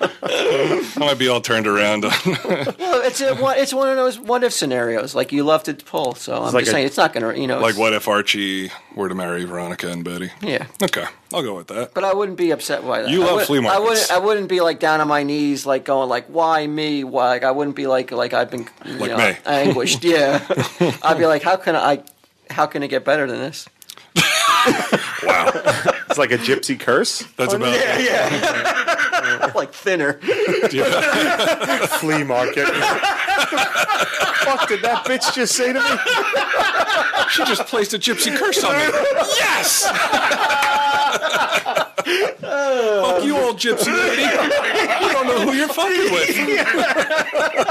Speaker 2: I might be all turned around on.
Speaker 4: Well, it's a, one- it's one of those what if scenarios. Like you love to pull, so I'm
Speaker 5: like
Speaker 4: just
Speaker 5: a-
Speaker 4: saying it's not going to you know
Speaker 2: Like
Speaker 4: it's-
Speaker 2: what if Archie were to marry Veronica and Betty?
Speaker 4: Yeah.
Speaker 2: Okay, I'll go with that.
Speaker 4: But I wouldn't be upset by that.
Speaker 2: You
Speaker 4: I
Speaker 2: love
Speaker 4: wouldn't-
Speaker 2: flea
Speaker 4: I
Speaker 2: markets.
Speaker 4: wouldn't. I wouldn't be like down on my knees, like going like, "Why me? Why?" Like, I wouldn't be like like I've been you
Speaker 2: Like
Speaker 4: know,
Speaker 2: me.
Speaker 4: anguished. Yeah, I'd be like, "How can I? How can it get better than this?"
Speaker 5: It's like a gypsy curse.
Speaker 2: That's about
Speaker 4: like thinner.
Speaker 5: Flea market. fuck did that bitch just say to me?
Speaker 2: She just placed a gypsy curse on me. Yes! Fuck you, old gypsy lady. You don't know who you're fucking with.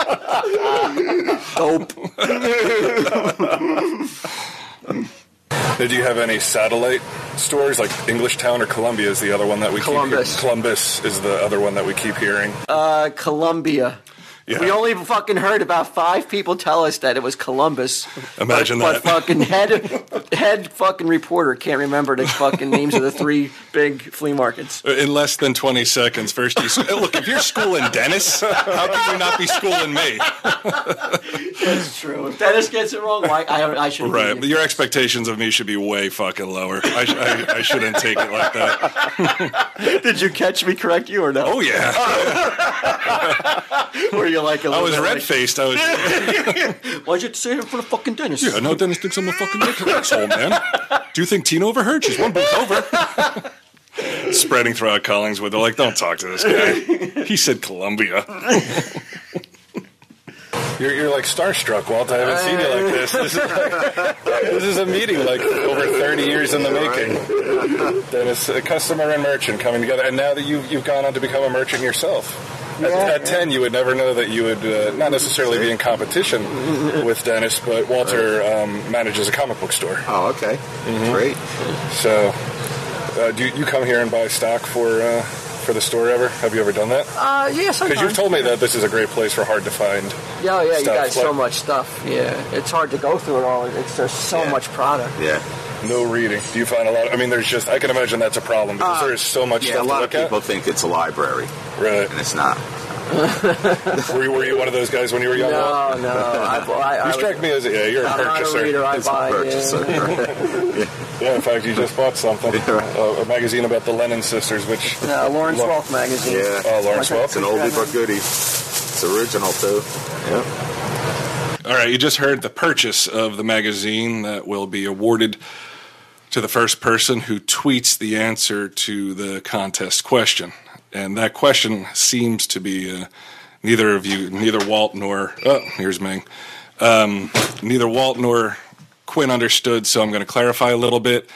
Speaker 8: Did you have any satellite stores like English Town or Columbia is the other one that we
Speaker 4: Columbus.
Speaker 8: keep Columbus is the other one that we keep hearing.
Speaker 4: Uh, Columbia.
Speaker 2: Yeah.
Speaker 4: We only fucking heard about five people tell us that it was Columbus.
Speaker 2: Imagine
Speaker 4: but,
Speaker 2: that.
Speaker 4: But fucking head, head fucking reporter can't remember the fucking names of the three big flea markets.
Speaker 2: Uh, In less than 20 seconds, first you say, look, if you're schooling Dennis, how can you not be schooling me?
Speaker 4: That's true. If Dennis gets it wrong, why, I, I should
Speaker 2: Right. But your expectations of me should be way fucking lower. I, sh- I, I shouldn't take it like that.
Speaker 4: Did you catch me correct you or no?
Speaker 2: Oh, yeah.
Speaker 4: Were you like a
Speaker 2: I
Speaker 4: little
Speaker 2: was
Speaker 4: bit
Speaker 2: red faced. I was.
Speaker 4: Like, Why'd you say it for the fucking Dennis?
Speaker 2: Yeah, no, Dennis thinks I'm a fucking dick asshole, man. Do you think Tina overheard? She's one booth over. Spreading throughout Collingswood. They're like, don't talk to this guy. He said Columbia.
Speaker 8: You're, you're like starstruck, Walt. I haven't seen you like this. This is, this is a meeting like over 30 years in the making. Dennis, a customer and merchant coming together, and now that you've, you've gone on to become a merchant yourself. At, at 10, you would never know that you would uh, not necessarily be in competition with Dennis, but Walter um, manages a comic book store.
Speaker 12: Oh, okay. Great.
Speaker 8: Mm-hmm. So, uh, do you, you come here and buy stock for uh, for the store ever? Have you ever done that?
Speaker 4: Uh, yeah,
Speaker 8: Because you've
Speaker 4: sometimes.
Speaker 8: told me that this is a great place for hard to find.
Speaker 4: yeah, yeah, you
Speaker 8: stuff,
Speaker 4: got so
Speaker 8: like-
Speaker 4: much stuff. Yeah, it's hard to go through it all. It's there's so
Speaker 12: Yeah.
Speaker 4: much product.
Speaker 12: Yeah.
Speaker 8: No reading. Do you find a lot? I mean, there's just I
Speaker 4: Uh,
Speaker 8: can imagine that's a problem because there is so much
Speaker 12: Yeah, a
Speaker 8: stuff
Speaker 12: lot
Speaker 8: to
Speaker 12: of
Speaker 8: look
Speaker 12: people think it's a library,
Speaker 8: at. Right.
Speaker 12: and it's not.
Speaker 8: were, you, were you one of those guys when you were young?
Speaker 10: No, no. I, I, I
Speaker 8: you strike me as a, yeah, you're a
Speaker 10: I'm not a
Speaker 8: purchaser.
Speaker 10: reader, I
Speaker 8: It's a
Speaker 10: buy, yeah.
Speaker 8: yeah, in fact, you just bought something. Uh, a magazine about the Lennon sisters, which.
Speaker 10: No, Lawrence
Speaker 8: Look.
Speaker 10: Welk magazine.
Speaker 12: Yeah.
Speaker 8: Oh, Lawrence Welk?
Speaker 12: It's an oldie but goodie. It's original too. Yeah.
Speaker 2: All right, you just heard the purchase of the magazine that will be awarded to the first person who tweets the answer to the contest question. And that question seems to be uh, neither of you, neither Walt nor, oh, here's Ming. Um, neither Walt nor Quinn understood, so I'm going to clarify a little bit.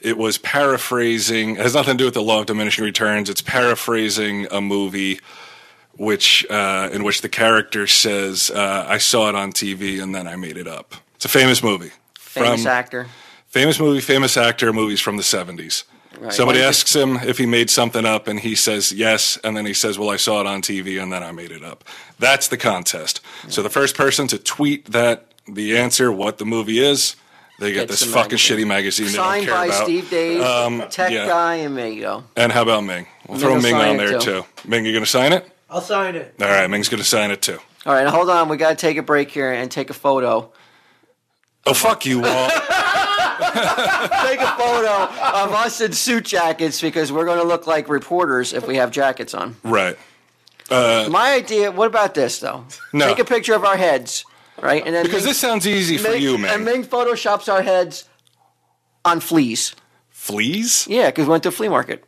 Speaker 2: It was paraphrasing, it has nothing to do with the law of diminishing returns. It's paraphrasing a movie which uh, in which the character says, uh, "I saw it on TV and then I made it up." It's a famous movie.
Speaker 4: Famous
Speaker 2: From-
Speaker 4: actor.
Speaker 2: Famous movie, famous actor. Movies from the seventies. Somebody
Speaker 4: Why is
Speaker 2: asks him if he made something up, and he says yes, and then he says, "Well, I saw it on TV, and then I made it up." That's the contest. So the first person to tweet that the answer, what the movie is, they get this
Speaker 4: Gets the
Speaker 2: fucking
Speaker 4: magazine.
Speaker 2: shitty magazine. They
Speaker 4: Signed
Speaker 2: don't care
Speaker 4: by
Speaker 2: about. Um,
Speaker 4: Steve Dave, tech
Speaker 2: yeah.
Speaker 4: guy, and Mago.
Speaker 2: And how about Ming? We'll
Speaker 4: Ming
Speaker 2: throw
Speaker 4: will
Speaker 2: Ming on
Speaker 4: sign it
Speaker 2: there
Speaker 4: too.
Speaker 2: too. Ming, you gonna sign it?
Speaker 11: I'll sign it.
Speaker 2: All right, Ming's gonna sign it too.
Speaker 4: All right, hold on. We got to take a break here and take a photo.
Speaker 2: Oh fuck you, Walt.
Speaker 4: take a photo of us in suit jackets because we're going to look like reporters if we have jackets on.
Speaker 2: right. Uh,
Speaker 4: My idea. What about this though?
Speaker 2: No.
Speaker 4: Take a picture of our heads, right? And then
Speaker 2: Because
Speaker 4: Ming-
Speaker 2: this sounds easy for
Speaker 4: Ming-
Speaker 2: you, man.
Speaker 4: And Ming photoshops our heads on fleas.
Speaker 2: Fleas?
Speaker 4: Yeah, because we went to a flea market.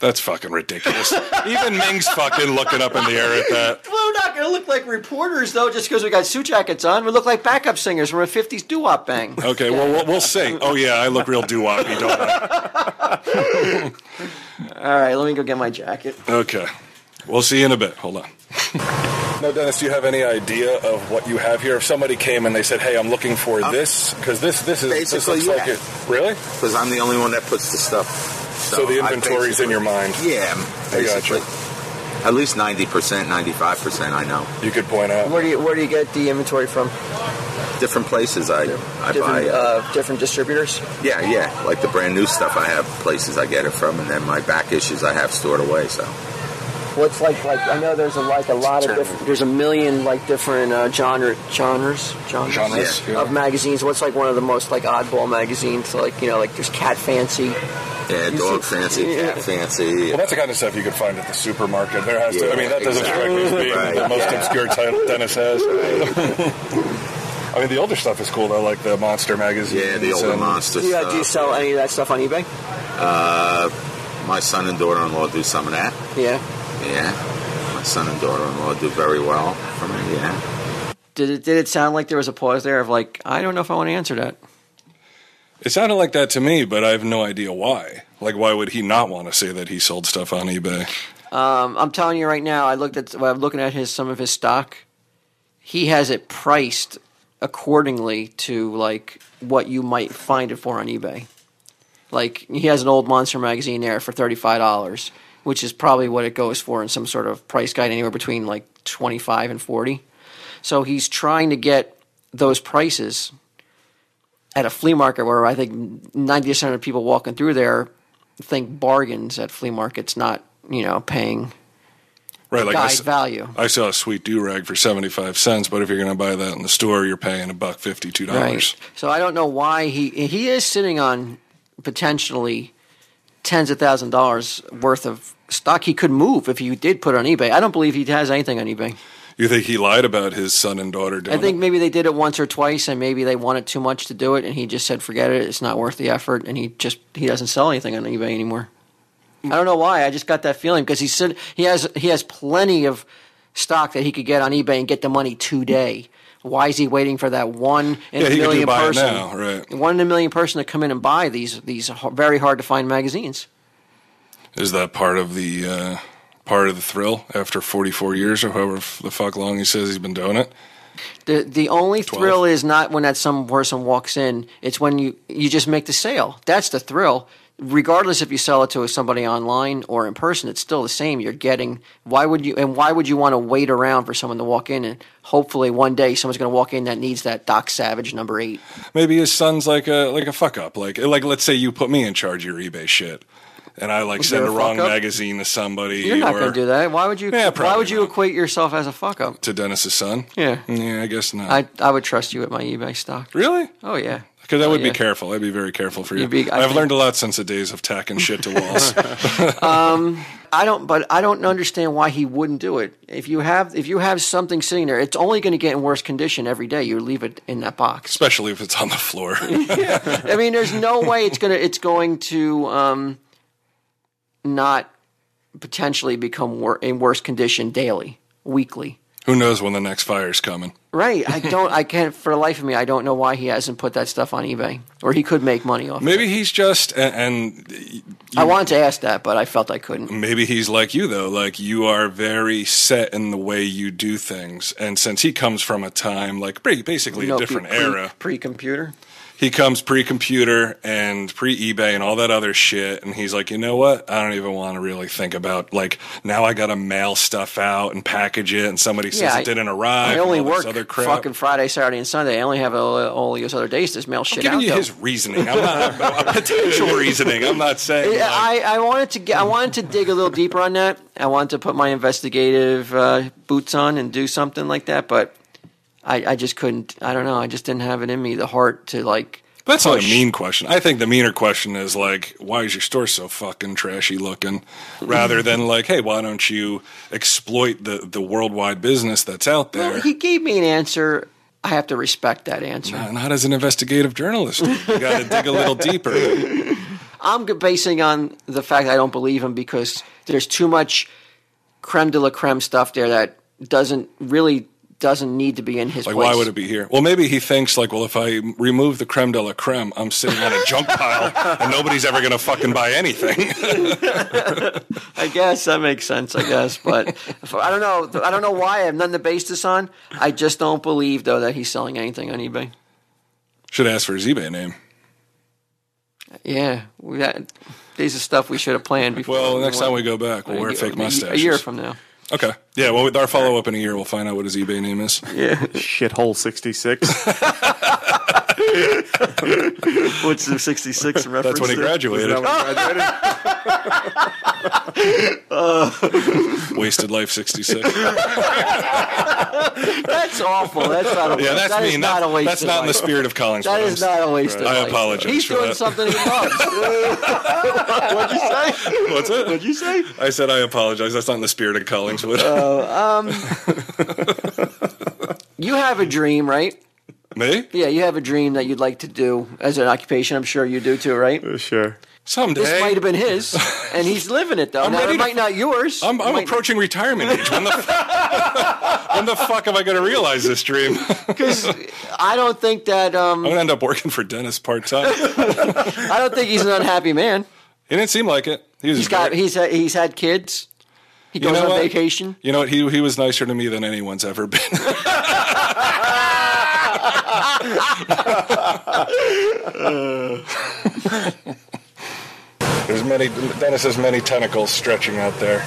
Speaker 2: That's fucking ridiculous. Even Ming's fucking looking up in the air at that.
Speaker 4: We're not going to look like reporters though, just because we got suit jackets on. We look like backup singers from a '50s doo-wop bang.
Speaker 2: Okay, well, we'll, we'll sing. Oh, yeah, I look real doo wop. don't I?
Speaker 4: All right, let me go get my jacket.
Speaker 2: Okay. We'll see you in a bit. Hold on.
Speaker 8: Now, Dennis, do you have any idea of what you have here? If somebody came and they said, "Hey, I'm looking for this," because this this is this
Speaker 12: Uh, Basically,
Speaker 8: looks like
Speaker 12: yeah.
Speaker 8: it. Really?
Speaker 12: Because I'm the only one that puts the stuff.
Speaker 8: So the
Speaker 12: I
Speaker 8: inventory's in your mind.
Speaker 12: basically- Yeah.
Speaker 8: I got
Speaker 12: Basically. At least ninety percent, ninety-five percent. I know
Speaker 8: You could point out.
Speaker 10: Where do you where do you get the inventory from?
Speaker 12: different places. I I buy.
Speaker 10: Different uh, different distributors.
Speaker 12: yeah, yeah. Like the brand new stuff, I have places I get it from, and then my back issues I have stored away. So
Speaker 10: What's like like I know there's a, like a lot of different there's a million like different uh, genre genres genres,
Speaker 8: Genres, yeah.
Speaker 10: of magazines. What's like one of the most like oddball magazines? Like you know like there's Cat Fancy.
Speaker 12: yeah,
Speaker 10: You
Speaker 12: dog
Speaker 10: see-
Speaker 12: fancy,
Speaker 10: yeah.
Speaker 12: cat fancy.
Speaker 8: Well, that's the kind of stuff you could find at the supermarket. There has to. I
Speaker 12: Yeah,
Speaker 8: mean, that doesn't
Speaker 12: exactly.
Speaker 8: strike me as being the
Speaker 12: Right,
Speaker 8: most
Speaker 12: yeah.
Speaker 8: obscure title Dennis has. I mean, the older stuff is cool though, like the Monster magazine.
Speaker 12: Yeah, the older monster
Speaker 10: Do you,
Speaker 12: stuff.
Speaker 10: do you sell any of that stuff on eBay?
Speaker 12: Uh, My son and daughter-in-law do some of that.
Speaker 10: Yeah.
Speaker 12: Yeah. My son and daughter-in-law do very well from it. Yeah.
Speaker 4: Did it, did it sound like there was a pause there of like I don't know if I want to answer that?
Speaker 2: It sounded like that to me, but I have no idea why. Like, why would he not want to say that he sold stuff on eBay?
Speaker 4: Um, I'm telling you right now, I looked at well, I'm looking at his some of his stock. He has it priced accordingly to like what you might find it for on eBay. Like he has an old Monster magazine there for thirty five dollars, which is probably what it goes for in some sort of price guide, anywhere between like twenty five and forty. So he's trying to get those prices at a flea market where I think ninety percent of people walking through there think bargains at flea markets, not you know paying
Speaker 2: Right, like I
Speaker 4: guide
Speaker 2: s-
Speaker 4: value.
Speaker 2: I saw a sweet do rag for seventy five cents, but if you're going to buy that in the store, you're paying a buck fifty two dollars.
Speaker 4: Right. So I don't know why he he is sitting on potentially tens of thousand dollars worth of stock he could move if he did put it on eBay. I don't believe he has anything on eBay.
Speaker 2: You think he lied about his son and daughter doing
Speaker 4: I think
Speaker 2: it?
Speaker 4: maybe they did it once or twice and maybe they wanted too much to do it and he just said forget it, it's not worth the effort and he just he doesn't sell anything on eBay anymore. I don't know why. I just got that feeling because he said he has he has plenty of stock that he could get on eBay and get the money today. Why is he waiting for that one in
Speaker 2: Yeah,
Speaker 4: a
Speaker 2: he could do
Speaker 4: million
Speaker 2: buy it
Speaker 4: person?
Speaker 2: now, right.
Speaker 4: One in a million person to come in and buy these these h- very hard to find magazines.
Speaker 2: Is that part of the uh, part of the thrill after 44 years or however f- the fuck long he says he's been doing it?
Speaker 4: The the only thrill is not when that some person walks in. It's when you you just make the sale. That's the thrill. Regardless if you sell it to somebody online or in person, it's still the same. You're getting why would you and why would you want to wait around for someone to walk in and hopefully one day someone's going to walk in that needs that Doc Savage number eight.
Speaker 2: Maybe his son's like a like a fuck up. Like like let's say you put me in charge of your eBay shit. and I like
Speaker 4: Was
Speaker 2: send
Speaker 4: there
Speaker 2: the
Speaker 4: a
Speaker 2: wrong
Speaker 4: fuck-up?
Speaker 2: magazine to somebody.
Speaker 4: You're not
Speaker 2: or-
Speaker 4: going to do that. Why would you?
Speaker 2: Yeah,
Speaker 4: why
Speaker 2: probably
Speaker 4: would you equate yourself as a fuck up?
Speaker 2: to Dennis's son?
Speaker 4: Yeah.
Speaker 2: yeah, I guess not.
Speaker 4: I I would trust you with my eBay stock.
Speaker 2: really?
Speaker 4: Oh yeah.
Speaker 2: Because I
Speaker 4: Oh,
Speaker 2: would
Speaker 4: yeah.
Speaker 2: be careful. I'd be very careful for you.
Speaker 4: You'd be- I
Speaker 2: I've
Speaker 4: think-
Speaker 2: learned a lot since the days of tacking shit to walls.
Speaker 4: um, I don't, but I don't understand why he wouldn't do it. If you have, if you have something sitting there, it's only going to get in worse condition every day. You leave it in that box.
Speaker 2: especially if it's on the floor.
Speaker 4: I mean, there's no way it's gonna, it's going to um, not potentially become wor- in worse condition daily, weekly.
Speaker 2: Who knows when the next fire's coming?
Speaker 4: Right? I don't. I can't. For the life of me, I don't know why he hasn't put that stuff on eBay, or he could make money off.
Speaker 2: Maybe he's just and, and you-
Speaker 4: I wanted to ask that, but I felt I couldn't.
Speaker 2: maybe he's like you though. Like you are very set in the way you do things, and since he comes from a time like ba- basically
Speaker 4: You know,
Speaker 2: a
Speaker 4: pre-
Speaker 2: different
Speaker 4: pre-
Speaker 2: era,
Speaker 4: pre-computer.
Speaker 2: he comes pre-computer and pre-ebay and all that other shit and he's like you know what i don't even want to really think about like now i gotta mail stuff out and package it and somebody says
Speaker 4: Yeah,
Speaker 2: it didn't arrive
Speaker 4: I
Speaker 2: and
Speaker 4: only
Speaker 2: all this
Speaker 4: work
Speaker 2: other crap
Speaker 4: fucking Friday, Saturday, and Sunday. I only have all, all these other days to mail
Speaker 2: I'm
Speaker 4: shit
Speaker 2: giving
Speaker 4: out.
Speaker 2: you
Speaker 4: though.
Speaker 2: his reasoning. I'm not a potential reasoning. I'm not saying. like-
Speaker 4: I, I wanted to get I wanted to dig a little deeper on that. I wanted to put my investigative uh, boots on and do something like that, but I, I just couldn't. I don't know. I just didn't have it in me, the heart to like.
Speaker 2: That's not a
Speaker 4: push.
Speaker 2: mean question. I think the meaner question is like, why is your store so fucking trashy looking? Rather than like, hey, why don't you exploit the, the worldwide business that's out there?
Speaker 4: Well, he gave me an answer. I have to respect that answer.
Speaker 2: Uh, Not as an investigative journalist. You got to dig a little deeper.
Speaker 4: I'm g- basing on the fact that I don't believe him because there's too much creme de la creme stuff there that doesn't really doesn't need to be in his
Speaker 2: Like,
Speaker 4: place.
Speaker 2: why would it be here? Well, maybe he thinks like, well, if I remove the creme de la creme, I'm sitting on a junk pile, and nobody's ever gonna fucking buy anything.
Speaker 4: I guess that makes sense. I guess, but if- I don't know. I don't know why I have nothing to base this on. I just don't believe though that he's selling anything on eBay.
Speaker 2: Should ask for his eBay name.
Speaker 4: Yeah, we that, these are stuff we should have planned before.
Speaker 2: Well, next time we go back, we'll wear fake
Speaker 4: mustache.
Speaker 2: mustaches.
Speaker 4: A year from now.
Speaker 2: Okay. Yeah. Well, with our follow up in a year, we'll find out what his eBay name is.
Speaker 4: Yeah.
Speaker 5: Shithole 66.
Speaker 4: What's the '66 reference?
Speaker 2: That's when he
Speaker 4: to?
Speaker 2: graduated.
Speaker 5: Is that when he
Speaker 2: Wasted Life 66.
Speaker 4: That's awful. That's not. A,
Speaker 2: Yeah, that's
Speaker 4: that is
Speaker 2: mean.
Speaker 4: Not
Speaker 2: That's,
Speaker 4: a waste
Speaker 2: that's
Speaker 4: of
Speaker 2: not in the
Speaker 4: life.
Speaker 2: spirit of Collins.
Speaker 4: That is not a waste of
Speaker 2: I
Speaker 4: life.
Speaker 2: apologize
Speaker 4: He's
Speaker 2: for
Speaker 4: doing
Speaker 2: that.
Speaker 4: something he loves. What'd you say?
Speaker 2: What's it?
Speaker 4: What'd you say? Oh.
Speaker 2: I said I apologize. That's not in the spirit of Collingswood.
Speaker 4: Uh, Um, You have a dream, right?
Speaker 2: Me?
Speaker 4: Yeah, you have a dream that you'd like to do as an occupation. I'm sure you do too, right?
Speaker 5: sure.
Speaker 2: Someday.
Speaker 4: This might have been his, and he's living it though.
Speaker 2: I'm
Speaker 4: now
Speaker 2: ready
Speaker 4: it
Speaker 2: to-
Speaker 4: might not yours.
Speaker 2: I'm,
Speaker 4: It
Speaker 2: I'm
Speaker 4: might-
Speaker 2: approaching retirement age. When the, f- when the fuck am I going to realize this dream? I'm
Speaker 4: I don't think that. Um,
Speaker 2: going to end up working for Dennis part time.
Speaker 4: I don't think he's an unhappy man.
Speaker 2: He didn't seem like it. He was
Speaker 4: He's got.
Speaker 2: very-
Speaker 4: He's had, he's had kids. He
Speaker 2: You
Speaker 4: goes
Speaker 2: know
Speaker 4: on
Speaker 2: what?
Speaker 4: vacation.
Speaker 2: You know what? He, he was nicer to me than anyone's ever been. There's many Dennis has many tentacles stretching out there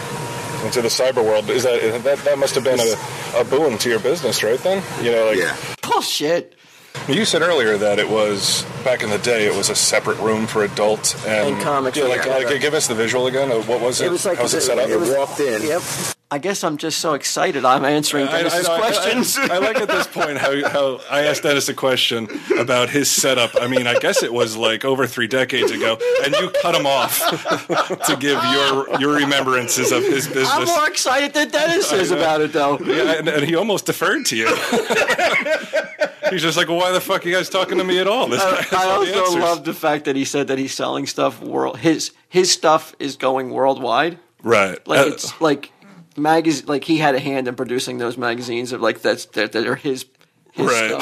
Speaker 2: into the cyber world. Is that that, that must have been a, a boon to your business, right? Then you know, like
Speaker 12: Yeah.
Speaker 4: Oh, Bullshit.
Speaker 2: you said earlier that it was back in the day. It was a separate room for adults and,
Speaker 4: And comics
Speaker 2: Yeah, like,
Speaker 4: together.
Speaker 2: like give us the visual again. Of what was it?
Speaker 4: It was like
Speaker 2: how was it set up?
Speaker 12: You walked in.
Speaker 4: Yep. I guess I'm just so excited. I'm answering
Speaker 2: I- I-
Speaker 4: Dennis's
Speaker 2: I- I-
Speaker 4: questions.
Speaker 2: I, like at this point how, how I asked Dennis a question about his setup. I mean, I guess it was like over three decades ago, and you cut him off to give your your remembrances of his
Speaker 4: I'm
Speaker 2: business.
Speaker 4: more excited than Dennis is about it though.
Speaker 2: Yeah, and, and he almost deferred to you. He's just like, well, why the fuck are you guys talking to me at all? This guy has
Speaker 4: I
Speaker 2: all the
Speaker 4: also
Speaker 2: answers.
Speaker 4: love the fact that he said that he's selling stuff world. His his stuff is going worldwide.
Speaker 2: right.
Speaker 4: Like
Speaker 2: Uh,
Speaker 4: it's like magazine. Like he had a hand in producing those magazines. Of like that's that, that are his. his
Speaker 2: Right.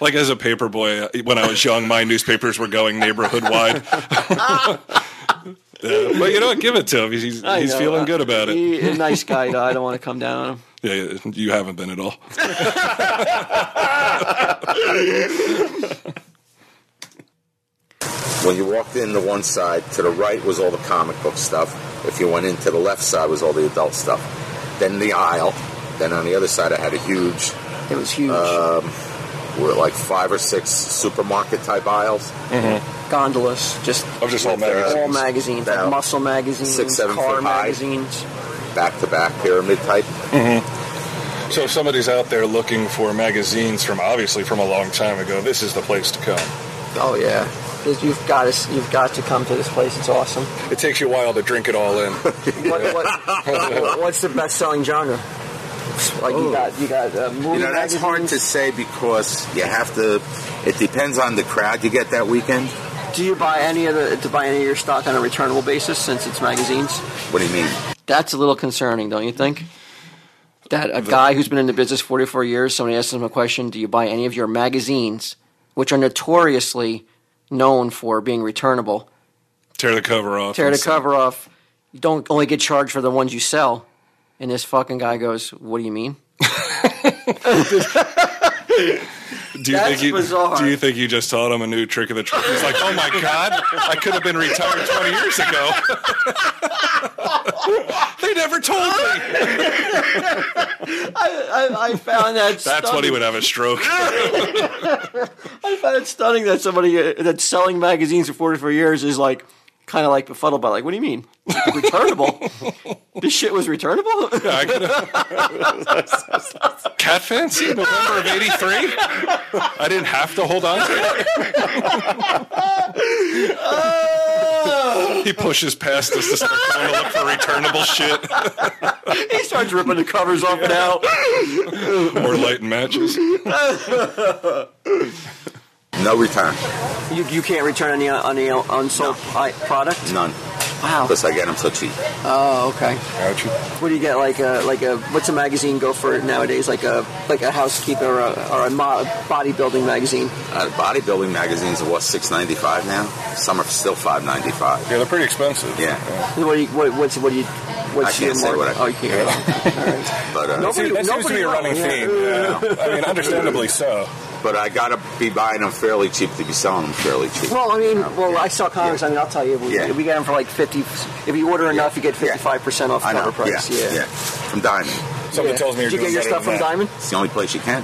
Speaker 2: like as a paper boy, uh, when I was young, my newspapers were going neighborhood wide. but you know what? Give it to him. He's, he's,
Speaker 4: I
Speaker 2: he's
Speaker 4: know.
Speaker 2: feeling good about it.
Speaker 4: He, a nice guy though. I don't want to come down on him.
Speaker 2: Yeah, yeah, you haven't been at all.
Speaker 12: When you walked in to one side, to the right was all the comic book stuff. If you went in to the left side was all the adult stuff. Then the aisle. Then on the other side, I had a huge, um,
Speaker 4: It was huge.
Speaker 8: Uh-huh.
Speaker 12: were like five or six supermarket type aisles.
Speaker 4: gondolas, just
Speaker 12: Of Oh, just all magazines.
Speaker 4: Mm-hmm. all magazines, like
Speaker 12: About
Speaker 4: muscle magazines,
Speaker 12: six, seven
Speaker 4: car
Speaker 12: foot high.
Speaker 4: magazines.
Speaker 12: back to back pyramid type.
Speaker 8: So if somebody's out there looking for magazines from obviously from a long time ago, this is the place to come.
Speaker 4: Oh yeah, 'Cause you've got to you've got to come to this place. It's awesome.
Speaker 8: It takes you a while to drink it all in.
Speaker 4: What, what, what's the best selling genre? Like you got you got uh, movie
Speaker 12: You know, that's
Speaker 4: magazines.
Speaker 12: hard to say because you have to. It depends on the crowd you get that weekend.
Speaker 4: Do you buy any of the to buy any of your stock on a returnable basis since it's magazines?
Speaker 12: What do you mean?
Speaker 10: That's a little concerning, don't you think? That a guy who's been in the business 44 years, somebody asks him a question, do you buy any of your magazines, which are notoriously known for being returnable,
Speaker 8: Tear the cover off.
Speaker 10: tear the cover off, you don't only get charged for the ones you sell. And this fucking guy goes, what do you mean?
Speaker 8: Do you
Speaker 10: That's
Speaker 8: think you,
Speaker 10: bizarre.
Speaker 8: Do you think you just taught him a new trick of the trade? He's like, oh my god, I could have been retired 20 years ago. they never told me.
Speaker 10: I, I, I found that
Speaker 8: That's when he would have a stroke.
Speaker 10: I find it stunning that somebody uh, that's selling magazines for 44 years is like kind of like befuddled by like, what do you mean? Returnable? this shit was returnable?
Speaker 8: I could've- Cat fancy November of '83. I didn't have to hold on to
Speaker 10: Oh.
Speaker 8: it. he pushes past us to start going to look for returnable shit
Speaker 10: he starts ripping the covers off now.
Speaker 8: or lighting matches.
Speaker 12: No return,
Speaker 4: You, you can't return any on the unsold i- product.
Speaker 12: none,
Speaker 4: Wow.
Speaker 12: because I get them so cheap.
Speaker 4: Oh, okay.
Speaker 12: Gotcha.
Speaker 4: What do you get? Like a like a what's a magazine go for nowadays? Like a like a housekeeper or a, or a mo- bodybuilding magazine.
Speaker 12: Uh, bodybuilding magazines are what six ninety five now. Some are still five ninety five.
Speaker 8: Yeah, they're pretty expensive.
Speaker 12: Yeah,
Speaker 4: What do you what, what's what do you what's
Speaker 12: I can't
Speaker 4: your
Speaker 12: say
Speaker 4: market?
Speaker 12: what I-
Speaker 4: oh, you can't.
Speaker 12: but uh,
Speaker 4: Nope.
Speaker 13: See, that seems to be a running
Speaker 4: Nobody-
Speaker 13: theme. yeah. I mean, understandably so.
Speaker 12: but I gotta be buying them fairly cheap to be selling them fairly cheap.
Speaker 4: well, I mean, well, I saw comics. I mean, I'll tell you, we,
Speaker 12: Yeah.
Speaker 4: we get them for like fifty. If you order enough, you get
Speaker 12: Yeah.
Speaker 4: fifty five percent off
Speaker 12: I know.
Speaker 4: cover price.
Speaker 12: yeah, yeah, from Diamond.
Speaker 13: Something
Speaker 4: Yeah.
Speaker 13: tells me you're
Speaker 4: Did you
Speaker 13: doing
Speaker 4: get your
Speaker 13: better
Speaker 4: stuff
Speaker 13: than
Speaker 4: from
Speaker 13: that.
Speaker 4: Diamond? Oh,
Speaker 12: It's the only place you can.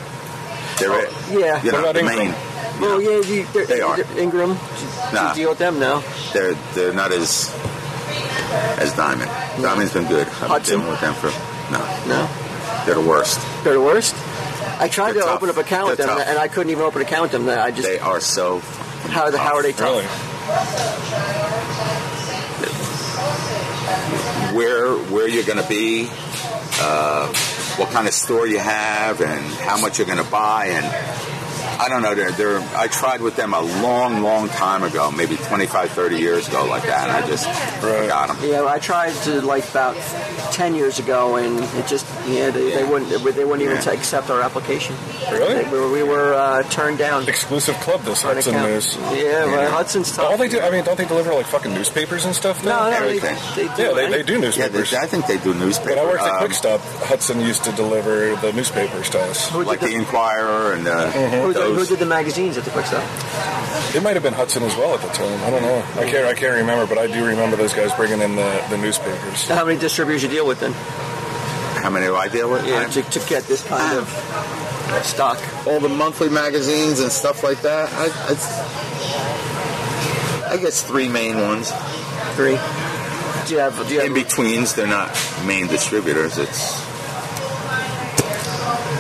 Speaker 12: They're it.
Speaker 4: yeah.
Speaker 12: You know,
Speaker 13: What about
Speaker 12: the
Speaker 13: Ingram?
Speaker 12: main.
Speaker 4: Well, yeah, you, they're-
Speaker 12: They are.
Speaker 4: they're- Ingram. You
Speaker 12: Nah.
Speaker 4: deal with them now.
Speaker 12: They're they're not as as Diamond. Diamond's been good. I've
Speaker 4: Hudson?
Speaker 12: been dealing with them for no,
Speaker 4: No,
Speaker 12: they're the worst.
Speaker 4: they're the worst. I tried
Speaker 12: They're
Speaker 4: to
Speaker 12: tough.
Speaker 4: open up an account with
Speaker 12: They're
Speaker 4: them,
Speaker 12: tough.
Speaker 4: and I couldn't even open an account with them. I just
Speaker 12: They are so.
Speaker 4: how the how are they tough?
Speaker 8: Really?
Speaker 12: Where where you're gonna be, uh, what kind of store you have, and how much you're gonna buy, and I don't know. They're, they're I tried with them a long long time ago, maybe 25, 30 years ago, like that, and I just got them.
Speaker 4: Yeah, well, I tried to like about ten years ago, and it just yeah they, they wouldn't they wouldn't even
Speaker 12: Yeah.
Speaker 4: accept our application.
Speaker 13: Really?
Speaker 4: They- we were, we were uh, turned down.
Speaker 13: Exclusive club, this
Speaker 4: for an
Speaker 13: Hudson
Speaker 4: account.
Speaker 13: news.
Speaker 4: Yeah, well, Hudson's tough.
Speaker 13: All they do, I mean, don't they deliver like fucking newspapers and stuff?
Speaker 4: no,
Speaker 13: now?
Speaker 4: no, they,
Speaker 12: Everything.
Speaker 4: they do.
Speaker 13: yeah, they, they
Speaker 4: right?
Speaker 13: do
Speaker 12: Yeah, they,
Speaker 13: newspapers.
Speaker 12: I think they do newspapers.
Speaker 13: when I worked at
Speaker 12: Um,
Speaker 13: Quick Stop, Hudson used to deliver the newspapers to us. Mm-hmm.
Speaker 4: Who did
Speaker 12: like
Speaker 4: the-
Speaker 12: the Inquirer and uh,
Speaker 4: Who did, who
Speaker 12: those.
Speaker 4: did the magazines at the Quick Stop?
Speaker 13: It might have been Hudson as well at the time. I don't know. I can't. I can't remember, but I do remember those guys bringing in the, the newspapers.
Speaker 4: How many distributors you deal with then?
Speaker 12: How many do I deal with?
Speaker 4: Yeah,
Speaker 12: I-
Speaker 4: to, to get this kind of stock.
Speaker 12: all the monthly magazines and stuff like that. I, I, I guess three main ones.
Speaker 4: Three. Do you have? Do you
Speaker 12: In
Speaker 4: have?
Speaker 12: betweens, they're not main distributors. It's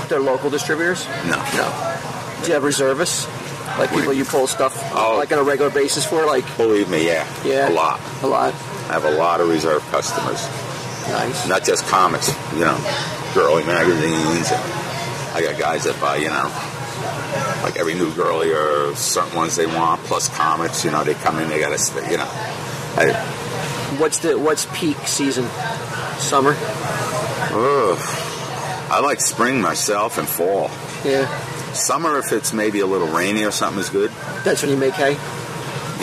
Speaker 4: They're local distributors.
Speaker 12: no,
Speaker 4: No. Do you have reservists? Like people you pull stuff
Speaker 12: Oh.
Speaker 10: uh,
Speaker 4: like on a regular basis for, like
Speaker 12: Believe me, yeah,
Speaker 4: Yeah.
Speaker 12: a lot.
Speaker 4: a lot.
Speaker 12: I have a lot of reserve customers,
Speaker 4: Nice.
Speaker 12: not just comics. You know, girly magazines. And I got guys that buy, you know, like every new girly or certain ones they want, plus comics. You know, they come in, they got to, you know, I,
Speaker 4: What's the what's peak season? Summer.
Speaker 12: ugh. I like spring myself and fall.
Speaker 4: Yeah.
Speaker 12: Summer, if it's maybe a little rainy or something, is good.
Speaker 4: That's when you make hay.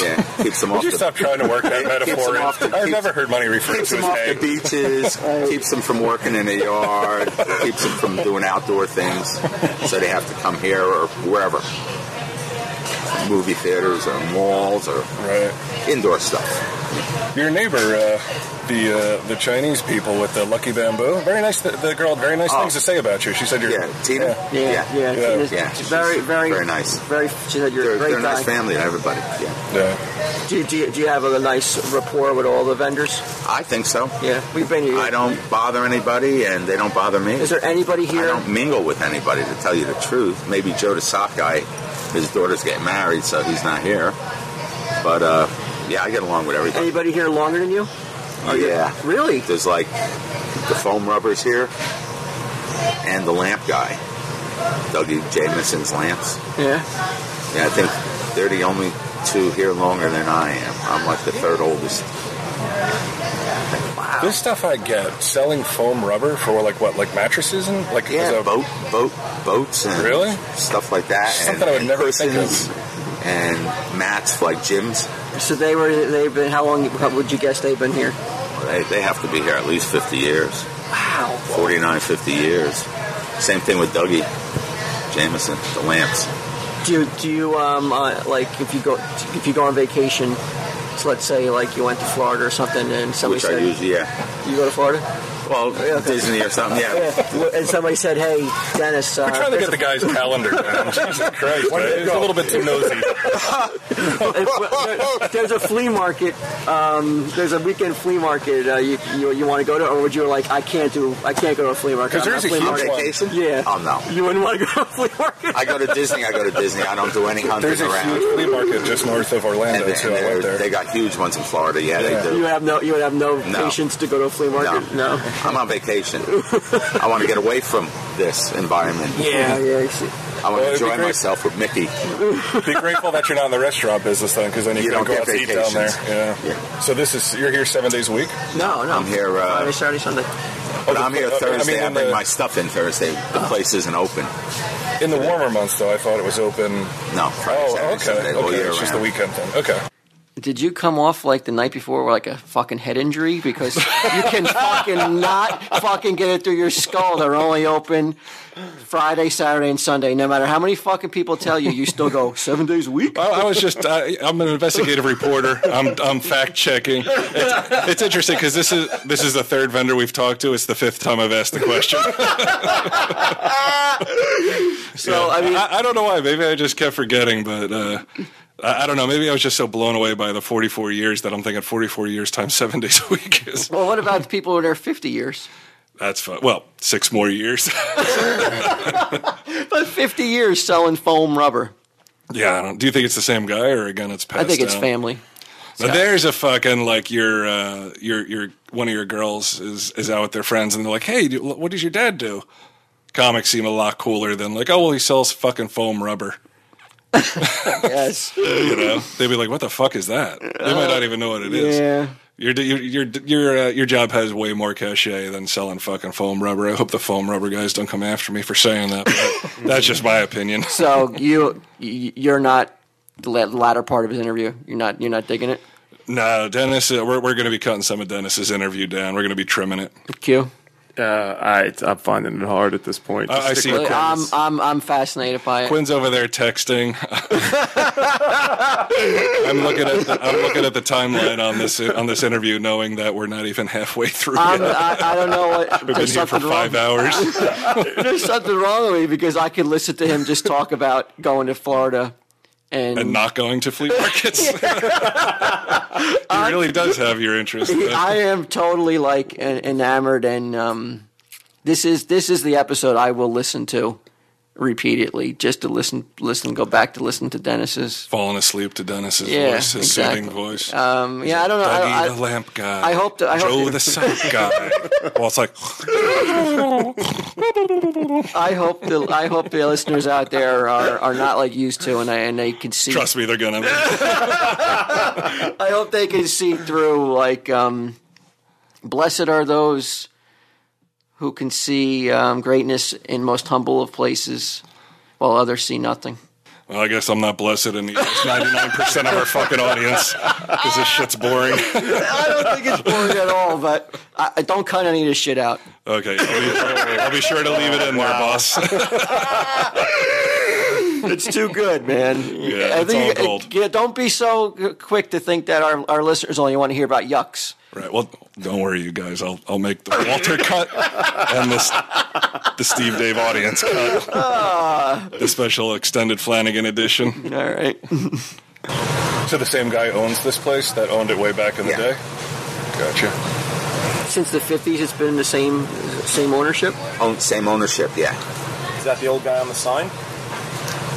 Speaker 12: Yeah, keeps them off
Speaker 8: Would you
Speaker 12: the
Speaker 8: stop trying to work that
Speaker 12: Keeps them
Speaker 8: metaphor? in?
Speaker 12: off the-
Speaker 8: I've
Speaker 12: keeps-
Speaker 8: never heard money referred
Speaker 12: keeps
Speaker 8: to as
Speaker 12: them off
Speaker 8: hay.
Speaker 12: the beaches, keeps them from working in the yard, keeps them from doing outdoor things, so they have to come here or wherever. Movie theaters or malls or
Speaker 8: Right.
Speaker 12: uh, indoor stuff.
Speaker 8: Your neighbor, uh, the uh, the Chinese people with the lucky bamboo, very nice. The, the girl had very nice
Speaker 12: Oh.
Speaker 8: things to say about you. She said you're
Speaker 12: Yeah, Tina?
Speaker 8: yeah,
Speaker 12: Yeah, yeah, Tina's- Yeah.
Speaker 8: She's
Speaker 10: Very, very,
Speaker 12: Very nice.
Speaker 10: Very. She said you're
Speaker 12: They're,
Speaker 10: a great
Speaker 12: they're a
Speaker 10: guy.
Speaker 12: nice family, everybody. Yeah.
Speaker 8: yeah.
Speaker 10: Do you, do, you, do you have a nice rapport with all the vendors?
Speaker 12: I think so.
Speaker 10: Yeah, we've been here.
Speaker 12: I don't bother anybody, and they don't bother me.
Speaker 10: Is there anybody
Speaker 12: I
Speaker 10: here?
Speaker 12: don't mingle with anybody, to tell you the truth. Maybe Joe Sakai, his daughter's getting married, so he's not here. But uh, yeah, I get along with everybody.
Speaker 10: Anybody here longer than you?
Speaker 12: Oh, yeah.
Speaker 10: Really?
Speaker 12: There's like the foam rubbers here and the lamp guy, Dougie Jamison's lamps.
Speaker 10: Yeah.
Speaker 12: Yeah, I think they're the only two here longer than I am. I'm like the third oldest.
Speaker 8: This stuff I get selling foam rubber for like what, like mattresses and like as
Speaker 12: Yeah,
Speaker 8: a-
Speaker 12: boat, boat, boats, and
Speaker 8: Really?
Speaker 12: stuff like that.
Speaker 8: Something
Speaker 12: and,
Speaker 8: I would never think of.
Speaker 12: cushions And mats for, like gyms.
Speaker 10: So they were. They've been. How long would you guess they've been here?
Speaker 12: They, they have to be here at least 50 years,
Speaker 10: Wow.
Speaker 12: 49, 50 years. Same thing with Dougie Jamison, the lamps.
Speaker 10: Do you, do you um uh, like if you go if you go on vacation? So let's say like you went to Florida or something, and somebody
Speaker 12: Which I
Speaker 10: said
Speaker 12: usually, yeah.
Speaker 10: you go to Florida, Oh,
Speaker 12: Well, Disney or something, yeah.
Speaker 10: and somebody said, "Hey, Dennis, uh,
Speaker 8: We're trying to get the guy's calendar down. Jesus Christ, man. He's a little bit too nosy.
Speaker 10: There- there's a flea market. Um, there's a weekend flea market. Uh, you you, you want to go to, or would you like I can't do I can't go to a flea market.
Speaker 8: 'Cause
Speaker 10: I'm
Speaker 8: there's
Speaker 10: not
Speaker 8: a
Speaker 10: flea
Speaker 12: On
Speaker 8: huge
Speaker 10: market.
Speaker 12: vacation?
Speaker 10: Yeah.
Speaker 12: Oh, no.
Speaker 10: You wouldn't want to go to a flea market.
Speaker 12: I go to Disney, I go to Disney. I don't do any hunting
Speaker 8: There's a
Speaker 12: around.
Speaker 8: huge flea market just north of
Speaker 12: And,
Speaker 8: Orlando,
Speaker 12: they,
Speaker 8: too. I
Speaker 12: and
Speaker 8: went
Speaker 12: they're-
Speaker 8: there.
Speaker 12: they got huge ones in Florida. Yeah,
Speaker 8: Yeah.
Speaker 12: they do.
Speaker 10: you have no you would have no,
Speaker 12: No.
Speaker 10: patience to go to a flea market. No.
Speaker 12: I'm on vacation. I want to get away from this environment.
Speaker 10: Yeah, yeah. you see.
Speaker 12: I
Speaker 8: Well,
Speaker 12: want to
Speaker 8: it'd be
Speaker 12: enjoy
Speaker 8: great. Oh,
Speaker 12: myself with Mickey.
Speaker 8: Be grateful that you're not in the restaurant business, then, because then you,
Speaker 12: You
Speaker 8: can
Speaker 12: don't
Speaker 8: go
Speaker 12: get
Speaker 8: out to eat down there.
Speaker 12: vacations.
Speaker 8: Yeah.
Speaker 12: Yeah.
Speaker 8: So this is you're here seven days a week.
Speaker 10: No, no.
Speaker 12: I'm here, uh,
Speaker 10: Friday, Saturday, Sunday.
Speaker 12: But I'm here
Speaker 8: I mean,
Speaker 12: Thursday. I,
Speaker 8: in
Speaker 12: bring
Speaker 8: the- Uh-huh.
Speaker 12: my stuff in Thursday. The place isn't open.
Speaker 8: In the warmer months, though, I thought it was open.
Speaker 12: No. Friday,
Speaker 8: Oh,
Speaker 12: Saturday,
Speaker 8: okay.
Speaker 12: Sunday, all
Speaker 8: Okay,
Speaker 12: year
Speaker 8: it's just the
Speaker 12: round.
Speaker 8: weekend thing. Okay.
Speaker 4: Did you come off like the night before with like a fucking head injury because you can fucking not fucking get it through your skull? They're only open Friday, Saturday, and Sunday. No matter how many fucking people tell you, you still go seven days a week.
Speaker 2: I, I was just,
Speaker 8: uh,
Speaker 2: I, I'm an investigative reporter. I'm, I'm fact checking. It's, it's interesting because this is, this is the third vendor we've talked to. It's the fifth time I've asked the question.
Speaker 4: So I mean,
Speaker 2: I, I don't know why. Maybe I just kept forgetting, but uh, I, I don't know. Maybe I was just so blown away by the 44 years that I'm thinking 44 years times seven days a week is.
Speaker 4: well, what about the people who are there fifty years?
Speaker 2: That's fun. Well, six more years.
Speaker 4: But fifty years selling foam rubber.
Speaker 2: yeah. I don't, do you think it's the same guy or again, it's
Speaker 4: I
Speaker 2: passed
Speaker 4: think it's
Speaker 2: down?
Speaker 4: family.
Speaker 2: But there's a fucking like your uh, your your one of your girls is is out with their friends and they're like, hey, do, what does your dad do? Comics seem a lot cooler than like, oh well, he sells fucking foam rubber.
Speaker 4: Yes.
Speaker 2: You know, they'd be like, what the fuck is that? They might not even know what it is.
Speaker 4: Yeah.
Speaker 2: Your your your your, uh, your job has way more cachet than selling fucking foam rubber. I hope the foam rubber guys don't come after me for saying that. But that's just my opinion.
Speaker 4: So you y- you're not the la- latter part of his interview. You're not you're not digging it.
Speaker 2: no, Dennis, uh, we're we're gonna be cutting some of Dennis's interview down. We're gonna be trimming it.
Speaker 4: Q.
Speaker 5: Uh, I, I'm finding it hard at this point.
Speaker 2: I- I
Speaker 5: Just
Speaker 2: see
Speaker 5: stick
Speaker 2: a
Speaker 5: with
Speaker 2: quiz.
Speaker 4: I'm
Speaker 5: this.
Speaker 4: I'm I'm fascinated by it.
Speaker 2: Quinn's over there texting. I'm looking at the, I'm looking at the timeline on this on this interview, knowing that we're not even halfway through.
Speaker 4: I'm,
Speaker 2: yet.
Speaker 4: Um, I, I don't know what
Speaker 2: We've been
Speaker 4: there's
Speaker 2: here for
Speaker 4: something
Speaker 2: five
Speaker 4: wrong.
Speaker 2: hours.
Speaker 4: There's something wrong with me because I could listen to him just talk about going to Florida and,
Speaker 2: and not going to flea markets. he really does have your interest.
Speaker 4: He-
Speaker 2: but-
Speaker 4: I am totally like en- enamored and um, this is this is the episode I will listen to repeatedly just to listen listen go back to listen to Dennis's.
Speaker 2: falling asleep to Dennis's
Speaker 4: Yeah,
Speaker 2: voice, his
Speaker 4: exactly.
Speaker 2: soothing voice.
Speaker 4: Um, yeah, I don't know. I-
Speaker 2: Dougie
Speaker 4: I-
Speaker 2: the lamp guy.
Speaker 4: I hope that- I hope
Speaker 2: Joe
Speaker 4: that-
Speaker 2: the sock guy. well, it's like
Speaker 4: I hope the I hope the listeners out there are, are not like used to, and I, and they can see.
Speaker 2: trust me, they're gonna.
Speaker 4: I hope they can see through. Like, um, blessed are those who can see um, greatness in most humble of places, while others see nothing.
Speaker 2: Well, I guess I'm not blessed in the 99% of our fucking audience because this shit's boring.
Speaker 4: I don't think it's boring at all, but I, I don't cut any of this shit out.
Speaker 2: Okay, I'll be, I'll be sure to leave it in there, boss.
Speaker 10: it's too good, man.
Speaker 2: Yeah,
Speaker 10: I
Speaker 2: it's
Speaker 10: think-
Speaker 2: all gold.
Speaker 10: yeah, don't be so quick to think that our, our listeners only want to hear about yucks.
Speaker 2: Right. Well, don't worry, you guys. I'll I'll make the Walter cut and this the Steve Dave audience cut. the special extended Flanagan edition.
Speaker 10: Ah. All right.
Speaker 8: So the same guy owns this place that owned it way back in the
Speaker 12: Yeah.
Speaker 8: day. Gotcha.
Speaker 10: Since the 50s, it's been the same same ownership.
Speaker 12: Own, Oh, same ownership, yeah.
Speaker 5: Is that the old guy on the sign?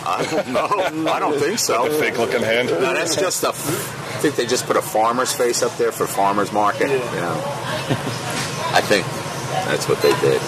Speaker 8: Oh,
Speaker 12: I don't know. I don't think so.
Speaker 8: The fake looking hand.
Speaker 12: No, that's just a. F- I think they just put a farmer's face up there for farmer's market. You know, I think that's what they did.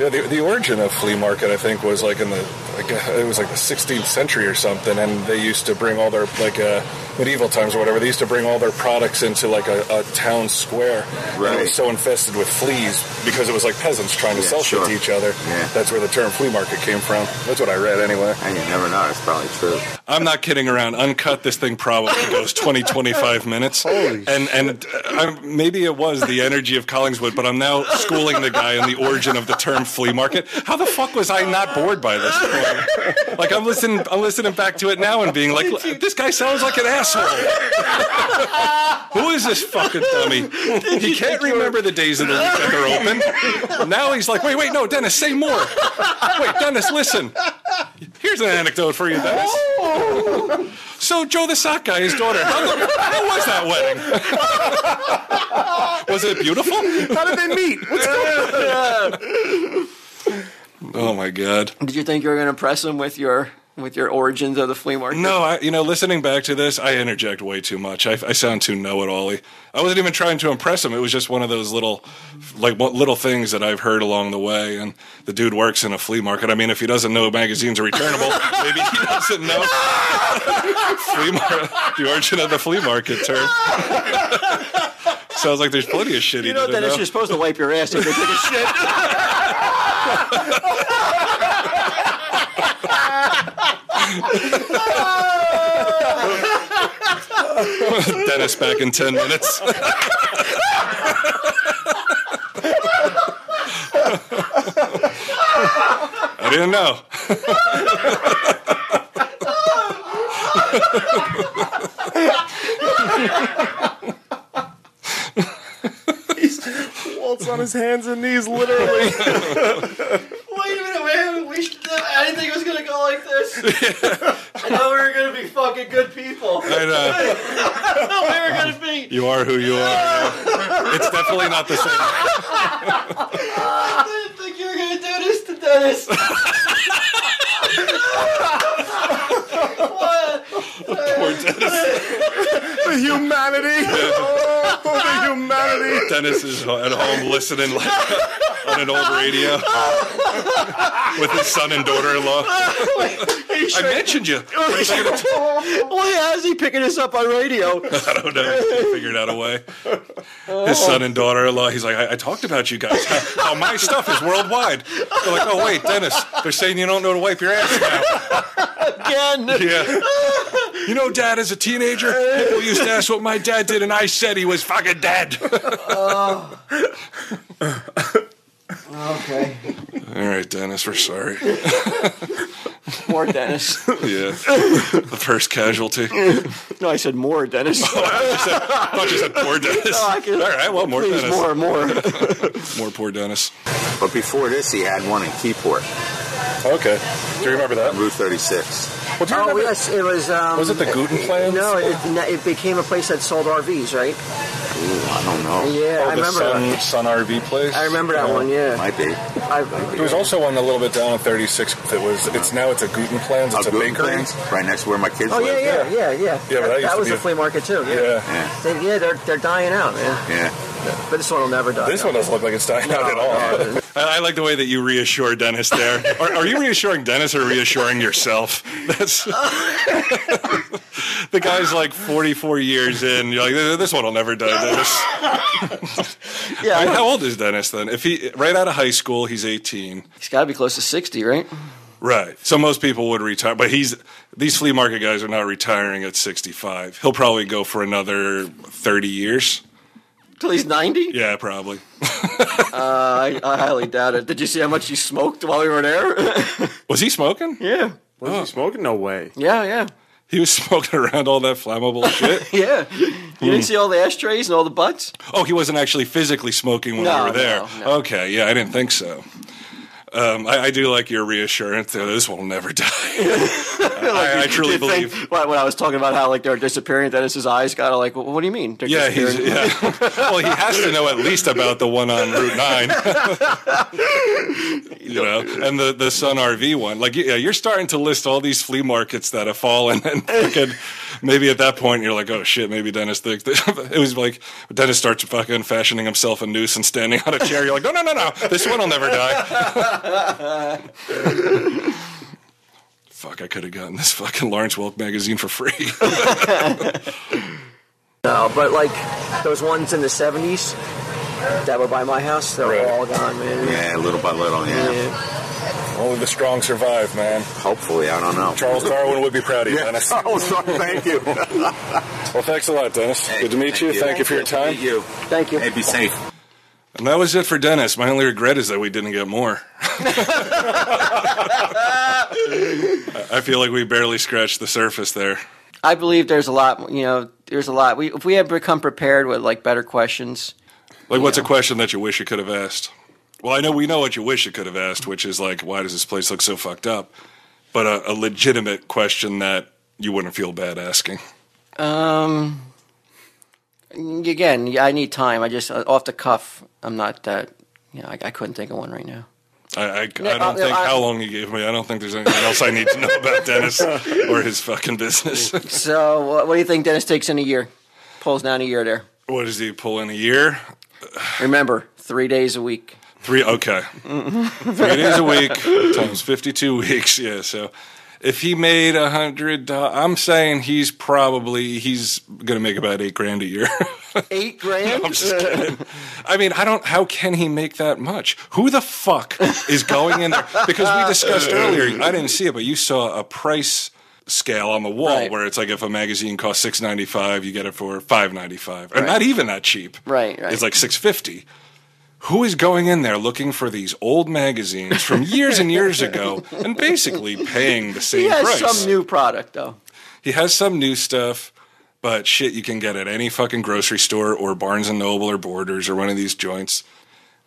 Speaker 8: Yeah, the, the origin of flea market, I think, was like in the like uh, it was like the 16th century or something, and they used to bring all their like uh, medieval times or whatever. They used to bring all their products into like a, a town square, And it
Speaker 12: Right.
Speaker 8: was so infested with fleas because it was like peasants trying to
Speaker 12: Yeah,
Speaker 8: sell
Speaker 12: sure.
Speaker 8: shit to each other.
Speaker 12: Yeah.
Speaker 8: That's where the term flea market came from. That's what I read anyway.
Speaker 12: And you never know. It's probably true.
Speaker 2: I'm not kidding around. Uncut, this thing probably goes 20, 25 minutes. Holy and and uh, I'm, maybe it was the energy of Collingswood, but I'm now schooling the guy on the origin of the term flea market. How the fuck was I not bored by this? Point? Like I'm listening, I'm listening back to it now and being like, this guy sounds like an asshole. Who is this fucking dummy? He can't remember the days of the week that they're open. Now he's like, wait, wait, no, Dennis, say more. Wait, Dennis, listen. Here's an anecdote for you, Dennis.
Speaker 9: Oh.
Speaker 2: So Joe the sock guy, his daughter. How, how was that wedding? was it beautiful?
Speaker 11: How did they meet? What's going on?
Speaker 2: Oh my god.
Speaker 10: Did you think you were going to impress them with your with your origins of the flea market?
Speaker 2: No, I, you know, listening back to this, I interject way too much. I, I sound too know-it-all. I wasn't even trying to impress him. It was just one of those little, like what- little things that I've heard along the way. And the dude works in a flea market. I mean, if he doesn't know magazines are returnable, maybe he doesn't know flea mar- the origin of the flea market term. Sounds like there's plenty of shit. he
Speaker 10: You know,
Speaker 2: didn't
Speaker 10: Dennis,
Speaker 2: know.
Speaker 10: you're supposed to wipe your ass if you take a shit.
Speaker 2: Dennis back in 10 minutes. I didn't know.
Speaker 11: Waltz on his hands and knees, literally.
Speaker 10: Wait a minute, man. We should, I didn't think it was going to go like this. I thought we were going to be fucking good people.
Speaker 2: I know.
Speaker 10: we were going to be.
Speaker 2: You are who you are. It's definitely not the same.
Speaker 10: I didn't think you were going to do this to Dennis.
Speaker 2: Poor Dennis.
Speaker 11: the humanity. Oh, the humanity.
Speaker 2: Dennis is at home listening like on an old radio with his son and daughter-in-law. I mentioned you.
Speaker 10: Why how's he picking this up on radio?
Speaker 2: I don't know. He figured out a way. His
Speaker 10: Oh.
Speaker 2: son and daughter-in-law. He's like, I, I talked about you guys. How, how my stuff is worldwide. They're like, oh wait, Dennis. They're saying you don't know to wipe your ass now.
Speaker 10: Again.
Speaker 2: Yeah. You know, Dad, as a teenager, people used to ask what my dad did, and I said he was fucking dead.
Speaker 10: Oh. Okay.
Speaker 2: All right, Dennis, we're sorry.
Speaker 10: More Dennis.
Speaker 2: Yeah, the first casualty. I
Speaker 10: No, I said more Dennis.
Speaker 2: Oh, thought you said poor Dennis.
Speaker 10: No, I
Speaker 2: All
Speaker 10: could-
Speaker 2: right, well, more
Speaker 10: Please,
Speaker 2: Dennis.
Speaker 10: more, more.
Speaker 2: More poor Dennis.
Speaker 12: But before this, he had one in Keyport,
Speaker 8: Okay. Do you remember that?
Speaker 12: Route 36.
Speaker 8: Well, do you
Speaker 4: Oh
Speaker 8: remember-
Speaker 4: yes, it was. Um,
Speaker 8: Was it the Guten Plans?
Speaker 4: No, it, it became a place that sold RVs, right?
Speaker 12: Ooh, I don't know.
Speaker 4: Yeah,
Speaker 8: Oh,
Speaker 4: I
Speaker 8: the
Speaker 4: remember.
Speaker 8: Sun,
Speaker 4: that.
Speaker 8: Sun RV place.
Speaker 4: I remember that
Speaker 8: Yeah.
Speaker 4: one. Yeah,
Speaker 12: Might be.
Speaker 4: I,
Speaker 8: There was also one a little bit down on 36 that was, it's now it's a Gutenplans, it's a,
Speaker 12: Algonquin
Speaker 8: bakery.
Speaker 12: Plains, right next to where my kids
Speaker 4: Oh yeah,
Speaker 12: live.
Speaker 4: yeah, yeah, yeah.
Speaker 8: Yeah, but that
Speaker 4: that,
Speaker 8: used to
Speaker 4: was
Speaker 8: be
Speaker 4: a
Speaker 8: a-
Speaker 4: flea market too. Yeah,
Speaker 8: Yeah.
Speaker 12: yeah,
Speaker 4: They, yeah they're they're dying out, man.
Speaker 12: yeah.
Speaker 4: But this one will never die.
Speaker 8: This one doesn't look like it's dying out at all.
Speaker 4: Oh,
Speaker 2: I, I like the way that you reassure Dennis there. Are, are you reassuring Dennis or reassuring yourself? That's the guy's like 44 years in. You're like, this one will never die, Dennis. I
Speaker 10: Yeah,
Speaker 2: mean,
Speaker 10: I know.
Speaker 2: how old is Dennis then? If he right out of high school, he's 18.
Speaker 10: He's got to be close to 60, right?
Speaker 2: Right. So most people would retire, but he's these flea market guys are not retiring at 65. He'll probably go for another 30 years.
Speaker 10: Till he's 90?
Speaker 2: Yeah, probably.
Speaker 4: Uh,
Speaker 10: I, I highly doubt it. Did you see how much he smoked while we were there?
Speaker 2: Was he smoking? Oh.
Speaker 10: yeah.
Speaker 5: Was he smoking? No way.
Speaker 4: Yeah, yeah.
Speaker 2: He was smoking around all that flammable shit.
Speaker 4: Yeah. You
Speaker 8: Hmm.
Speaker 4: didn't see all the ashtrays and all the butts?
Speaker 2: Oh, he wasn't actually physically smoking when
Speaker 4: No,
Speaker 2: we were there.
Speaker 4: no, no.
Speaker 2: Okay, yeah, I didn't think so. Um, I, I do like your reassurance. that This will never die. I, I truly
Speaker 4: You think-
Speaker 2: believe.
Speaker 4: When when I was talking about how like they're disappearing, that is his eyes got like, "Well, what do you mean? They're
Speaker 2: Yeah, he's,
Speaker 4: disappearing?
Speaker 2: yeah. Well, he has to know at least about the one on Route Nine. you know, and the the Sun RV one. Like, yeah, you're starting to list all these flea markets that have fallen, and fucking maybe at that point you're like, oh shit, maybe Dennis. Thick. It was like Dennis starts fucking fashioning himself a noose and standing on a chair. You're like, no, no, no, no, this one will never die. Fuck, I could have gotten this fucking Lawrence Welk magazine for free.
Speaker 10: No, but like those ones in the 70s that were by my house, they're
Speaker 8: Right.
Speaker 10: all gone, man.
Speaker 12: Yeah, little by little, yeah.
Speaker 10: Yeah.
Speaker 8: Only the strong survive, man.
Speaker 12: Hopefully, I don't know.
Speaker 8: Charles Darwin would be proud of you,
Speaker 12: Yeah,
Speaker 8: Dennis.
Speaker 12: Charles, thank you.
Speaker 8: Well, thanks a lot, Dennis. Good to meet you. Thank you for your time.
Speaker 12: Thank you.
Speaker 10: Thank you.
Speaker 12: Hey, be safe.
Speaker 2: And that was it for Dennis. My only regret is that we didn't get more. I feel like we barely scratched the surface there.
Speaker 4: I believe there's a lot. You know, there's a lot. We if we had become prepared with like better questions.
Speaker 2: Like, what's a question that you wish you could have asked? Well, I know we know what you wish you could have asked, which is like, why does this place look so fucked up? But a, a legitimate question that you wouldn't feel bad asking.
Speaker 4: Um, again, yeah, I need time. I just uh, off the cuff, I'm not that. You know, I, I couldn't think of one right now.
Speaker 2: I, I, I don't
Speaker 4: uh,
Speaker 2: think
Speaker 4: I-
Speaker 2: how long you gave me. I don't think there's anything else I need to know about Dennis or his fucking business.
Speaker 4: So, what, what do you think Dennis takes in a year? Pulls down a year there.
Speaker 2: what does he pull in a year?
Speaker 4: Remember, three days a week.
Speaker 2: Three okay. Three days a week times fifty-two weeks. Yeah, so if he made a hundred, do- I'm saying he's probably he's gonna make about eight grand a year.
Speaker 4: Eight grand.
Speaker 2: I'm just kidding. I mean, I don't. How can he make that much? Who the fuck is going in there? Because we discussed earlier. I didn't see it, but you saw a price scale on the wall
Speaker 4: Right.
Speaker 2: where it's like if a magazine costs six ninety five, you get it for five ninety five, or not even that cheap.
Speaker 4: Right, right.
Speaker 2: It's like six fifty. Who is going in there looking for these old magazines from years and years ago and basically paying the same
Speaker 4: he has
Speaker 2: price?
Speaker 4: some new product though.
Speaker 2: he has some new stuff, but shit you can get at any fucking grocery store or Barnes and Noble or Borders or one of these joints.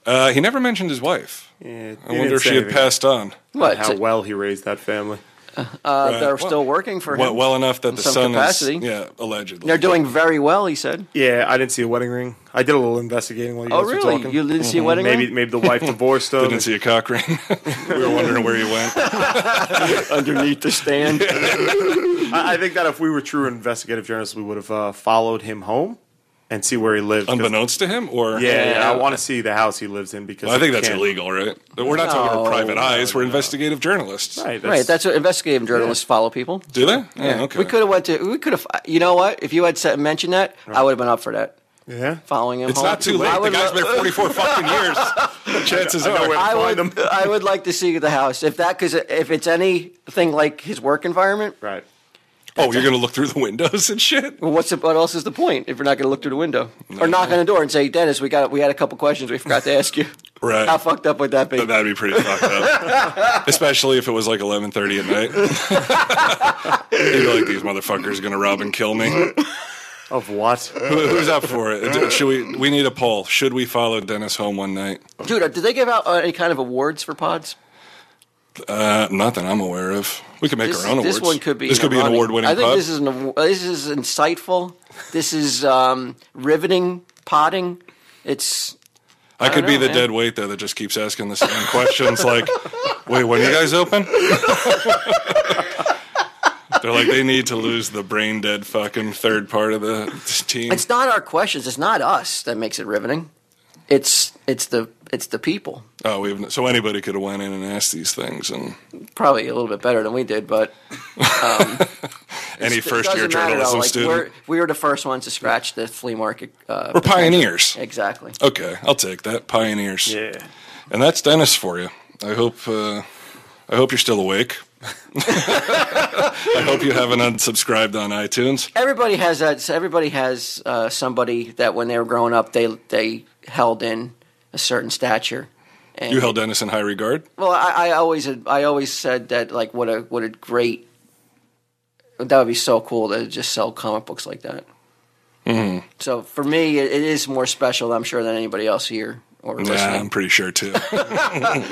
Speaker 2: Uh, he never mentioned his wife.
Speaker 5: Yeah,
Speaker 2: I wonder if she had passed on.
Speaker 4: What?
Speaker 5: How well he raised that family.
Speaker 4: uh, they're
Speaker 2: well-
Speaker 4: still working for him.
Speaker 2: Well, well enough that the
Speaker 4: some
Speaker 2: son
Speaker 4: capacity.
Speaker 2: is yeah allegedly.
Speaker 4: They're doing very well. He said.
Speaker 5: Yeah, I didn't see a wedding ring. I did a little investigating while you
Speaker 4: Oh,
Speaker 5: guys
Speaker 4: really?
Speaker 5: were talking. Mm-hmm.
Speaker 4: You didn't see a wedding
Speaker 5: maybe
Speaker 4: ring?
Speaker 5: maybe the wife divorced him.
Speaker 2: Didn't see a cock ring. we were wondering where he went.
Speaker 4: underneath the stand.
Speaker 5: I, I think that if we were true investigative journalists, we would have uh, followed him home and see where he lived. 'Cause-
Speaker 2: Unbeknownst to him, or
Speaker 5: Yeah, yeah,
Speaker 4: Yeah.
Speaker 5: I want to see the house he lives in because
Speaker 2: Well, I think
Speaker 5: it
Speaker 2: that's
Speaker 5: can't-
Speaker 2: illegal, right? We're not talking about
Speaker 4: No,
Speaker 2: private eyes. We're investigative journalists.
Speaker 5: Right, that's,
Speaker 4: right, that's what investigative journalists follow people.
Speaker 2: Do they? Yeah. okay.
Speaker 4: We could have went to. We could have. You know what? If you had said, mentioned that, I would have been up for that.
Speaker 5: yeah.
Speaker 4: Following him.
Speaker 2: it's
Speaker 4: home.
Speaker 2: not too late.
Speaker 4: I
Speaker 2: The
Speaker 4: would,
Speaker 2: guy's
Speaker 4: lo-
Speaker 2: been 44 fucking years. Chances are.
Speaker 4: I
Speaker 5: Find
Speaker 4: would. I would like to see the house if that because if it's anything like his work environment.
Speaker 5: Right.
Speaker 2: Oh, you're going to look through the windows and shit?
Speaker 4: Well, what's the, what else is the point if you're not going to look through the window or knock on the door and say, Dennis, we got we had a couple questions we forgot to ask you.
Speaker 2: Right.
Speaker 4: How fucked up would that be?
Speaker 2: But that'd be pretty fucked up, especially if it was like eleven thirty at night. You'd be like, "These motherfuckers gonna rob and kill me."
Speaker 5: Of what?
Speaker 2: Who- Who's up for it? Should we? We need a poll. Should we follow Dennis home one night?
Speaker 4: Dude, did they give out uh, any kind of awards for pods?
Speaker 2: Uh, not that I'm aware of. We could make
Speaker 4: This,
Speaker 2: our own
Speaker 4: this
Speaker 2: awards.
Speaker 4: one could be.
Speaker 2: This
Speaker 4: in
Speaker 2: could
Speaker 4: the
Speaker 2: be an
Speaker 4: running.
Speaker 2: award-winning.
Speaker 4: I think
Speaker 2: pub.
Speaker 4: this is an aw- this is insightful. This is um, riveting potting. It's
Speaker 2: I could
Speaker 4: don't
Speaker 2: be
Speaker 4: know,
Speaker 2: the
Speaker 4: man.
Speaker 2: dead weight though that just keeps asking the same questions. Like, wait, when are you guys open? They're like they need to lose the brain dead fucking third part of the team.
Speaker 4: it's not our questions. It's not us that makes it riveting. It's it's the it's the people.
Speaker 2: Oh, we have so anybody could have went in and asked these things, and
Speaker 4: Probably a little bit better than we did, but um,
Speaker 2: any
Speaker 4: it
Speaker 2: first year
Speaker 4: doesn't matter, though.
Speaker 2: journalism
Speaker 4: Like,
Speaker 2: student. We're,
Speaker 4: We're, we were the first ones to scratch the flea market. Uh,
Speaker 2: pioneers.
Speaker 4: exactly.
Speaker 2: Okay, I'll take that. Pioneers.
Speaker 5: Yeah.
Speaker 2: And that's Dennis for you. I hope. Uh, I hope you're still awake. I hope you haven't unsubscribed on iTunes.
Speaker 4: Everybody has that. so Everybody has uh, somebody that when they were growing up, they they held in a certain stature, And
Speaker 2: You held Dennis in high regard.
Speaker 4: well, I, I always had, I always said that like what a what a great that would be so cool to just sell comic books like that.
Speaker 2: Mm.
Speaker 4: So for me, it, it is more special, I'm sure, than anybody else here or
Speaker 2: Yeah, I'm
Speaker 4: listening.
Speaker 2: pretty sure too.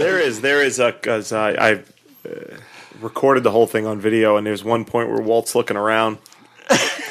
Speaker 5: there is there is a because I, I uh, recorded the whole thing on video, and there's one point where Walt's looking around,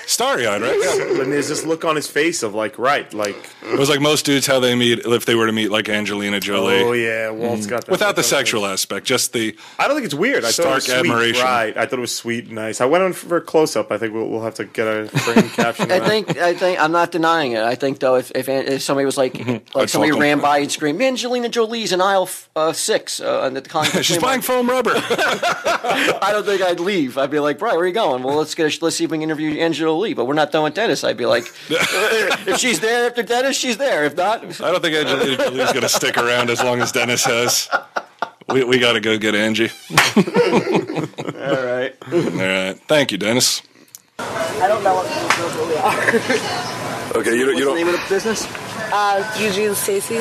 Speaker 2: Starry eyed, right? Yeah.
Speaker 5: and there's this look on his face of like, right, like,
Speaker 2: It was like most dudes how they meet if they were to meet like Angelina Jolie.
Speaker 5: oh yeah, Walt's got that
Speaker 2: Without
Speaker 5: look
Speaker 2: the
Speaker 5: on his
Speaker 2: sexual aspect, just the
Speaker 5: I don't think it's weird. I thought it
Speaker 2: Stark
Speaker 5: was sweet,
Speaker 2: admiration.
Speaker 5: Right. I thought it was sweet and nice. I went on for a close up. I think we'll, we'll have to get a frame caption. of
Speaker 4: I
Speaker 5: that.
Speaker 4: think I think I'm not denying it. I think though, if if, if somebody was like like
Speaker 2: I'd
Speaker 4: somebody
Speaker 2: fuck 'em.
Speaker 4: ran by and screamed, "Angelina Jolie's in aisle f- uh, six uh, on the comic book
Speaker 2: she's
Speaker 4: flea
Speaker 2: buying
Speaker 4: market,"
Speaker 2: foam rubber.
Speaker 4: I don't think I'd leave. I'd be like, "Brian, where are you going?" Well, let's get a, let's see if we can interview Angela Lee. But we're not done with Dennis. I'd be like, if she's there after Dennis, she's there. If not,
Speaker 2: I don't think Angelina Jolie's going to stick around as long as Dennis has. We, we got to go get Angie.
Speaker 4: all right.
Speaker 2: All right. Thank you, Dennis.
Speaker 10: I don't know what what we are.
Speaker 8: Okay, you don't. You
Speaker 10: What's the name
Speaker 8: don't
Speaker 10: of the business?
Speaker 9: Uh, Eugene Stacy's.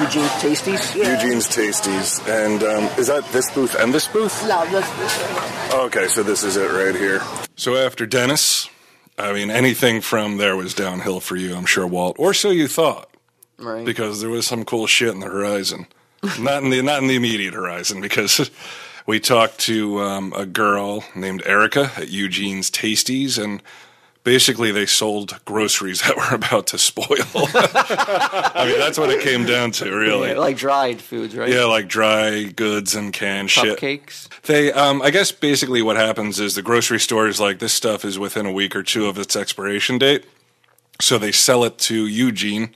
Speaker 10: Eugene Tasties.
Speaker 8: Eugene's Tasties, and um, is that this booth and this booth?
Speaker 10: No, that's
Speaker 8: Okay, so this is it right here.
Speaker 2: So after Dennis, I mean, anything from there was downhill for you, I'm sure, Walt, or so you thought,
Speaker 4: Right.
Speaker 2: because there was some cool shit in the horizon. not in the not in the immediate horizon, because we talked to um, a girl named Erica at Eugene's Tasties, and basically they sold groceries that were about to spoil. I mean, that's what it came down to, really.
Speaker 4: like dried foods, right?
Speaker 2: Yeah, like dry goods and canned shit.
Speaker 4: Cupcakes.
Speaker 2: They, um, I guess, basically what happens is the grocery store is like this stuff is within a week or two of its expiration date, so they sell it to Eugene.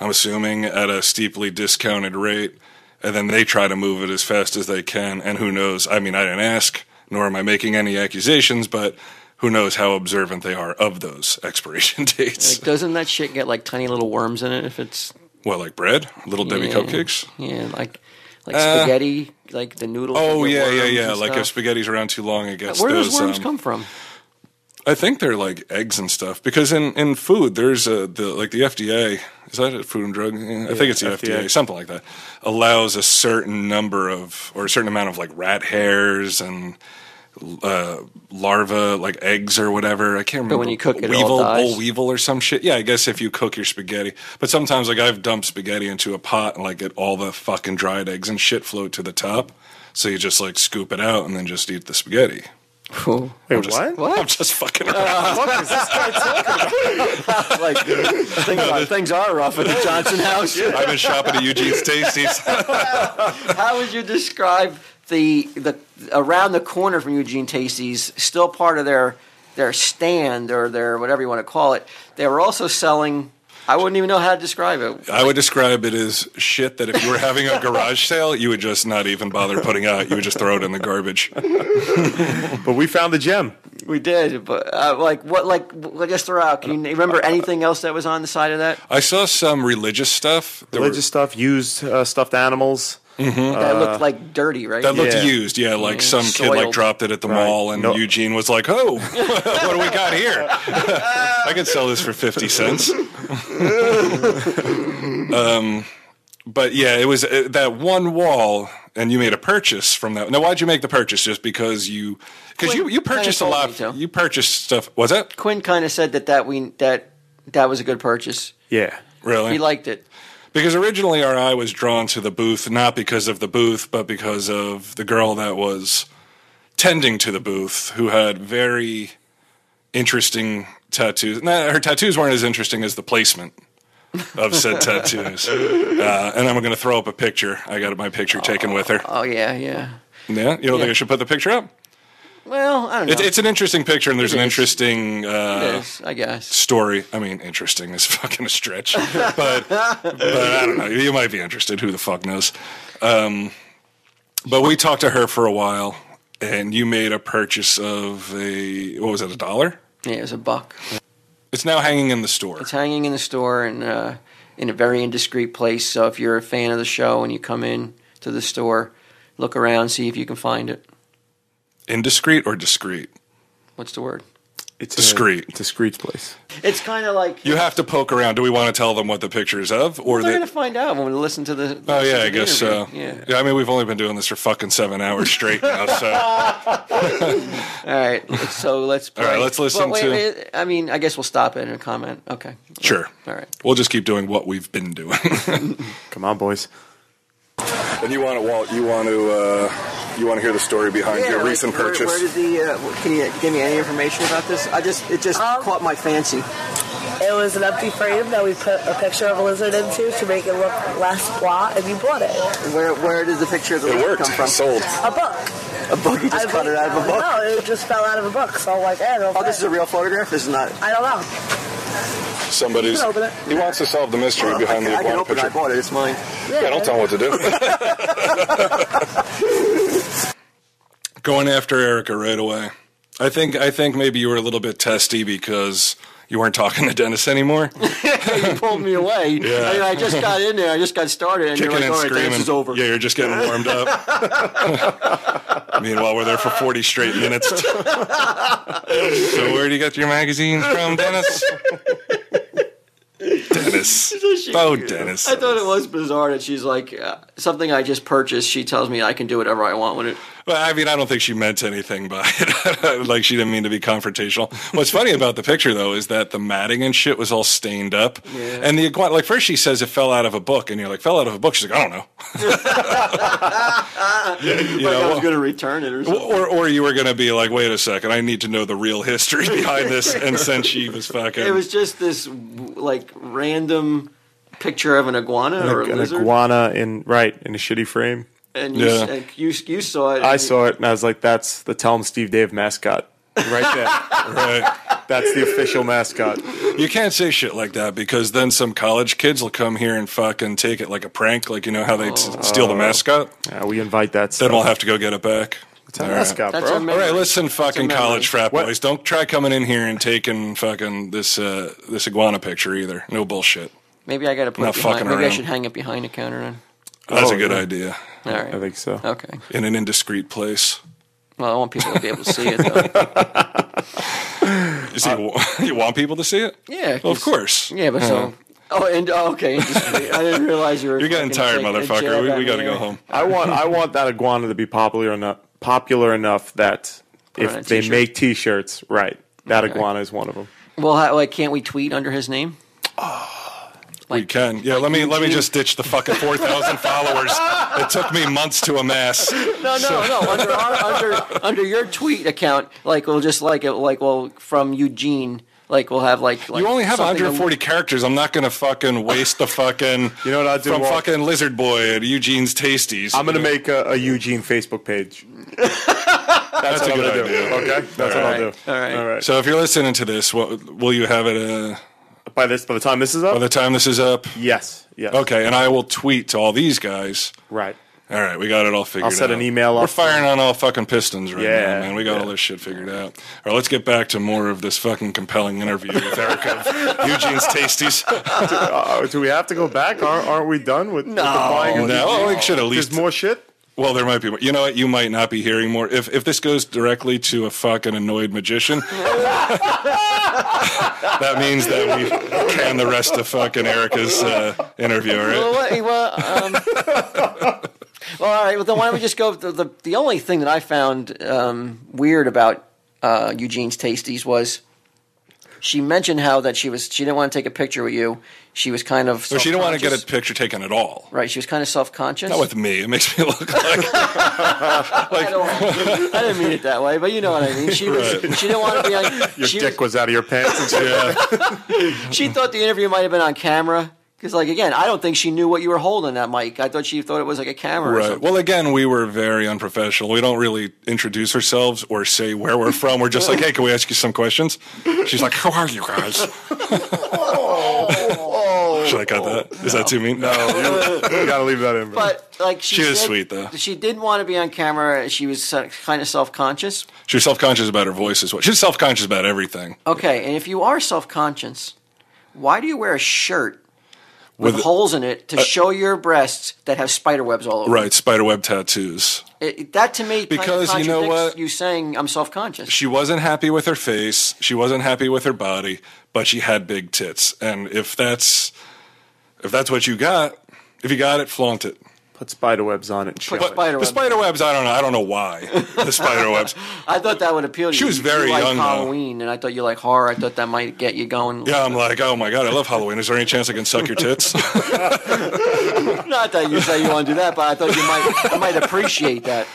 Speaker 2: I'm assuming at a steeply discounted rate, and then they try to move it as fast as they can. And who knows? I mean, I didn't ask, nor am I making any accusations, but who knows how observant they are of those expiration dates?
Speaker 4: Like, doesn't that shit get like tiny little worms in it if it's
Speaker 2: well, like bread, little Debbie
Speaker 4: Yeah.
Speaker 2: cupcakes.
Speaker 4: Yeah, like like
Speaker 2: Uh,
Speaker 4: spaghetti, like the noodles.
Speaker 2: Oh
Speaker 4: with the
Speaker 2: yeah, yeah,
Speaker 4: worms
Speaker 2: yeah.
Speaker 4: and
Speaker 2: Like if
Speaker 4: stuff.
Speaker 2: spaghetti's around too long, it gets
Speaker 4: where do those worms
Speaker 2: um,
Speaker 4: come from?
Speaker 2: I think they're like eggs and stuff because in, in food there's a the like the FDA is that a food and drug? Yeah, I think it's the FDA,
Speaker 5: FDA.
Speaker 2: something like that allows a certain number of or a certain amount of like rat hairs and uh, larva like eggs or whatever. I can't remember.
Speaker 4: when you cook it, it all
Speaker 2: weevil,
Speaker 4: dies.
Speaker 2: boll weevil or some shit. Yeah, I guess if you cook your spaghetti. But sometimes like I've dumped spaghetti into a pot and like it, all the fucking dried eggs and shit float to the top. So you just like scoop it out and then just eat the spaghetti.
Speaker 4: Oh,
Speaker 5: Wait, what?
Speaker 2: I'm just fucking around.
Speaker 4: Uh. like things are, things are rough at the Johnson House.
Speaker 2: I've been shopping at Eugene's Tasties.
Speaker 4: How would you describe the the around the corner from Eugene Tasty's? Still part of their their stand or their whatever you want to call it. They were also selling. I wouldn't even know how to describe it.
Speaker 2: I would describe it as shit that if you were having a garage sale, you would just not even bother putting out. You would just throw it in the garbage.
Speaker 5: But we found the gem.
Speaker 4: We did, but uh, like what? Like w- just throw out. Can you remember anything else that was on the side of that
Speaker 2: I saw some religious stuff that, were- Mm-hmm.
Speaker 5: Religious stuff, used uh, stuffed animals. Uh,
Speaker 4: that looked like dirty? Right?
Speaker 2: Uh, that looked
Speaker 5: Yeah.
Speaker 2: used. Yeah, like
Speaker 4: Yeah,
Speaker 2: some kid like
Speaker 4: soiled.
Speaker 2: dropped it at the
Speaker 5: Right.
Speaker 2: mall, and
Speaker 5: No.
Speaker 2: Eugene was like, "Oh, what do we got here? I could sell this for fifty cents." um, but yeah, it was uh, that one wall. And you made a purchase from that. Now, why'd you make the purchase? Just because you, because you, you
Speaker 4: Quinn
Speaker 2: purchased a
Speaker 4: told
Speaker 2: lot.
Speaker 4: me to.
Speaker 2: You purchased stuff. Was that
Speaker 4: Quinn kind of said that that we that that was a good purchase.
Speaker 5: Yeah.
Speaker 2: Really?
Speaker 4: He liked it.
Speaker 2: because originally our eye was drawn to the booth, not because of the booth, but because of the girl that was tending to the booth who had very interesting tattoos. Nah, her tattoos weren't as interesting as the placement of said tattoos. Uh, and I'm going to throw up a picture. I got my picture taken with her.
Speaker 4: Oh yeah, yeah.
Speaker 2: Yeah, you don't think I should put the picture up?
Speaker 4: Well, I don't know.
Speaker 2: It, it's an interesting picture, and there's an
Speaker 4: is.
Speaker 2: interesting
Speaker 4: It
Speaker 2: uh,
Speaker 4: is, I guess.
Speaker 2: story. I mean, interesting is fucking a stretch, but but I don't know. You might be interested. Who the fuck knows? Um, but we talked to her for a while, and you made a purchase of a what was it? A dollar?
Speaker 4: Yeah, it was a buck.
Speaker 2: It's now hanging in the store.
Speaker 4: It's hanging in the store and uh, in a very indiscreet place. So if you're a fan of the show and you come in to the store, look around, see if you can find it.
Speaker 2: Indiscreet or discreet?
Speaker 4: What's the word?
Speaker 5: It's
Speaker 2: Discreet.
Speaker 5: A, discreet's place.
Speaker 4: It's kind of like
Speaker 2: You have to poke around. Do we want to tell them what the picture is of, or
Speaker 4: they're
Speaker 2: that?
Speaker 4: going to find out when we listen to the.
Speaker 2: oh
Speaker 4: listen
Speaker 2: yeah,
Speaker 4: to
Speaker 2: I
Speaker 4: the
Speaker 2: guess
Speaker 4: interview.
Speaker 2: so.
Speaker 4: Yeah.
Speaker 2: I mean, we've only been doing this for fucking seven hours straight now, so
Speaker 4: All right. So let's. Play.
Speaker 2: right, let's listen
Speaker 4: But wait,
Speaker 2: to-
Speaker 4: wait, I mean, I guess we'll stop it and comment. Okay.
Speaker 2: sure.
Speaker 4: All right.
Speaker 2: We'll just keep doing what we've been doing.
Speaker 5: Come on, boys.
Speaker 8: And you want to, Walt? You want to, uh, you want to hear the story behind your
Speaker 7: like,
Speaker 8: recent
Speaker 7: where-
Speaker 8: purchase?
Speaker 7: Where, did the? Uh, can you give me any information about this? I just it just
Speaker 9: Um,
Speaker 7: caught my fancy.
Speaker 9: It was an empty frame that we put a picture of a lizard into to make it look less blah, and you bought it.
Speaker 7: Where where did the picture of the
Speaker 8: it
Speaker 7: leaf
Speaker 8: worked.
Speaker 7: come from?
Speaker 8: Sold.
Speaker 9: A book.
Speaker 7: A book. You just
Speaker 9: I
Speaker 7: cut it out of a book.
Speaker 9: No, it just fell out of a book. So I'm like, eh, no
Speaker 7: Oh, this is
Speaker 9: fit.
Speaker 7: a real photograph. This is not.
Speaker 9: I don't know.
Speaker 8: Somebody's.
Speaker 7: You can open it.
Speaker 8: He wants to solve the mystery
Speaker 7: I
Speaker 8: behind
Speaker 7: can, I
Speaker 8: the
Speaker 7: can
Speaker 8: iguana
Speaker 7: open it. I
Speaker 8: picture.
Speaker 7: bought it. It's mine.
Speaker 8: Yeah, don't tell him what to do.
Speaker 2: going after Erica right away. I think I think maybe you were a little bit testy because you weren't talking to Dennis anymore.
Speaker 4: You pulled me away.
Speaker 2: Yeah.
Speaker 4: I, mean, I just got in there. I just got started, and
Speaker 2: Kicking
Speaker 4: you're like,
Speaker 2: and
Speaker 4: "All right,
Speaker 2: screaming.
Speaker 4: dance is over."
Speaker 2: Yeah, you're just getting warmed up. Meanwhile, we're there for 40 straight minutes. so where do you get your magazines from, Dennis? Dennis. Oh, Dennis.
Speaker 4: I thought it was bizarre that she's like uh, something I just purchased. She tells me I can do whatever I want with it.
Speaker 2: Well, I mean, I don't think she meant anything by it. like, she didn't mean to be confrontational. What's funny about the picture, though, is that the matting and shit was all stained up. And the iguana, like, first she says it fell out of a book, and you're like, fell out of a book. She's like, I don't know. you
Speaker 4: Like
Speaker 2: know,
Speaker 4: I
Speaker 2: well-
Speaker 4: was going to return it or something.
Speaker 2: Or, or you were going to be like, wait a second, I need to know the real history behind this. And since she was fucking.
Speaker 4: it was just this w- like random picture of an iguana or a
Speaker 5: an
Speaker 4: lizard,
Speaker 5: iguana in right in a shitty frame.
Speaker 4: and you,
Speaker 2: Yeah.
Speaker 4: and you you saw it.
Speaker 5: I saw it and I was like, "That's the Tell 'em Steve Dave mascot right there.
Speaker 2: right.
Speaker 5: That's the official mascot."
Speaker 2: You can't say shit like that because then some college kids will come here and fucking take it like a prank, like you know how they s steal the mascot.
Speaker 5: Oh, Yeah, we invite
Speaker 2: Then
Speaker 5: that. Stuff.
Speaker 2: we'll have to go get it back.
Speaker 5: it's a
Speaker 2: All right.
Speaker 5: mascot,
Speaker 4: That's
Speaker 5: bro.
Speaker 4: a ma-
Speaker 2: All right, listen, fucking
Speaker 4: memory.
Speaker 2: college frat
Speaker 5: What-
Speaker 2: boys, don't try coming in here and taking fucking this uh, this iguana picture either. No bullshit.
Speaker 4: Maybe I got to put
Speaker 2: Not
Speaker 4: it behind.
Speaker 2: fucking
Speaker 4: Maybe I
Speaker 2: around.
Speaker 4: should hang it behind the counter. Then.
Speaker 2: That's
Speaker 5: Oh,
Speaker 2: a good
Speaker 5: yeah.
Speaker 2: idea.
Speaker 4: All right.
Speaker 5: I think so.
Speaker 4: Okay.
Speaker 2: In an indiscreet place.
Speaker 4: Well, I want people to be able to see it. though.
Speaker 2: You see, you want people to see it?
Speaker 4: Yeah.
Speaker 2: Well, of course. Uh-huh.
Speaker 4: Yeah, but so. Oh, and oh, okay. Interesting. I didn't realize you were.
Speaker 2: You're getting tired,
Speaker 4: fucking taking a jab
Speaker 2: motherfucker. We,
Speaker 4: at
Speaker 2: we
Speaker 4: me
Speaker 2: got to
Speaker 4: there.
Speaker 2: go home.
Speaker 5: I want I want that iguana to be popular enough popular enough that
Speaker 4: on a
Speaker 5: if they
Speaker 4: t-shirt.
Speaker 5: make T-shirts, right? That
Speaker 4: Okay.
Speaker 5: iguana is one of them.
Speaker 4: Well, how, like, can't we tweet under his name?
Speaker 2: we can. Yeah, let me let me just ditch the fucking 4,000 followers. It took me months to amass.
Speaker 4: No, no, no. Under our, under under your tweet account, like we'll just like it, like well from Eugene, like we'll have like, like
Speaker 2: You only have
Speaker 4: something-
Speaker 2: 140 characters. I'm not going to fucking waste the fucking
Speaker 5: You know what I'll do,
Speaker 2: from
Speaker 5: Walt?
Speaker 2: fucking Lizard Boy at Eugene's Tasties.
Speaker 5: I'm gonna make a, a Eugene Facebook page. That's,
Speaker 2: a
Speaker 5: what
Speaker 2: good
Speaker 5: I'm gonna do.
Speaker 2: idea.
Speaker 5: Okay, that's what I'll do.
Speaker 4: All right.
Speaker 5: All right. So
Speaker 2: So if you're listening to this, what, will you have it uh,
Speaker 5: by this, by the time this is up,
Speaker 2: by the time this is up?
Speaker 5: yes, yes.
Speaker 2: Okay, and I will tweet to all these guys.
Speaker 5: right.
Speaker 2: All right, we got it all figured out.
Speaker 5: I'll set an email
Speaker 2: We're
Speaker 5: up.
Speaker 2: firing on all fucking pistons right now,
Speaker 5: Yeah,
Speaker 2: man. We got
Speaker 5: yeah.
Speaker 2: all this shit figured out. All right, let's get back to more of this fucking compelling interview with Erica of Eugene's Tasties.
Speaker 5: Uh, do we have to go back? Aren't, aren't we done with, with the buying?
Speaker 2: no,
Speaker 5: of Eugene?
Speaker 2: well, we Oh, should at
Speaker 5: Oh, There's
Speaker 2: least.
Speaker 5: more shit.
Speaker 2: well, there might be more. You know what? You might not be hearing more. If, if this goes directly to a fucking annoyed magician, that means that we can the rest of fucking Erica's uh, interview, all right?
Speaker 4: Well, what- well, um, well, all right. Well, then why don't we just go? The, the, the only thing that I found um, weird about uh, Eugene's Tasties was she mentioned how that she was she didn't want to take a picture with you. She was kind of
Speaker 2: So she didn't want to get a
Speaker 4: self-conscious.
Speaker 2: picture taken at all.
Speaker 4: right. She was kind of self conscious.
Speaker 2: Not with me. It makes me look like
Speaker 4: I, don't, I didn't mean it that way, but you know what I mean. She was she didn't want to be like
Speaker 5: Your
Speaker 4: she,
Speaker 5: dick was out of your pants. And shit.
Speaker 2: yeah.
Speaker 4: she thought the interview might have been on camera because like again, I don't think she knew what you were holding that mic. I thought she thought it was like a camera. Or
Speaker 2: Right.
Speaker 4: something.
Speaker 2: Well, again, we were very unprofessional. We don't really introduce ourselves or say where we're from. We're just like, hey, can we ask you some questions? She's like, how are you guys? Should I cut that? Is that too mean? No.
Speaker 5: you gotta leave that in. Bro.
Speaker 4: But like she,
Speaker 2: She was
Speaker 4: said
Speaker 2: sweet, though.
Speaker 4: She didn't want to be on camera. She was kind of self conscious.
Speaker 2: she was self conscious about her voice as well. She's self conscious about everything.
Speaker 4: Okay, and if you are self conscious, why do you wear a shirt with,
Speaker 2: With-
Speaker 4: holes in it to show your breasts that have spider webs all over.
Speaker 2: Right, spiderweb tattoos.
Speaker 4: It, it- that to me kind of
Speaker 2: Because you know
Speaker 4: contradicts
Speaker 2: what?
Speaker 4: you saying I'm self conscious.
Speaker 2: She wasn't happy with her face. She wasn't happy with her body, but she had big tits. And if that's if that's what you got, if you got it, flaunt it.
Speaker 5: Put spider webs on it. And show
Speaker 4: Put
Speaker 5: it.
Speaker 4: spider
Speaker 2: The
Speaker 4: webs.
Speaker 2: spider webs, I don't know. I don't know why the spider webs.
Speaker 4: I thought that would appeal to you.
Speaker 2: She was
Speaker 4: You
Speaker 2: very
Speaker 4: like
Speaker 2: young, though.
Speaker 4: Halloween, and I thought you like horror. I thought that might get you going.
Speaker 2: Yeah, I'm like, oh my god, I love Halloween. Is there any chance I can suck your tits?
Speaker 4: Not that you say you want to do that, but I thought you might you might appreciate that.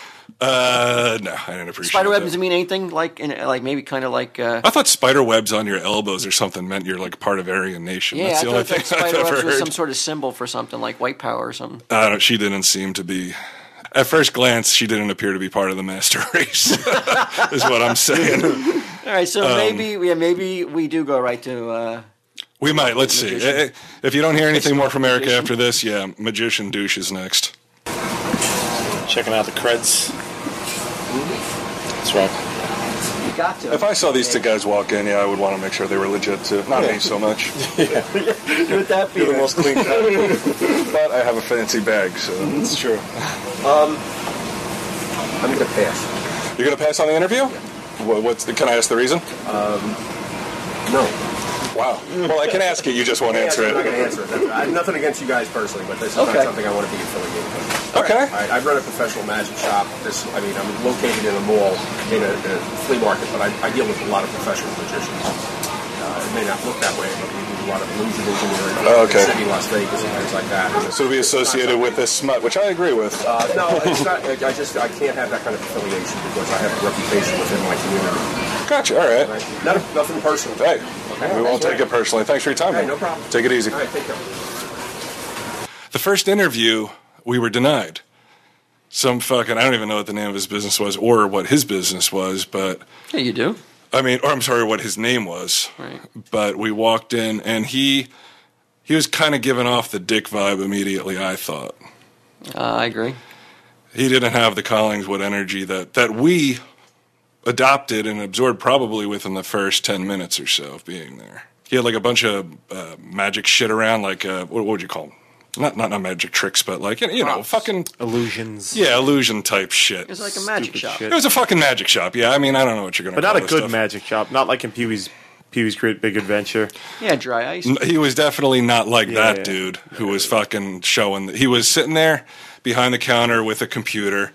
Speaker 2: uh, no, I didn't appreciate.
Speaker 4: Spider
Speaker 2: that.
Speaker 4: web doesn't mean anything. Like in, like maybe kind of like uh,
Speaker 2: I thought spider webs on your elbows or something meant you're like part of Aryan Nation.
Speaker 4: yeah.
Speaker 2: That's
Speaker 4: I
Speaker 2: the only
Speaker 4: thought
Speaker 2: thing
Speaker 4: that
Speaker 2: I've
Speaker 4: spider
Speaker 2: ever
Speaker 4: webs
Speaker 2: heard.
Speaker 4: was some sort of symbol for something like white power or something.
Speaker 2: I don't, she didn't seem to be. At first glance, she didn't appear to be part of the master race. is what I'm saying. Um,
Speaker 4: All right, so maybe yeah, maybe we do go right to. Uh,
Speaker 2: We might. Let's see. Eh, eh, If you don't hear anything more from Erica after this, yeah, magician douche is next.
Speaker 3: Checking out the creds. That's right.
Speaker 10: You got to.
Speaker 2: I saw these two guys walk in, yeah, I would want to make sure they were legit too. Not me so much.
Speaker 10: With that being,
Speaker 2: most clean but I have a fancy bag, so it's true.
Speaker 10: I'm going to pass.
Speaker 2: You're gonna pass on the interview? Wha- What's the, can I ask the reason?
Speaker 10: Um, No.
Speaker 2: Wow. Well, I can ask it. You just won't answer
Speaker 10: I'm not
Speaker 2: it.
Speaker 10: going to answer it. That's- I have nothing against you guys personally, but this is
Speaker 4: Okay.
Speaker 10: not something I want to be affiliated with.
Speaker 2: Okay.
Speaker 10: All right. I run a professional magic shop. This, I mean, I'm located in a mall in a, in a flea market, but I, I deal with a lot of professional magicians. Uh, it may not look that way, but we do a lot of illusion engineering in
Speaker 2: Oh, okay.
Speaker 10: the city, Las Vegas, and things like that. And it's-
Speaker 2: So to be associated with this smut, which I agree with.
Speaker 10: Uh, no, it's not. I just I can't have that kind of affiliation because I have a reputation within my community.
Speaker 2: Gotcha. All right.
Speaker 10: Right? Not, nothing personal.
Speaker 2: Hey,
Speaker 10: Okay.
Speaker 2: we won't
Speaker 10: Thanks,
Speaker 2: take it personally. Thanks for your time.
Speaker 10: Hey,
Speaker 2: man.
Speaker 10: no problem.
Speaker 2: Take it easy.
Speaker 10: All right, take care.
Speaker 2: The first interview, we were denied. Some fucking, I don't even know what the name of his business was or what his business was, but
Speaker 4: yeah, you do.
Speaker 2: I mean, or I'm sorry, what his name was.
Speaker 4: Right.
Speaker 2: But we walked in and he, he was kind of giving off the dick vibe immediately, I thought.
Speaker 4: Uh, I agree.
Speaker 2: he didn't have the Collingswood energy that that we adopted and absorbed probably within the first ten minutes or so of being there. He had like a bunch of uh, magic shit around, like uh, what, what would you call 'em? Not not not magic tricks, but like you know, fucking
Speaker 5: illusions.
Speaker 2: yeah, illusion type shit.
Speaker 4: It's like a magic
Speaker 5: Stupid
Speaker 4: shop.
Speaker 5: shit.
Speaker 2: It was a fucking magic shop. Yeah, I mean, I don't know what you're gonna.
Speaker 5: but not
Speaker 2: call
Speaker 5: a
Speaker 2: this
Speaker 5: good
Speaker 2: stuff.
Speaker 5: magic shop. Not like in Pee Wee's Pee Wee's Great Big Adventure.
Speaker 4: Yeah, dry ice.
Speaker 2: He was definitely not like
Speaker 5: Yeah,
Speaker 2: that
Speaker 5: yeah.
Speaker 2: dude who was fucking showing. He was sitting there behind the counter with a computer,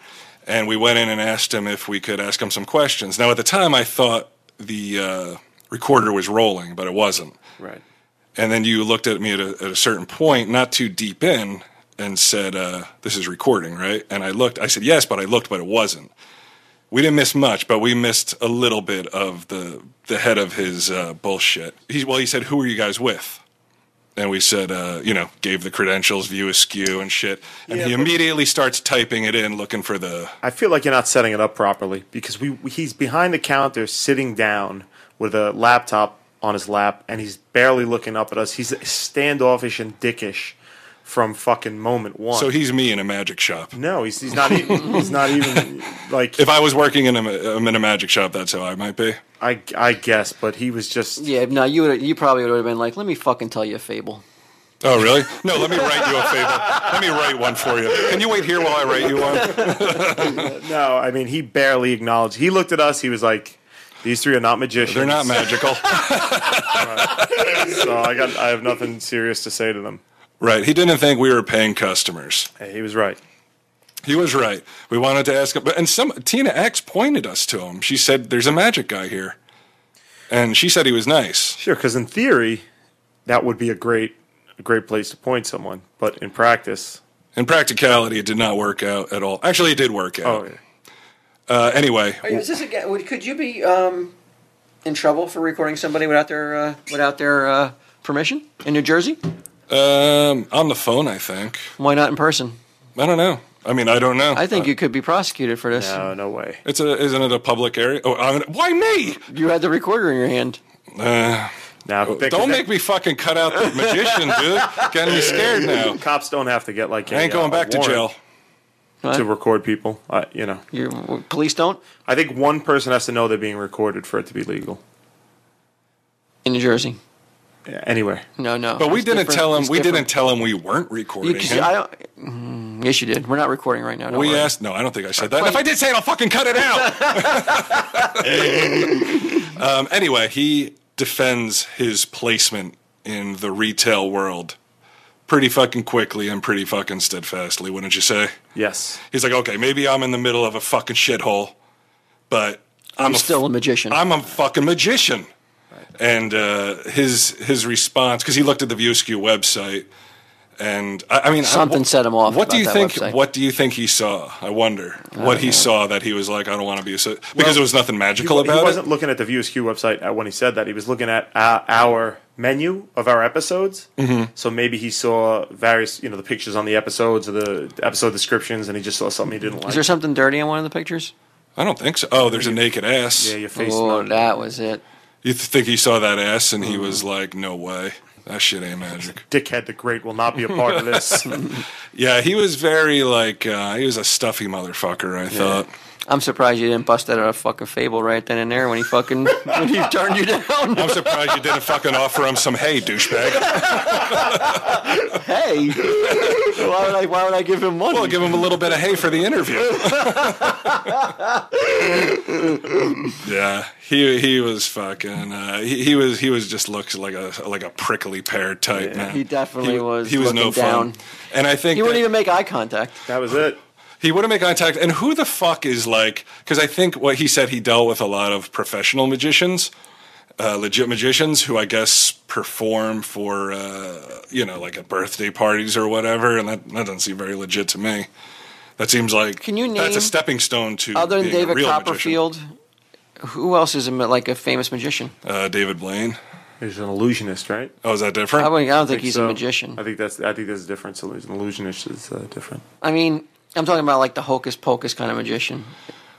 Speaker 2: and we went in and asked him if we could ask him some questions. Now, at the time, I thought the uh, recorder was rolling, but it wasn't.
Speaker 5: Right.
Speaker 2: And then you looked at me at a, at a certain point, not too deep in, and said, uh, This is recording, right? And I looked, I said, Yes, but I looked, but it wasn't. We didn't miss much, but we missed a little bit of the, the head of his uh, bullshit. He, well, he said, Who are you guys with? And we said, uh, you know, gave the credentials, view askew and shit. And he immediately starts typing it in, looking for the.
Speaker 5: I feel like you're not setting it up properly because we he's behind the counter, sitting down with a laptop on his lap, and he's barely looking up at us. He's standoffish and dickish from fucking moment one.
Speaker 2: So he's me in a magic shop.
Speaker 5: no, he's he's not even, he's not even like
Speaker 2: If I was working in a, ma- I'm in a magic shop, that's how I might be.
Speaker 5: I I guess, but he was just
Speaker 4: Yeah, no, you would you probably would have been like, let me fucking tell you a fable.
Speaker 2: Oh, really? No, let me write you a fable. Let me write one for you. Can you wait here while I write you one?
Speaker 5: no. I mean, he barely acknowledged. He looked at us. He was like. These three are not magicians.
Speaker 2: They're not magical.
Speaker 5: So I got. I have nothing serious to say to them.
Speaker 2: Right. He didn't think we were paying customers.
Speaker 5: Hey, he was right.
Speaker 2: He was right. We wanted to ask him, but and some Tina X pointed us to him. She said, "There's a magic guy here," and she said he was nice.
Speaker 5: Sure, because in theory, that would be a great, a great place to point someone. But in practice,
Speaker 2: In practicality, it did not work out at all. Actually, it did work
Speaker 5: oh,
Speaker 2: out. Uh, anyway,
Speaker 4: Is this again? Would, could you be um, in trouble for recording somebody without their uh, without their uh, permission in New Jersey?
Speaker 2: um, on the phone, I think.
Speaker 4: Why not in person?
Speaker 2: I don't know. I mean, I don't know. Uh,
Speaker 4: I think you could be prosecuted for this.
Speaker 5: no, no way.
Speaker 2: it's a isn't it a public area? Oh, I'm, why me?
Speaker 4: You had the recorder in your hand.
Speaker 2: Uh,
Speaker 5: Now,
Speaker 2: Don't make me fucking cut out the magician, dude. Getting me scared now.
Speaker 5: Cops don't have to get like.
Speaker 2: I ain't
Speaker 4: uh,
Speaker 2: going back to jail.
Speaker 5: to record people. I, you know,
Speaker 4: You, police don't
Speaker 5: I think one person has to know they're being recorded for it to be legal.
Speaker 4: in New Jersey.
Speaker 5: anywhere.
Speaker 4: No, no.
Speaker 2: But we
Speaker 4: It's
Speaker 2: didn't
Speaker 4: different.
Speaker 2: tell him.
Speaker 4: It's
Speaker 2: We
Speaker 4: different.
Speaker 2: didn't tell him we weren't
Speaker 4: You,
Speaker 2: recording.
Speaker 4: 'cause
Speaker 2: him.
Speaker 4: I don't. Mm, yes, you did. We're not recording right now. don't
Speaker 2: we
Speaker 4: worry.
Speaker 2: asked. No, I don't think I said that. And if I did say it, I'll fucking cut it out. um, anyway, he defends his placement in the retail world pretty fucking quickly and pretty fucking steadfastly. Wouldn't you say?
Speaker 5: Yes.
Speaker 2: He's like, okay, maybe I'm in the middle of a fucking shithole, but I'm
Speaker 4: I'm
Speaker 2: a
Speaker 4: still a magician.
Speaker 2: I'm a fucking magician. And uh, his his response, because he looked at the ViewSkew website, and I, I mean, I-
Speaker 4: Something
Speaker 2: what-
Speaker 4: set him off
Speaker 2: What do
Speaker 4: about
Speaker 2: you
Speaker 4: that
Speaker 2: think?
Speaker 4: website.
Speaker 2: What do you think he saw? I wonder what he saw that he was like, I don't want to be so because there was nothing magical
Speaker 5: He,
Speaker 2: about
Speaker 5: wasn't
Speaker 2: it.
Speaker 5: looking at the VSQ website uh, when he said that. He was looking at uh, our menu of our episodes. Mm-hmm. So maybe he saw various, you know, the pictures on the episodes or the episode descriptions, and he just saw something he didn't like.
Speaker 4: Is there something dirty in one of the pictures?
Speaker 2: I don't think so. Oh, there's a naked ass.
Speaker 5: yeah, your face.
Speaker 4: Oh,
Speaker 5: not- Mm-hmm.
Speaker 4: that was it.
Speaker 2: You th- think he saw that ass and he was like, no way, that shit ain't magic.
Speaker 5: Dickhead the Great will not be a part of this.
Speaker 2: Yeah, he was very like uh, he was a stuffy motherfucker. I thought.
Speaker 4: I'm surprised you didn't bust that out of fucking fable right then and there when he fucking when he turned you down.
Speaker 2: I'm surprised you didn't fucking offer him some hey, douchebag.
Speaker 4: hey, why would I? Why would I give him money?
Speaker 2: Well, give him a little bit of hay for the interview. yeah, he he was fucking. Uh, he, he was he was just looks like a like a prickly pear type man.
Speaker 4: he definitely was looking down.
Speaker 2: And I think
Speaker 4: he wouldn't
Speaker 2: that-
Speaker 4: even make eye contact.
Speaker 5: that was it.
Speaker 2: he wouldn't make contact. And who the fuck is like? Because I think what he said, he dealt with a lot of professional magicians, uh, legit magicians who I guess perform for uh, you know like at birthday parties or whatever, and that, that doesn't seem very legit to me. That seems like
Speaker 4: Can you
Speaker 2: that's a
Speaker 4: name
Speaker 2: stepping stone to
Speaker 4: Other than
Speaker 2: being a
Speaker 4: David
Speaker 2: real magician.
Speaker 4: Copperfield, who else is a, ma- like a famous magician?
Speaker 2: uh, David Blaine.
Speaker 5: He's an illusionist, right?
Speaker 2: Oh, is that different?
Speaker 4: I, wouldn't, I don't think, he's
Speaker 5: so.
Speaker 4: a magician.
Speaker 5: I think that's. I think there's a difference. An illusionist is uh, different.
Speaker 4: I mean, I'm talking about like the hocus pocus kind of magician.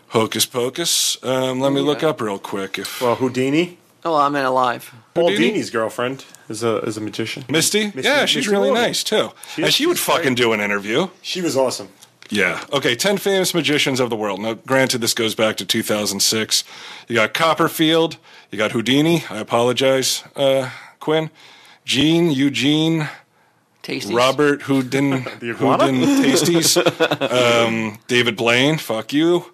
Speaker 2: Hocus pocus. Um, let me look up real quick. If
Speaker 5: Well, Houdini,
Speaker 4: Oh, I meant alive.
Speaker 5: Paul
Speaker 2: Houdini?
Speaker 5: Dini's girlfriend, is a is a magician.
Speaker 2: Misty? yeah, she's
Speaker 5: Misty
Speaker 2: really
Speaker 5: Morgan.
Speaker 2: nice too, and she would fucking do an interview.
Speaker 5: She was awesome.
Speaker 2: Yeah. Okay. 10 famous magicians of the world. Now, granted, this goes back to 2006. You got Copperfield. You got Houdini. I apologize, uh, Quinn. Gene, Eugene,
Speaker 4: Tasty.
Speaker 2: Robert Houdin,
Speaker 5: The iguana?
Speaker 2: Houdin Tasties, um, David Blaine, fuck you,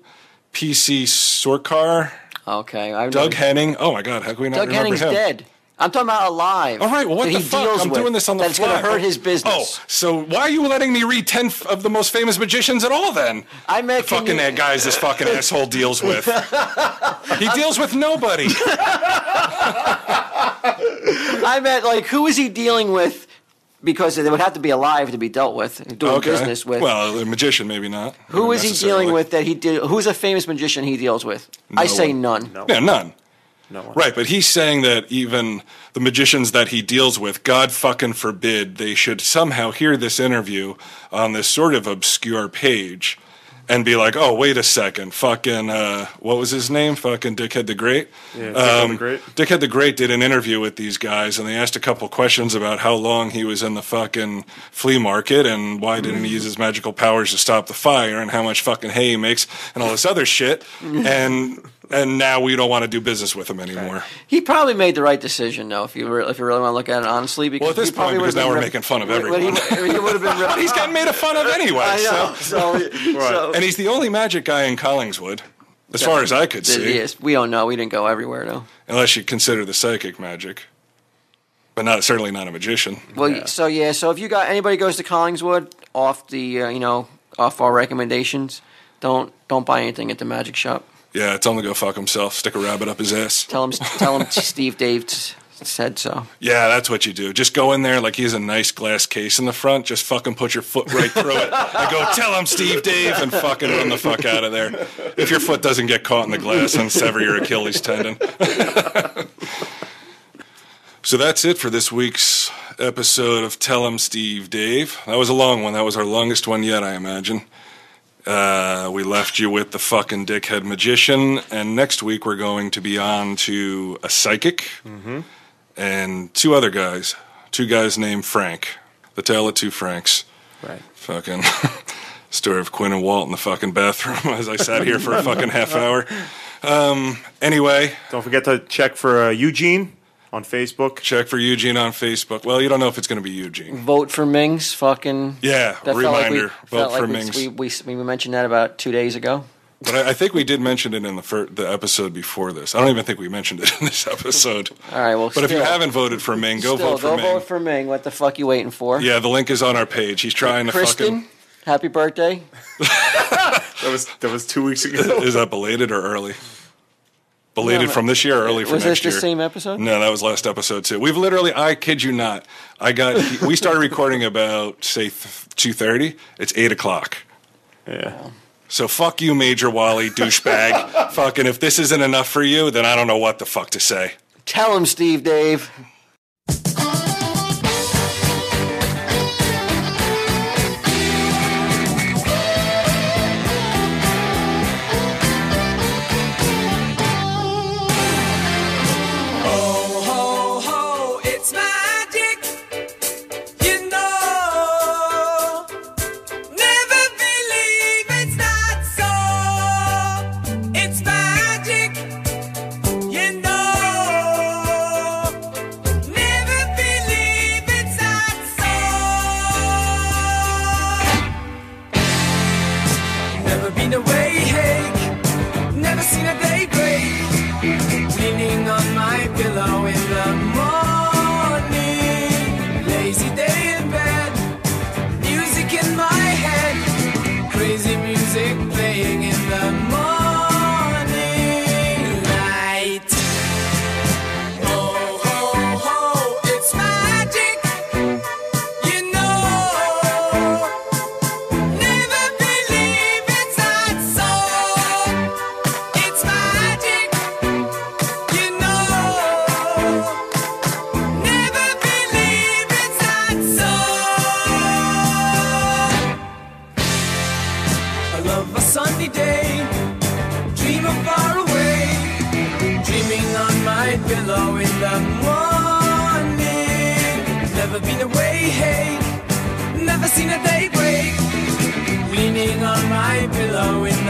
Speaker 2: PC Sorkar,
Speaker 4: Okay. I
Speaker 2: Doug Henning. Oh my God, how can we not
Speaker 4: Doug
Speaker 2: remember
Speaker 4: Henning's
Speaker 2: him?
Speaker 4: dead. I'm talking about alive.
Speaker 2: All right, well, what
Speaker 4: that
Speaker 2: the
Speaker 4: he
Speaker 2: fuck?
Speaker 4: deals
Speaker 2: I'm
Speaker 4: with,
Speaker 2: doing this on the
Speaker 4: That's
Speaker 2: fly.
Speaker 4: going to hurt his business.
Speaker 2: Oh, so why are you letting me read 10 f- of the most famous magicians at all then?
Speaker 4: I
Speaker 2: The
Speaker 4: met
Speaker 2: fucking that guys this fucking asshole deals with. He deals with nobody.
Speaker 4: I meant like who is he dealing with? Because they would have to be alive to be dealt with, doing business with.
Speaker 2: Well, a magician, maybe not.
Speaker 4: who is he dealing
Speaker 2: necessarily.
Speaker 4: with that he de- Who's a famous magician he deals with? I
Speaker 2: No
Speaker 4: say
Speaker 2: one.
Speaker 4: none.
Speaker 5: No.
Speaker 2: Yeah, none.
Speaker 5: No one.
Speaker 2: Right, but he's saying that even the magicians that he deals with, God fucking forbid, they should somehow hear this interview on this sort of obscure page and be like, oh, wait a second, fucking, uh, what was his name? Fucking Dickhead the Great?
Speaker 5: Yeah, Dickhead the Great.
Speaker 2: Dickhead Um, the Great did an interview with these guys, and they asked a couple questions about how long he was in the fucking flea market and why didn't he use his magical powers to stop the fire and how much fucking hay he makes and all this other shit. and and now we don't want to do business with him anymore.
Speaker 4: He probably made the right decision, though, if you re- if you really want to look at it honestly. Because
Speaker 2: Well, at this
Speaker 4: he probably
Speaker 2: point, because
Speaker 4: would've
Speaker 2: now
Speaker 4: been
Speaker 2: we're
Speaker 4: rip-
Speaker 2: making fun of
Speaker 4: would- would
Speaker 2: everyone.
Speaker 4: He, he would have been.
Speaker 2: But
Speaker 4: Ripped
Speaker 2: he's gotten made fun of anyway.
Speaker 4: I know.
Speaker 2: So.
Speaker 4: So, so-
Speaker 2: And he's the only magic guy in Collingswood, as far as I could
Speaker 4: Th-
Speaker 2: see,
Speaker 4: yes, we don't know. We didn't go everywhere though.
Speaker 2: unless you consider the psychic magic. But not certainly not a magician.
Speaker 4: Well, y so yeah, so if you got anybody goes to Collingswood off the uh, you know off our recommendations, don't don't buy anything at the magic shop.
Speaker 2: Yeah, tell him to go fuck himself. Stick a rabbit up his ass.
Speaker 4: Tell him tell him Steve Dave s- said so.
Speaker 2: Yeah, that's what you do. Just go in there like he has a nice glass case in the front. Just fucking put your foot right through it and go tell him Steve Dave and fucking run the fuck out of there. If your foot doesn't get caught in the glass and sever your Achilles tendon. so that's it for this week's episode of Tell Him Steve Dave. That was a long one. That was our longest one yet, I imagine. Uh, we left you with the fucking dickhead magician, and next week we're going to be on to a psychic and two other guys, two guys named Frank. The Tale of Two Franks.
Speaker 5: Right.
Speaker 2: Fucking story of Quinn and Walt in the fucking bathroom as I sat here for a fucking half hour. Um, anyway,
Speaker 5: Don't forget to check for uh, Eugene on Facebook.
Speaker 2: Check for Eugene on Facebook. Well, you don't know if it's going to be Eugene.
Speaker 4: Vote for Mings, fucking.
Speaker 2: Yeah,
Speaker 4: felt like we-
Speaker 2: reminder, vote
Speaker 4: felt like
Speaker 2: for
Speaker 4: we-
Speaker 2: Mings.
Speaker 4: We, we, we mentioned that about two days ago.
Speaker 2: But I, I think we did mention it in the fir- the episode before this. I don't even think we mentioned it in this episode.
Speaker 4: All right, well,
Speaker 2: but if you
Speaker 4: still-
Speaker 2: haven't voted for Ming, go
Speaker 4: Still,
Speaker 2: vote for
Speaker 4: go
Speaker 2: Ming.
Speaker 4: vote for Ming. What the fuck you waiting for?
Speaker 2: yeah, the link is on our page. He's trying to
Speaker 4: Kristen,
Speaker 2: fucking.
Speaker 4: happy birthday.
Speaker 5: That was that was two weeks ago.
Speaker 2: Is that belated or early? Belated
Speaker 4: No,
Speaker 2: from this year, or early from
Speaker 4: Was
Speaker 2: next
Speaker 4: this the
Speaker 2: year.
Speaker 4: same episode?
Speaker 2: No, that was last episode too. We've literally, I kid you not, I got. we started recording about say two thirty. It's eight o'clock.
Speaker 5: yeah.
Speaker 2: So fuck you, Major Wally, douchebag. Fucking if this isn't enough for you, then I don't know what the fuck to say.
Speaker 4: Tell him, Steve, Dave.
Speaker 11: ho, ho, it's magic. You know, never believe it's not so. It's magic. You know, never believe it's not so. Never been away, hey, never seen a day break leaning on my pillow in the morning. Lazy day in bed, music in my head, crazy music playing in the morning light. Oh, ho, ho, it's magic. You know, never believe it's not so. It's magic. You know, never believe it's not so. I love a sunny day, dream of far away, dreaming on my pillow in the morning. Never been away, hey, never seen a day break, leaning on my pillow in